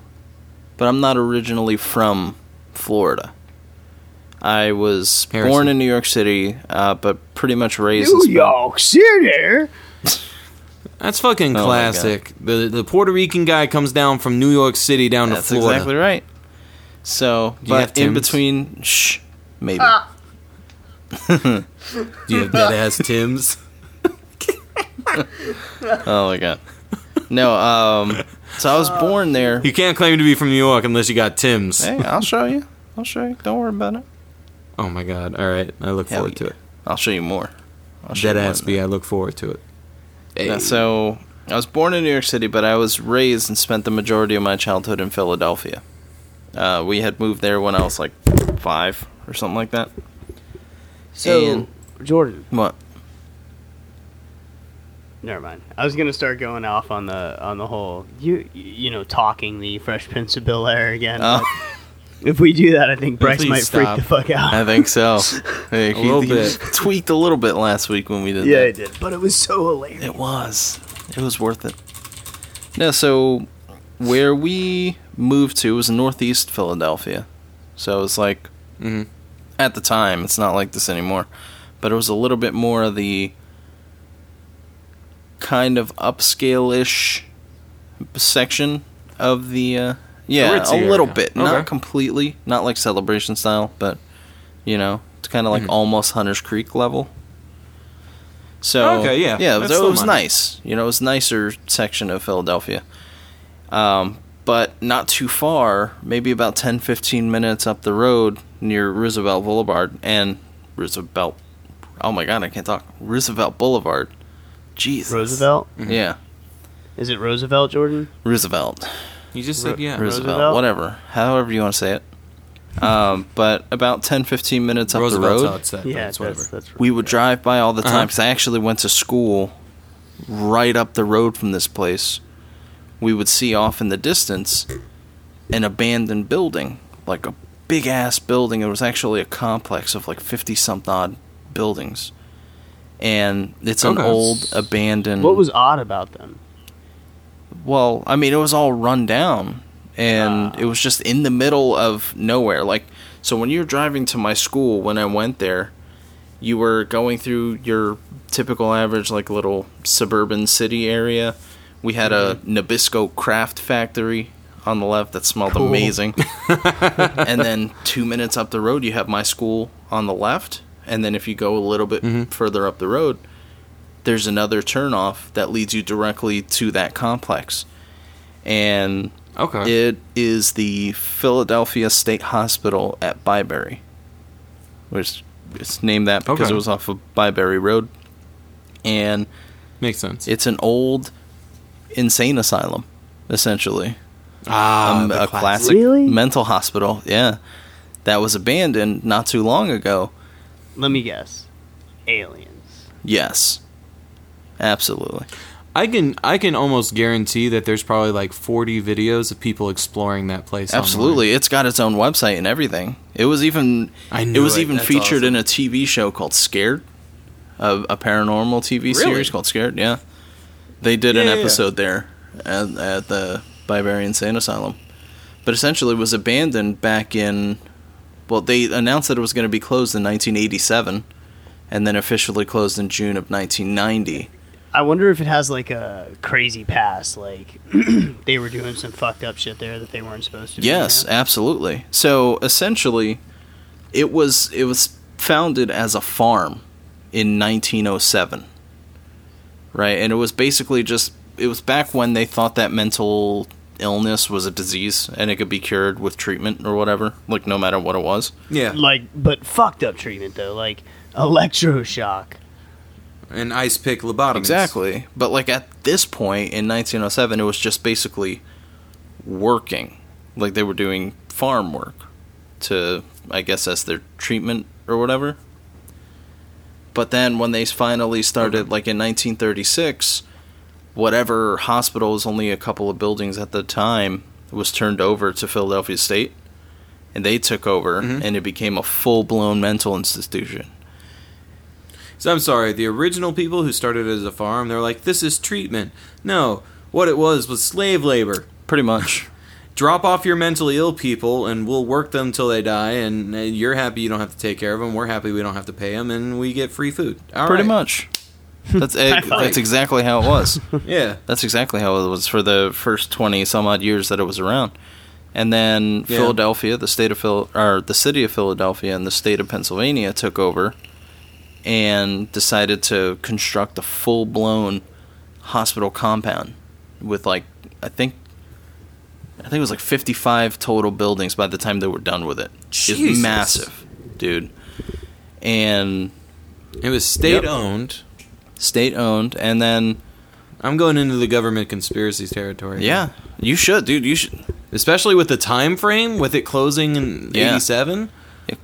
[SPEAKER 5] but I'm not originally from Florida. I was born
[SPEAKER 4] Harrison.
[SPEAKER 5] in New York City, uh, but pretty much raised. in
[SPEAKER 3] New
[SPEAKER 5] Spring-
[SPEAKER 3] York City.
[SPEAKER 4] That's fucking
[SPEAKER 5] Oh my
[SPEAKER 4] classic. the the Puerto Rican guy comes down from New York City down
[SPEAKER 5] That's
[SPEAKER 4] to Florida.
[SPEAKER 5] exactly right. So,
[SPEAKER 4] Do you have
[SPEAKER 5] but in
[SPEAKER 4] Tim's?
[SPEAKER 5] between, shh, maybe.
[SPEAKER 4] Do you have dead ass Tim's?
[SPEAKER 5] Oh my god. No, um so I was born there.
[SPEAKER 4] You can't claim to be from New York unless you got Tim's.
[SPEAKER 5] Hey, I'll show you. I'll show you. Don't worry about it.
[SPEAKER 4] Oh my god! All right, I look
[SPEAKER 5] Hell
[SPEAKER 4] forward
[SPEAKER 5] yeah.
[SPEAKER 4] to it.
[SPEAKER 5] I'll show you more. I'll show
[SPEAKER 4] Dead
[SPEAKER 5] you more
[SPEAKER 4] ass
[SPEAKER 5] than
[SPEAKER 4] B, I look forward to it.
[SPEAKER 5] that. Yeah, so I was born in New York City, but I was raised and spent the majority of my childhood in Philadelphia. Uh, we had moved there when I was like five or something like that.
[SPEAKER 3] So, Jordan,
[SPEAKER 5] What?
[SPEAKER 3] Never mind. I was gonna start going off on the on the whole you you know talking the Fresh Prince of Bel Air again.
[SPEAKER 5] Oh,
[SPEAKER 3] but If we do that, I think Bryce
[SPEAKER 4] Please
[SPEAKER 3] might
[SPEAKER 4] stop.
[SPEAKER 3] freak the fuck out.
[SPEAKER 5] I think so. a
[SPEAKER 4] little bit.
[SPEAKER 5] tweaked a little bit last week when we did
[SPEAKER 3] yeah,
[SPEAKER 5] that.
[SPEAKER 3] I did, but it was so hilarious.
[SPEAKER 5] It was. It was worth it. No, so where we moved to was northeast Philadelphia. So it was like,
[SPEAKER 4] Mhm.
[SPEAKER 5] at the time, it's not like this anymore, but it was a little bit more of the kind of upscale ish section of the. Uh, yeah,
[SPEAKER 4] Ritz
[SPEAKER 5] a
[SPEAKER 4] area.
[SPEAKER 5] little bit. Not
[SPEAKER 4] Okay.
[SPEAKER 5] completely. Not like celebration style, but, you know, it's kind of like
[SPEAKER 4] Mm-hmm.
[SPEAKER 5] almost Hunter's Creek level. So
[SPEAKER 4] Okay, yeah.
[SPEAKER 5] yeah, it was,
[SPEAKER 4] That's
[SPEAKER 5] it
[SPEAKER 4] still
[SPEAKER 5] was
[SPEAKER 4] mine.
[SPEAKER 5] nice. You know, it was a nicer section of Philadelphia, um, but not too far. Maybe about 10, 15 minutes up the road near Roosevelt Boulevard and Roosevelt. Oh my God, I can't talk. Roosevelt Boulevard. Jesus.
[SPEAKER 3] Roosevelt?
[SPEAKER 5] Yeah,
[SPEAKER 3] Is it Roosevelt, Jordan?
[SPEAKER 5] Roosevelt.
[SPEAKER 4] You just said yeah.
[SPEAKER 5] Roosevelt,
[SPEAKER 3] Roosevelt?
[SPEAKER 5] Whatever. However you want to say it. Um, but about 10, 15 minutes up
[SPEAKER 4] Roosevelt's
[SPEAKER 5] the
[SPEAKER 4] how
[SPEAKER 5] road.
[SPEAKER 4] it's said, but
[SPEAKER 3] Yeah,
[SPEAKER 4] it's
[SPEAKER 3] that's
[SPEAKER 4] whatever.
[SPEAKER 3] that's
[SPEAKER 5] we would drive by all the time
[SPEAKER 4] Uh-huh.
[SPEAKER 5] 'cause I actually went to school right up the road from this place. We would see off in the distance an abandoned building, like a big ass building. It was actually a complex of like 50 something odd buildings. And it's an
[SPEAKER 4] Okay.
[SPEAKER 5] old abandoned
[SPEAKER 3] What was odd about them?
[SPEAKER 5] well, I mean, it was all run down, and it was just in the middle of nowhere. Like, so when you're driving to my school, when I went there, you were going through your typical average, like little suburban city area. We had a Nabisco craft factory on the left that smelled amazing, and then two minutes up the road, you have my school on the left, and then if you go a little bit further up the road, there's another turnoff that leads you directly to that complex. And
[SPEAKER 4] Okay.
[SPEAKER 5] it is the Philadelphia State Hospital at Byberry, which it's named that because
[SPEAKER 4] Okay.
[SPEAKER 5] it was off of Byberry Road. And
[SPEAKER 4] Makes sense.
[SPEAKER 5] it's an old insane asylum, essentially.
[SPEAKER 4] ah,
[SPEAKER 5] Um,
[SPEAKER 4] the
[SPEAKER 5] a
[SPEAKER 4] class-
[SPEAKER 5] classic
[SPEAKER 3] Really?
[SPEAKER 5] mental hospital, yeah. That was abandoned not too long ago.
[SPEAKER 3] Let me guess. Aliens.
[SPEAKER 5] Yes. Absolutely.
[SPEAKER 4] I can I can almost guarantee that there's probably like 40 videos of people exploring that place. online.
[SPEAKER 5] Absolutely, it's got its own website and everything. It was even
[SPEAKER 4] I
[SPEAKER 5] it
[SPEAKER 4] knew
[SPEAKER 5] was
[SPEAKER 4] it.
[SPEAKER 5] even
[SPEAKER 4] That's
[SPEAKER 5] featured in
[SPEAKER 4] awesome.
[SPEAKER 5] a TV show called Scared, a, a paranormal TV series called Scared. Yeah, they did
[SPEAKER 4] Yeah,
[SPEAKER 5] an
[SPEAKER 4] yeah, yeah.
[SPEAKER 5] episode there at, at the Biberian Insane Asylum, but essentially it was abandoned back in. Well, they announced that it was going to be closed in 1987, and then officially closed in June of 1990.
[SPEAKER 3] I wonder if it has like a crazy past, like they were doing some fucked up shit there that they weren't supposed to. be,
[SPEAKER 5] Yes,
[SPEAKER 3] you know?
[SPEAKER 5] absolutely. So essentially, it was it was founded as a farm in 1907, right? And it was basically just it was back when they thought that mental illness was a disease and it could be cured with treatment or whatever, like no matter what it was.
[SPEAKER 4] Yeah.
[SPEAKER 3] Like, but fucked up treatment though, like electroshock.
[SPEAKER 4] An ice pick lobotomy.
[SPEAKER 5] Exactly. But like at this point in 1907, it was just basically working, like they were doing farm work to, I guess, as their treatment or whatever. But then when they finally started, like in 1936, whatever hospital was only a couple of buildings at the time was turned over to Philadelphia State, and they took over, and it became a full blown mental institution.
[SPEAKER 4] So I'm sorry. The original people who started it as a farm, they're like, this is treatment. No, what it was was slave labor.
[SPEAKER 5] Pretty much.
[SPEAKER 4] Drop off your mentally ill people, and we'll work them till they die. And uh, you're happy you don't have to take care of them. We're happy we don't have to pay them, and we get free food. All
[SPEAKER 5] pretty
[SPEAKER 4] right.
[SPEAKER 5] much. That's that's
[SPEAKER 4] five.
[SPEAKER 5] exactly how it was.
[SPEAKER 4] Yeah.
[SPEAKER 5] That's exactly how it was for the first twenty some odd years that it was around, and then
[SPEAKER 4] Yeah.
[SPEAKER 5] Philadelphia, the state of Phil or the city of Philadelphia and the state of Pennsylvania took over, and decided to construct a full blown hospital compound with like I think I think it was like fifty five total buildings by the time they were done with it. It's
[SPEAKER 4] Jesus.
[SPEAKER 5] massive, dude, and
[SPEAKER 4] It was state owned.
[SPEAKER 5] state owned, and then.
[SPEAKER 4] I'm going into the government conspiracies territory.
[SPEAKER 5] Yeah, you should, dude. You should.
[SPEAKER 4] especially with the time frame with it closing in
[SPEAKER 5] Yeah.
[SPEAKER 4] 87
[SPEAKER 5] Yep.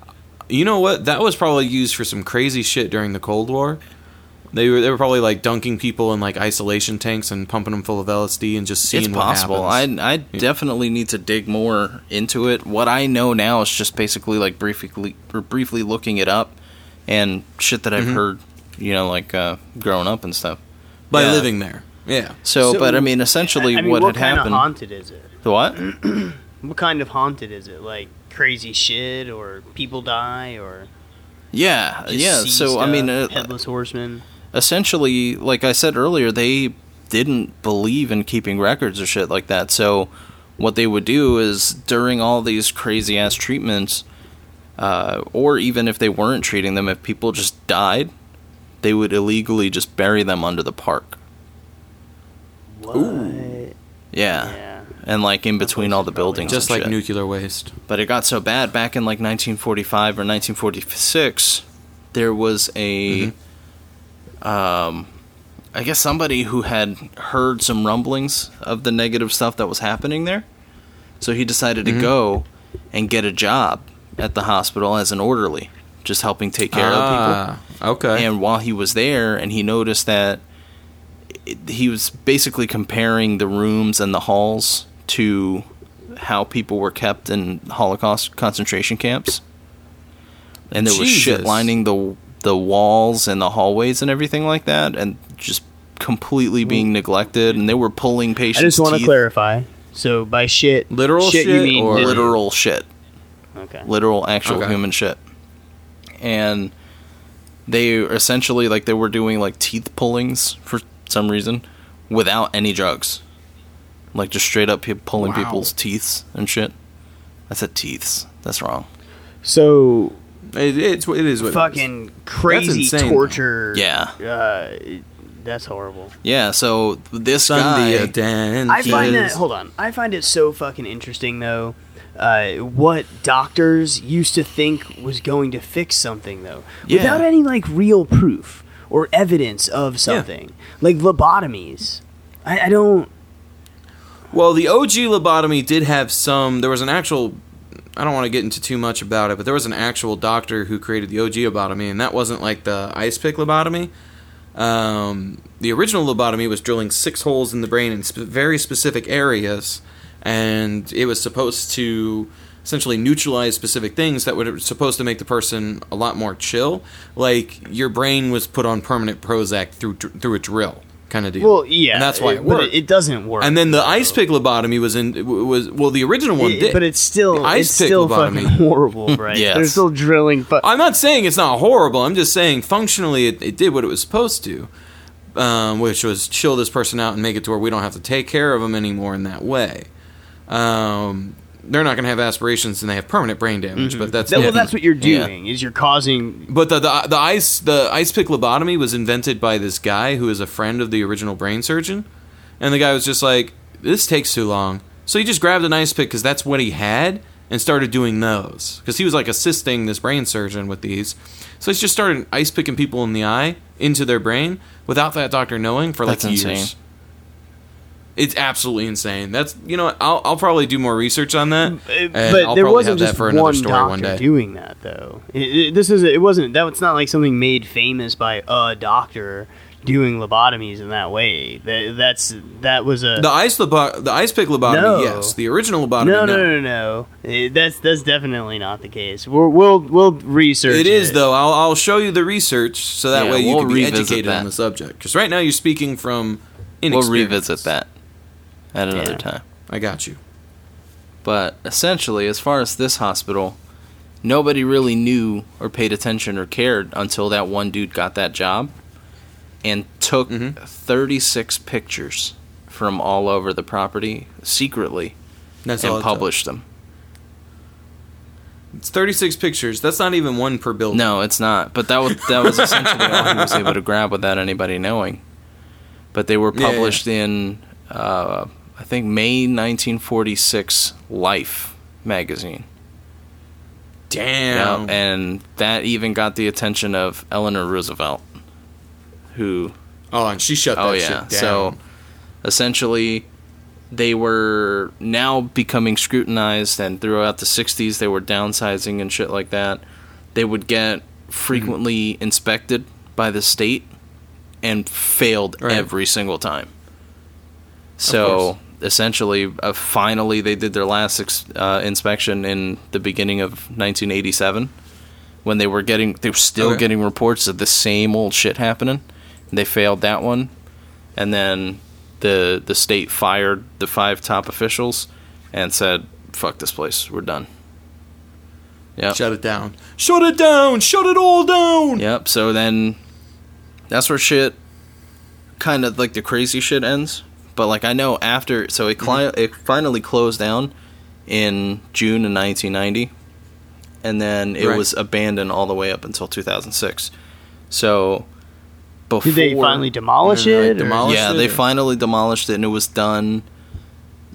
[SPEAKER 4] you know what that was probably used for some crazy shit during the cold war They were they were probably like dunking people in like isolation tanks and pumping them full of LSD and just seeing
[SPEAKER 5] it's
[SPEAKER 4] what
[SPEAKER 5] possible. I
[SPEAKER 4] happens.
[SPEAKER 5] I definitely need to dig more into it. What I know now is just basically like briefly or briefly looking it up and shit that I've
[SPEAKER 3] Mm-hmm.
[SPEAKER 5] heard, you know, like uh, growing up and stuff.
[SPEAKER 4] by
[SPEAKER 5] yeah.
[SPEAKER 4] living there. Yeah.
[SPEAKER 5] So,
[SPEAKER 3] So-
[SPEAKER 5] but I mean, essentially,
[SPEAKER 3] I mean,
[SPEAKER 5] what,
[SPEAKER 3] what
[SPEAKER 5] had
[SPEAKER 3] kind
[SPEAKER 5] happened?
[SPEAKER 3] of haunted is it?
[SPEAKER 5] the what?
[SPEAKER 3] What kind of haunted is it? Like crazy shit, or people die, or
[SPEAKER 5] Yeah,
[SPEAKER 3] just
[SPEAKER 5] yeah.
[SPEAKER 3] see
[SPEAKER 5] So I mean,
[SPEAKER 3] stuff,
[SPEAKER 5] uh,
[SPEAKER 3] headless horseman.
[SPEAKER 5] essentially, like I said earlier, they didn't believe in keeping records or shit like that. So, what they would do is during all these crazy ass treatments, uh, or even if they weren't treating them, if people just died, they would illegally just bury them under the park.
[SPEAKER 3] What?
[SPEAKER 5] Yeah.
[SPEAKER 3] Yeah.
[SPEAKER 5] And like in between all the
[SPEAKER 3] probably
[SPEAKER 5] buildings,
[SPEAKER 4] Just
[SPEAKER 5] and
[SPEAKER 4] like
[SPEAKER 5] shit.
[SPEAKER 4] nuclear waste.
[SPEAKER 5] But it got so bad back in like 1945 or 1946, there was a, um, I guess somebody who had heard some rumblings of the negative stuff that was happening there. So he decided to go and get a job at the hospital as an orderly, just helping take care of people.
[SPEAKER 4] Ah, okay.
[SPEAKER 5] And while he was there, and he noticed that it, he was basically comparing the rooms and the halls to how people were kept in Holocaust concentration camps. And there was shit
[SPEAKER 4] Jesus.
[SPEAKER 5] lining the the walls and the hallways and everything like that, and just completely being neglected. And they were pulling patients.
[SPEAKER 3] I just want to
[SPEAKER 5] teeth,
[SPEAKER 3] clarify. So by shit,
[SPEAKER 4] Literal
[SPEAKER 3] shit, you
[SPEAKER 4] shit
[SPEAKER 3] mean
[SPEAKER 4] or-
[SPEAKER 3] did-
[SPEAKER 5] literal shit.
[SPEAKER 3] Okay.
[SPEAKER 5] literal actual
[SPEAKER 4] Okay.
[SPEAKER 5] human shit and they essentially like they were doing like teeth pullings for some reason without any drugs like just straight up pe- pulling
[SPEAKER 4] Wow.
[SPEAKER 5] people's teeth and shit i said teeth that's wrong
[SPEAKER 3] So
[SPEAKER 4] It, it's it is what it is.
[SPEAKER 3] fucking crazy
[SPEAKER 4] insane, though.
[SPEAKER 3] torture.
[SPEAKER 5] yeah
[SPEAKER 3] Uh, that's horrible.
[SPEAKER 5] yeah so this
[SPEAKER 4] Sunday uh,
[SPEAKER 5] guy
[SPEAKER 4] again.
[SPEAKER 3] I find that
[SPEAKER 4] Yes.
[SPEAKER 3] hold on. I find it so fucking interesting though. Uh, what doctors used to think was going to fix something though,
[SPEAKER 5] Yeah.
[SPEAKER 3] without any like real proof or evidence of something, like lobotomies. I, I don't.
[SPEAKER 4] Well, the OG lobotomy did have some. There was an actual. I don't want to get into too much about it, but there was an actual doctor who created the OG lobotomy, and that wasn't like the ice pick lobotomy. Um, the original lobotomy was drilling six holes in the brain in sp- very specific areas, and it was supposed to essentially neutralize specific things that were supposed to make the person a lot more chill. Like your brain was put on permanent Prozac through dr- through a drill kind of deal.
[SPEAKER 3] Well, yeah,
[SPEAKER 4] and that's why it,
[SPEAKER 3] but
[SPEAKER 4] worked.
[SPEAKER 3] It, doesn't work.
[SPEAKER 4] And then the ice pick lobotomy was in w- was well the original one
[SPEAKER 3] It-
[SPEAKER 4] did,
[SPEAKER 3] but it's still
[SPEAKER 4] The ice
[SPEAKER 3] it's
[SPEAKER 4] pick
[SPEAKER 3] still
[SPEAKER 4] lobotomy.
[SPEAKER 3] fucking horrible, right?
[SPEAKER 5] Yes.
[SPEAKER 3] They're still drilling. Fu-
[SPEAKER 4] I'm not saying it's not horrible. I'm just saying functionally it, it did what it was supposed to, um, which was chill this person out and make it to where we don't have to take care of them anymore in that way. Um, they're not going to have aspirations and they have permanent brain damage, but that's
[SPEAKER 3] Mm-hmm. that, well,
[SPEAKER 4] yeah.
[SPEAKER 3] that's what you're
[SPEAKER 5] Yeah.
[SPEAKER 3] doing is you're causing.
[SPEAKER 4] But the, the the ice the ice pick lobotomy was invented by this guy who is a friend of the original brain surgeon, and the guy was just like, "This takes too long," so he just grabbed an ice pick because that's what he had and started doing those because he was like assisting this brain surgeon with these. So he's just started ice picking people in the eye into their brain without that doctor knowing for like
[SPEAKER 5] That's
[SPEAKER 4] years.
[SPEAKER 5] insane.
[SPEAKER 4] It's absolutely insane. That's you know what, I'll I'll probably do more research on that. and
[SPEAKER 3] uh, but
[SPEAKER 4] I'll
[SPEAKER 3] there
[SPEAKER 4] probably
[SPEAKER 3] wasn't
[SPEAKER 4] have
[SPEAKER 3] just
[SPEAKER 4] that for another
[SPEAKER 3] one
[SPEAKER 4] story
[SPEAKER 3] doctor
[SPEAKER 4] one day.
[SPEAKER 3] doing that though. It, it- this is it wasn't that. It's not like something made famous by a doctor doing lobotomies in that way. That, that's that was a
[SPEAKER 4] The ice lobo- the ice pick lobotomy,
[SPEAKER 3] No.
[SPEAKER 4] yes. The original lobotomy,
[SPEAKER 3] no,
[SPEAKER 4] no.
[SPEAKER 3] no, no, no, Eh, That's that's definitely not the case. We're, we'll we'll research.
[SPEAKER 4] It is though. I'll, I'll show you the research so that
[SPEAKER 5] Yeah,
[SPEAKER 4] way you
[SPEAKER 5] we'll
[SPEAKER 4] can be
[SPEAKER 5] revisit
[SPEAKER 4] educated
[SPEAKER 5] that.
[SPEAKER 4] on the subject. Because right now you're speaking from
[SPEAKER 5] we'll
[SPEAKER 4] inexperience.
[SPEAKER 5] revisit that at another
[SPEAKER 3] Yeah.
[SPEAKER 5] time
[SPEAKER 4] I got you.
[SPEAKER 5] but essentially as far as this hospital nobody really knew or paid attention or cared until that one dude got that job and took
[SPEAKER 4] Mm-hmm.
[SPEAKER 5] 36 pictures from all over the property secretly
[SPEAKER 4] That's all.
[SPEAKER 5] and
[SPEAKER 4] it took.
[SPEAKER 5] published them.
[SPEAKER 4] It's 36 pictures. That's not even one per building.
[SPEAKER 5] No, it's not. But that was that was essentially all he was able to grab without anybody knowing. But they were
[SPEAKER 4] Yeah, yeah.
[SPEAKER 5] published in uh, I think May 1946 Life magazine.
[SPEAKER 4] Damn.
[SPEAKER 5] Yeah, and that even got the attention of Eleanor Roosevelt, who
[SPEAKER 4] oh, and she shut that
[SPEAKER 5] oh
[SPEAKER 4] shit
[SPEAKER 5] yeah,
[SPEAKER 4] down.
[SPEAKER 5] so essentially they were now becoming scrutinized, and throughout the '60s they were downsizing and Mm-hmm. shit like that. They would get frequently inspected by the state and failed
[SPEAKER 4] Right.
[SPEAKER 5] every single time. So essentially, uh, finally, they did their last ex- uh, inspection in the beginning of 1987 when they were getting they were still
[SPEAKER 4] Okay.
[SPEAKER 5] getting reports of the same old shit happening. They failed that one, and then the the state fired the five top officials and said, "Fuck this place, we're done." Yeah.
[SPEAKER 4] Shut it down. Shut it down. Shut it all down.
[SPEAKER 5] Yep. So then, that's where shit, kind of like the crazy shit ends. But like I know after, so it cli- it finally closed down in June of 1990, and then it
[SPEAKER 4] Right.
[SPEAKER 5] was abandoned all the way up until 2006. So before
[SPEAKER 3] Did they finally demolish
[SPEAKER 4] Did they, like,
[SPEAKER 3] it? or-
[SPEAKER 4] demolish-
[SPEAKER 5] yeah,
[SPEAKER 4] it,
[SPEAKER 5] they
[SPEAKER 4] or-
[SPEAKER 5] finally demolished it, and it was done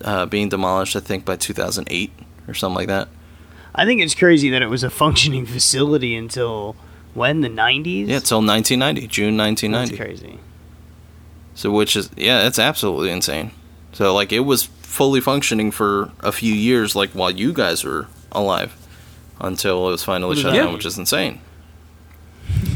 [SPEAKER 5] uh, being demolished, I think, by 2008 or something like that.
[SPEAKER 3] I think it's crazy that it was a functioning facility until when the 90s.
[SPEAKER 5] Yeah, till 1990, June
[SPEAKER 3] that's
[SPEAKER 5] 1990.
[SPEAKER 3] crazy.
[SPEAKER 5] So, which is yeah, that's absolutely insane. So, like, it was fully functioning for a few years, like while you guys were alive, until it was finally shut
[SPEAKER 4] that?
[SPEAKER 5] down,
[SPEAKER 4] Yeah.
[SPEAKER 5] which is insane.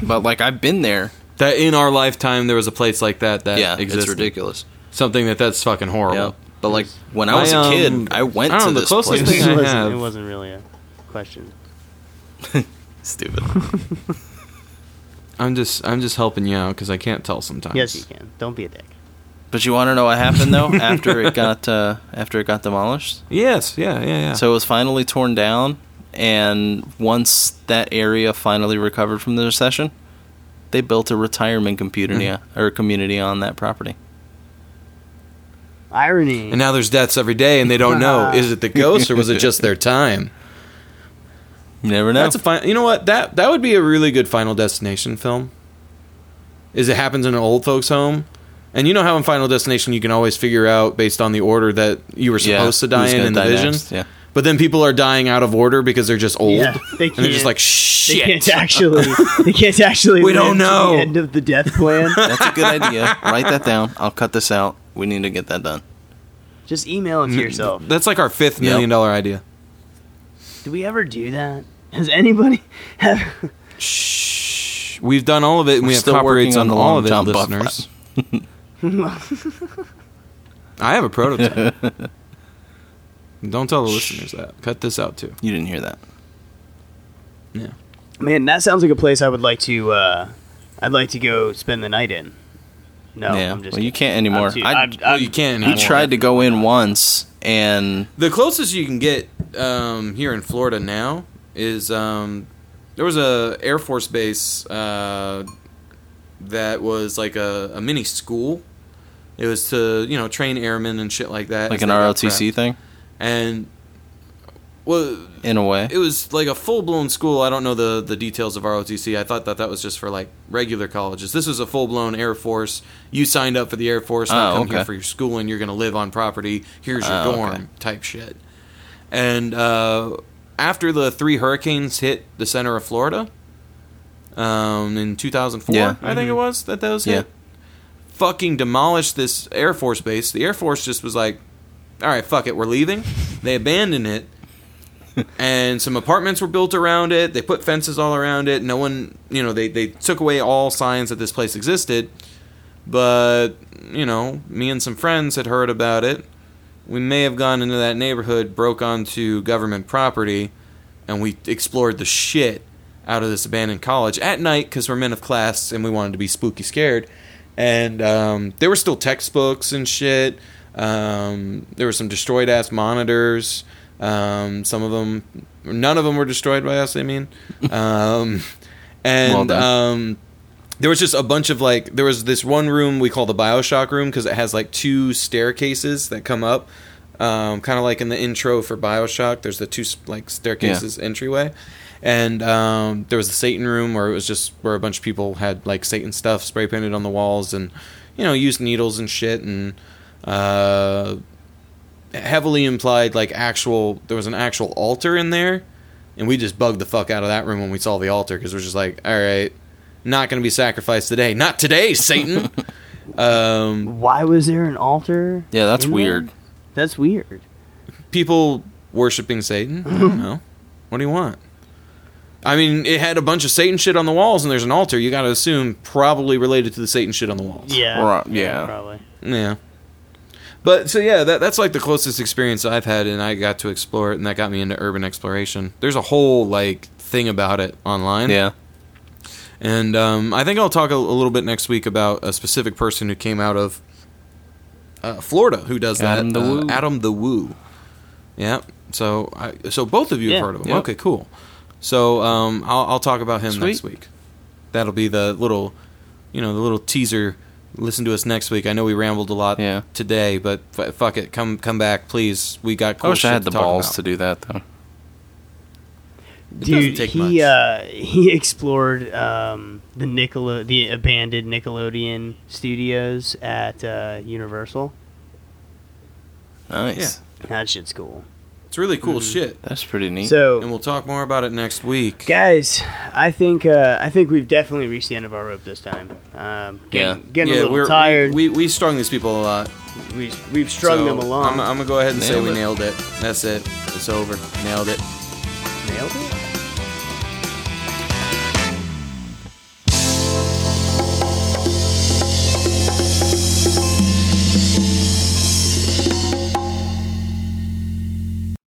[SPEAKER 5] but like, I've been there.
[SPEAKER 4] That in our lifetime there was a place like that that
[SPEAKER 5] yeah, it's
[SPEAKER 4] existed.
[SPEAKER 5] ridiculous.
[SPEAKER 4] Something that that's fucking horrible.
[SPEAKER 5] Yeah, but like when I
[SPEAKER 4] My,
[SPEAKER 5] was a kid,
[SPEAKER 4] um,
[SPEAKER 5] I went
[SPEAKER 4] I don't
[SPEAKER 5] to
[SPEAKER 4] know, the
[SPEAKER 5] this
[SPEAKER 4] closest
[SPEAKER 5] place.
[SPEAKER 3] It,
[SPEAKER 4] thing I
[SPEAKER 3] wasn't,
[SPEAKER 4] have-
[SPEAKER 3] it wasn't really a question.
[SPEAKER 5] Stupid.
[SPEAKER 4] I'm just I'm just helping you out because I can't tell sometimes.
[SPEAKER 3] Yes, you can. Don't be a dick.
[SPEAKER 5] But you want to know what happened though after it got uh, after it got demolished?
[SPEAKER 4] Yes. Yeah. Yeah. Yeah.
[SPEAKER 5] So it was finally torn down, and once that area finally recovered from the recession, they built a retirement
[SPEAKER 4] Hmm.
[SPEAKER 5] community or community on that property.
[SPEAKER 3] Irony.
[SPEAKER 4] and now there's deaths every day, and they don't know is it the ghost or was it just their time?
[SPEAKER 5] You never know.
[SPEAKER 4] That's a fine. You know what? That that would be a really good Final Destination film. Is it happens in an old folks' home, and you know how in Final Destination you can always figure out based on the order that you were
[SPEAKER 5] Yeah,
[SPEAKER 4] supposed to
[SPEAKER 5] who's
[SPEAKER 4] die in
[SPEAKER 5] gonna
[SPEAKER 4] in the
[SPEAKER 5] die
[SPEAKER 4] vision.
[SPEAKER 5] next, yeah.
[SPEAKER 4] But then people are dying out of order because they're just old,
[SPEAKER 3] Yeah, they
[SPEAKER 4] and they're
[SPEAKER 3] can't-
[SPEAKER 4] just like
[SPEAKER 3] they
[SPEAKER 4] shit.
[SPEAKER 3] can't actually. They can't actually.
[SPEAKER 4] We
[SPEAKER 3] live
[SPEAKER 4] don't
[SPEAKER 3] to
[SPEAKER 4] know.
[SPEAKER 3] the end of the death plan.
[SPEAKER 5] That's a good idea. Write that down. I'll cut this out. We need to get that done.
[SPEAKER 3] Just email
[SPEAKER 4] Mm-hmm.
[SPEAKER 3] it to yourself.
[SPEAKER 4] That's like our fifth
[SPEAKER 5] Yep.
[SPEAKER 4] million dollar idea.
[SPEAKER 3] Do we ever do that? Has anybody? Have,
[SPEAKER 4] Shh. We've done all of it, and we have
[SPEAKER 5] still
[SPEAKER 4] copyrights
[SPEAKER 5] working
[SPEAKER 4] on,
[SPEAKER 5] on the
[SPEAKER 4] all
[SPEAKER 5] Long
[SPEAKER 4] of it,
[SPEAKER 5] John Buff
[SPEAKER 4] listeners. I have a prototype. Don't tell the listeners that. Cut this out too.
[SPEAKER 5] You didn't hear that.
[SPEAKER 4] Yeah.
[SPEAKER 3] man, that sounds like a place I would like to. Uh, I'd like to go spend the night in. No,
[SPEAKER 5] yeah.
[SPEAKER 3] I'm just.
[SPEAKER 5] well, you
[SPEAKER 3] kidding.
[SPEAKER 5] can't anymore.
[SPEAKER 3] I'm too-
[SPEAKER 5] I,
[SPEAKER 3] I'm-
[SPEAKER 5] Uh, he
[SPEAKER 4] Oh, you can't. anymore.
[SPEAKER 5] tried to go in once, and
[SPEAKER 4] The closest you can get um, here in Florida now is um, there was a Air Force base uh, that was like a, a mini school. It was to you know train airmen and shit like that.
[SPEAKER 5] like
[SPEAKER 4] as
[SPEAKER 5] an
[SPEAKER 4] they got
[SPEAKER 5] ROTC
[SPEAKER 4] prepped.
[SPEAKER 5] thing,
[SPEAKER 4] And well,
[SPEAKER 5] in a way.
[SPEAKER 4] it was like a full blown school. I don't know the the details of ROTC. I thought that that was just for like regular colleges. This was a full blown Air Force. You signed up for the Air Force. and
[SPEAKER 5] Oh,
[SPEAKER 4] I come
[SPEAKER 5] okay.
[SPEAKER 4] here for your schooling. You're going to live on property. Here's your
[SPEAKER 5] Oh,
[SPEAKER 4] dorm
[SPEAKER 5] okay.
[SPEAKER 4] type shit. And uh, after the three hurricanes hit the center of Florida, um, in 2004,
[SPEAKER 5] Yeah.
[SPEAKER 4] I think it was that those
[SPEAKER 5] Yeah.
[SPEAKER 4] hit. Fucking demolished this Air Force base. The Air Force just was like, all right, fuck it, we're leaving. They abandoned it, and some apartments were built around it. They put fences all around it. No one, you know, they they took away all signs that this place existed. But you know, me and some friends had heard about it. We may have gone into that neighborhood, broke onto government property, and we explored the shit out of this abandoned college at night because we're men of class and we wanted to be spooky scared. And um, there were still textbooks and shit. Um, there were some destroyed ass monitors. Um, some of them, none of them were destroyed by us. I mean, um,
[SPEAKER 5] Well
[SPEAKER 4] and
[SPEAKER 5] done.
[SPEAKER 4] um, there was just a bunch of like there was this one room we call the Bioshock room because it has like two staircases that come up, um, kind of like in the intro for Bioshock. There's the two like staircases entryway, and um, there was the Satan room where it was just where a bunch of people had like Satan stuff spray painted on the walls and you know used needles and shit and. Uh, heavily implied like actual there was an actual altar in there and we just bugged the fuck out of that room when we saw the altar because we're just like all right not going to be sacrificed today not today satan um
[SPEAKER 3] Why was there an altar?
[SPEAKER 5] Yeah, that's
[SPEAKER 3] in there?
[SPEAKER 5] weird.
[SPEAKER 3] That's weird.
[SPEAKER 4] people worshiping satan i don't know what do you want I mean, it had a bunch of Satan shit on the walls, and there's an altar. You got to assume probably related to the Satan shit on the walls.
[SPEAKER 3] Yeah.
[SPEAKER 5] Right, yeah.
[SPEAKER 3] Probably.
[SPEAKER 4] Yeah. But so yeah, that, that's like the closest experience I've had, and I got to explore it, and that got me into urban exploration. There's a whole like thing about it online.
[SPEAKER 5] Yeah.
[SPEAKER 4] And um, I think I'll talk a, a little bit next week about a specific person who came out of uh, Florida who does
[SPEAKER 5] Adam
[SPEAKER 4] that.
[SPEAKER 5] the
[SPEAKER 4] uh,
[SPEAKER 5] Woo.
[SPEAKER 4] Adam the Woo. Yeah. So I, so both of you
[SPEAKER 3] Yeah.
[SPEAKER 4] have heard of him.
[SPEAKER 5] Yep.
[SPEAKER 4] Okay, cool. So um, I'll, I'll talk about him
[SPEAKER 5] Sweet.
[SPEAKER 4] next week. That'll be the little, you know, the little teaser. Listen to us next week. I know we rambled a lot
[SPEAKER 5] Yeah.
[SPEAKER 4] today, but f- fuck it, come come back, please. We got. Cool
[SPEAKER 5] I wish I
[SPEAKER 4] shit
[SPEAKER 5] had
[SPEAKER 4] to
[SPEAKER 5] the
[SPEAKER 4] talk
[SPEAKER 5] balls
[SPEAKER 4] about.
[SPEAKER 5] to do that though.
[SPEAKER 4] doesn't
[SPEAKER 3] Dude,
[SPEAKER 4] take
[SPEAKER 3] he
[SPEAKER 4] much.
[SPEAKER 3] uh, he explored um, the Nickel the abandoned Nickelodeon studios at uh, Universal.
[SPEAKER 5] Nice.
[SPEAKER 3] That shit's cool.
[SPEAKER 4] It's really cool shit,
[SPEAKER 5] That's pretty
[SPEAKER 4] Mm-hmm.
[SPEAKER 5] neat.
[SPEAKER 3] So
[SPEAKER 4] and we'll talk more about it next week.
[SPEAKER 3] guys i think uh, i think we've definitely reached the end of our rope this time um, getting,
[SPEAKER 5] Yeah.
[SPEAKER 3] getting a little
[SPEAKER 4] we're,
[SPEAKER 3] tired we,
[SPEAKER 4] We, we, we strung these people a lot.
[SPEAKER 3] we, have strung
[SPEAKER 4] So,
[SPEAKER 3] them along
[SPEAKER 4] I'm, I'm gonna go ahead and say
[SPEAKER 5] Nailed
[SPEAKER 4] we
[SPEAKER 5] it.
[SPEAKER 4] nailed it. That's it. It's over. Nailed it.
[SPEAKER 3] Nailed it.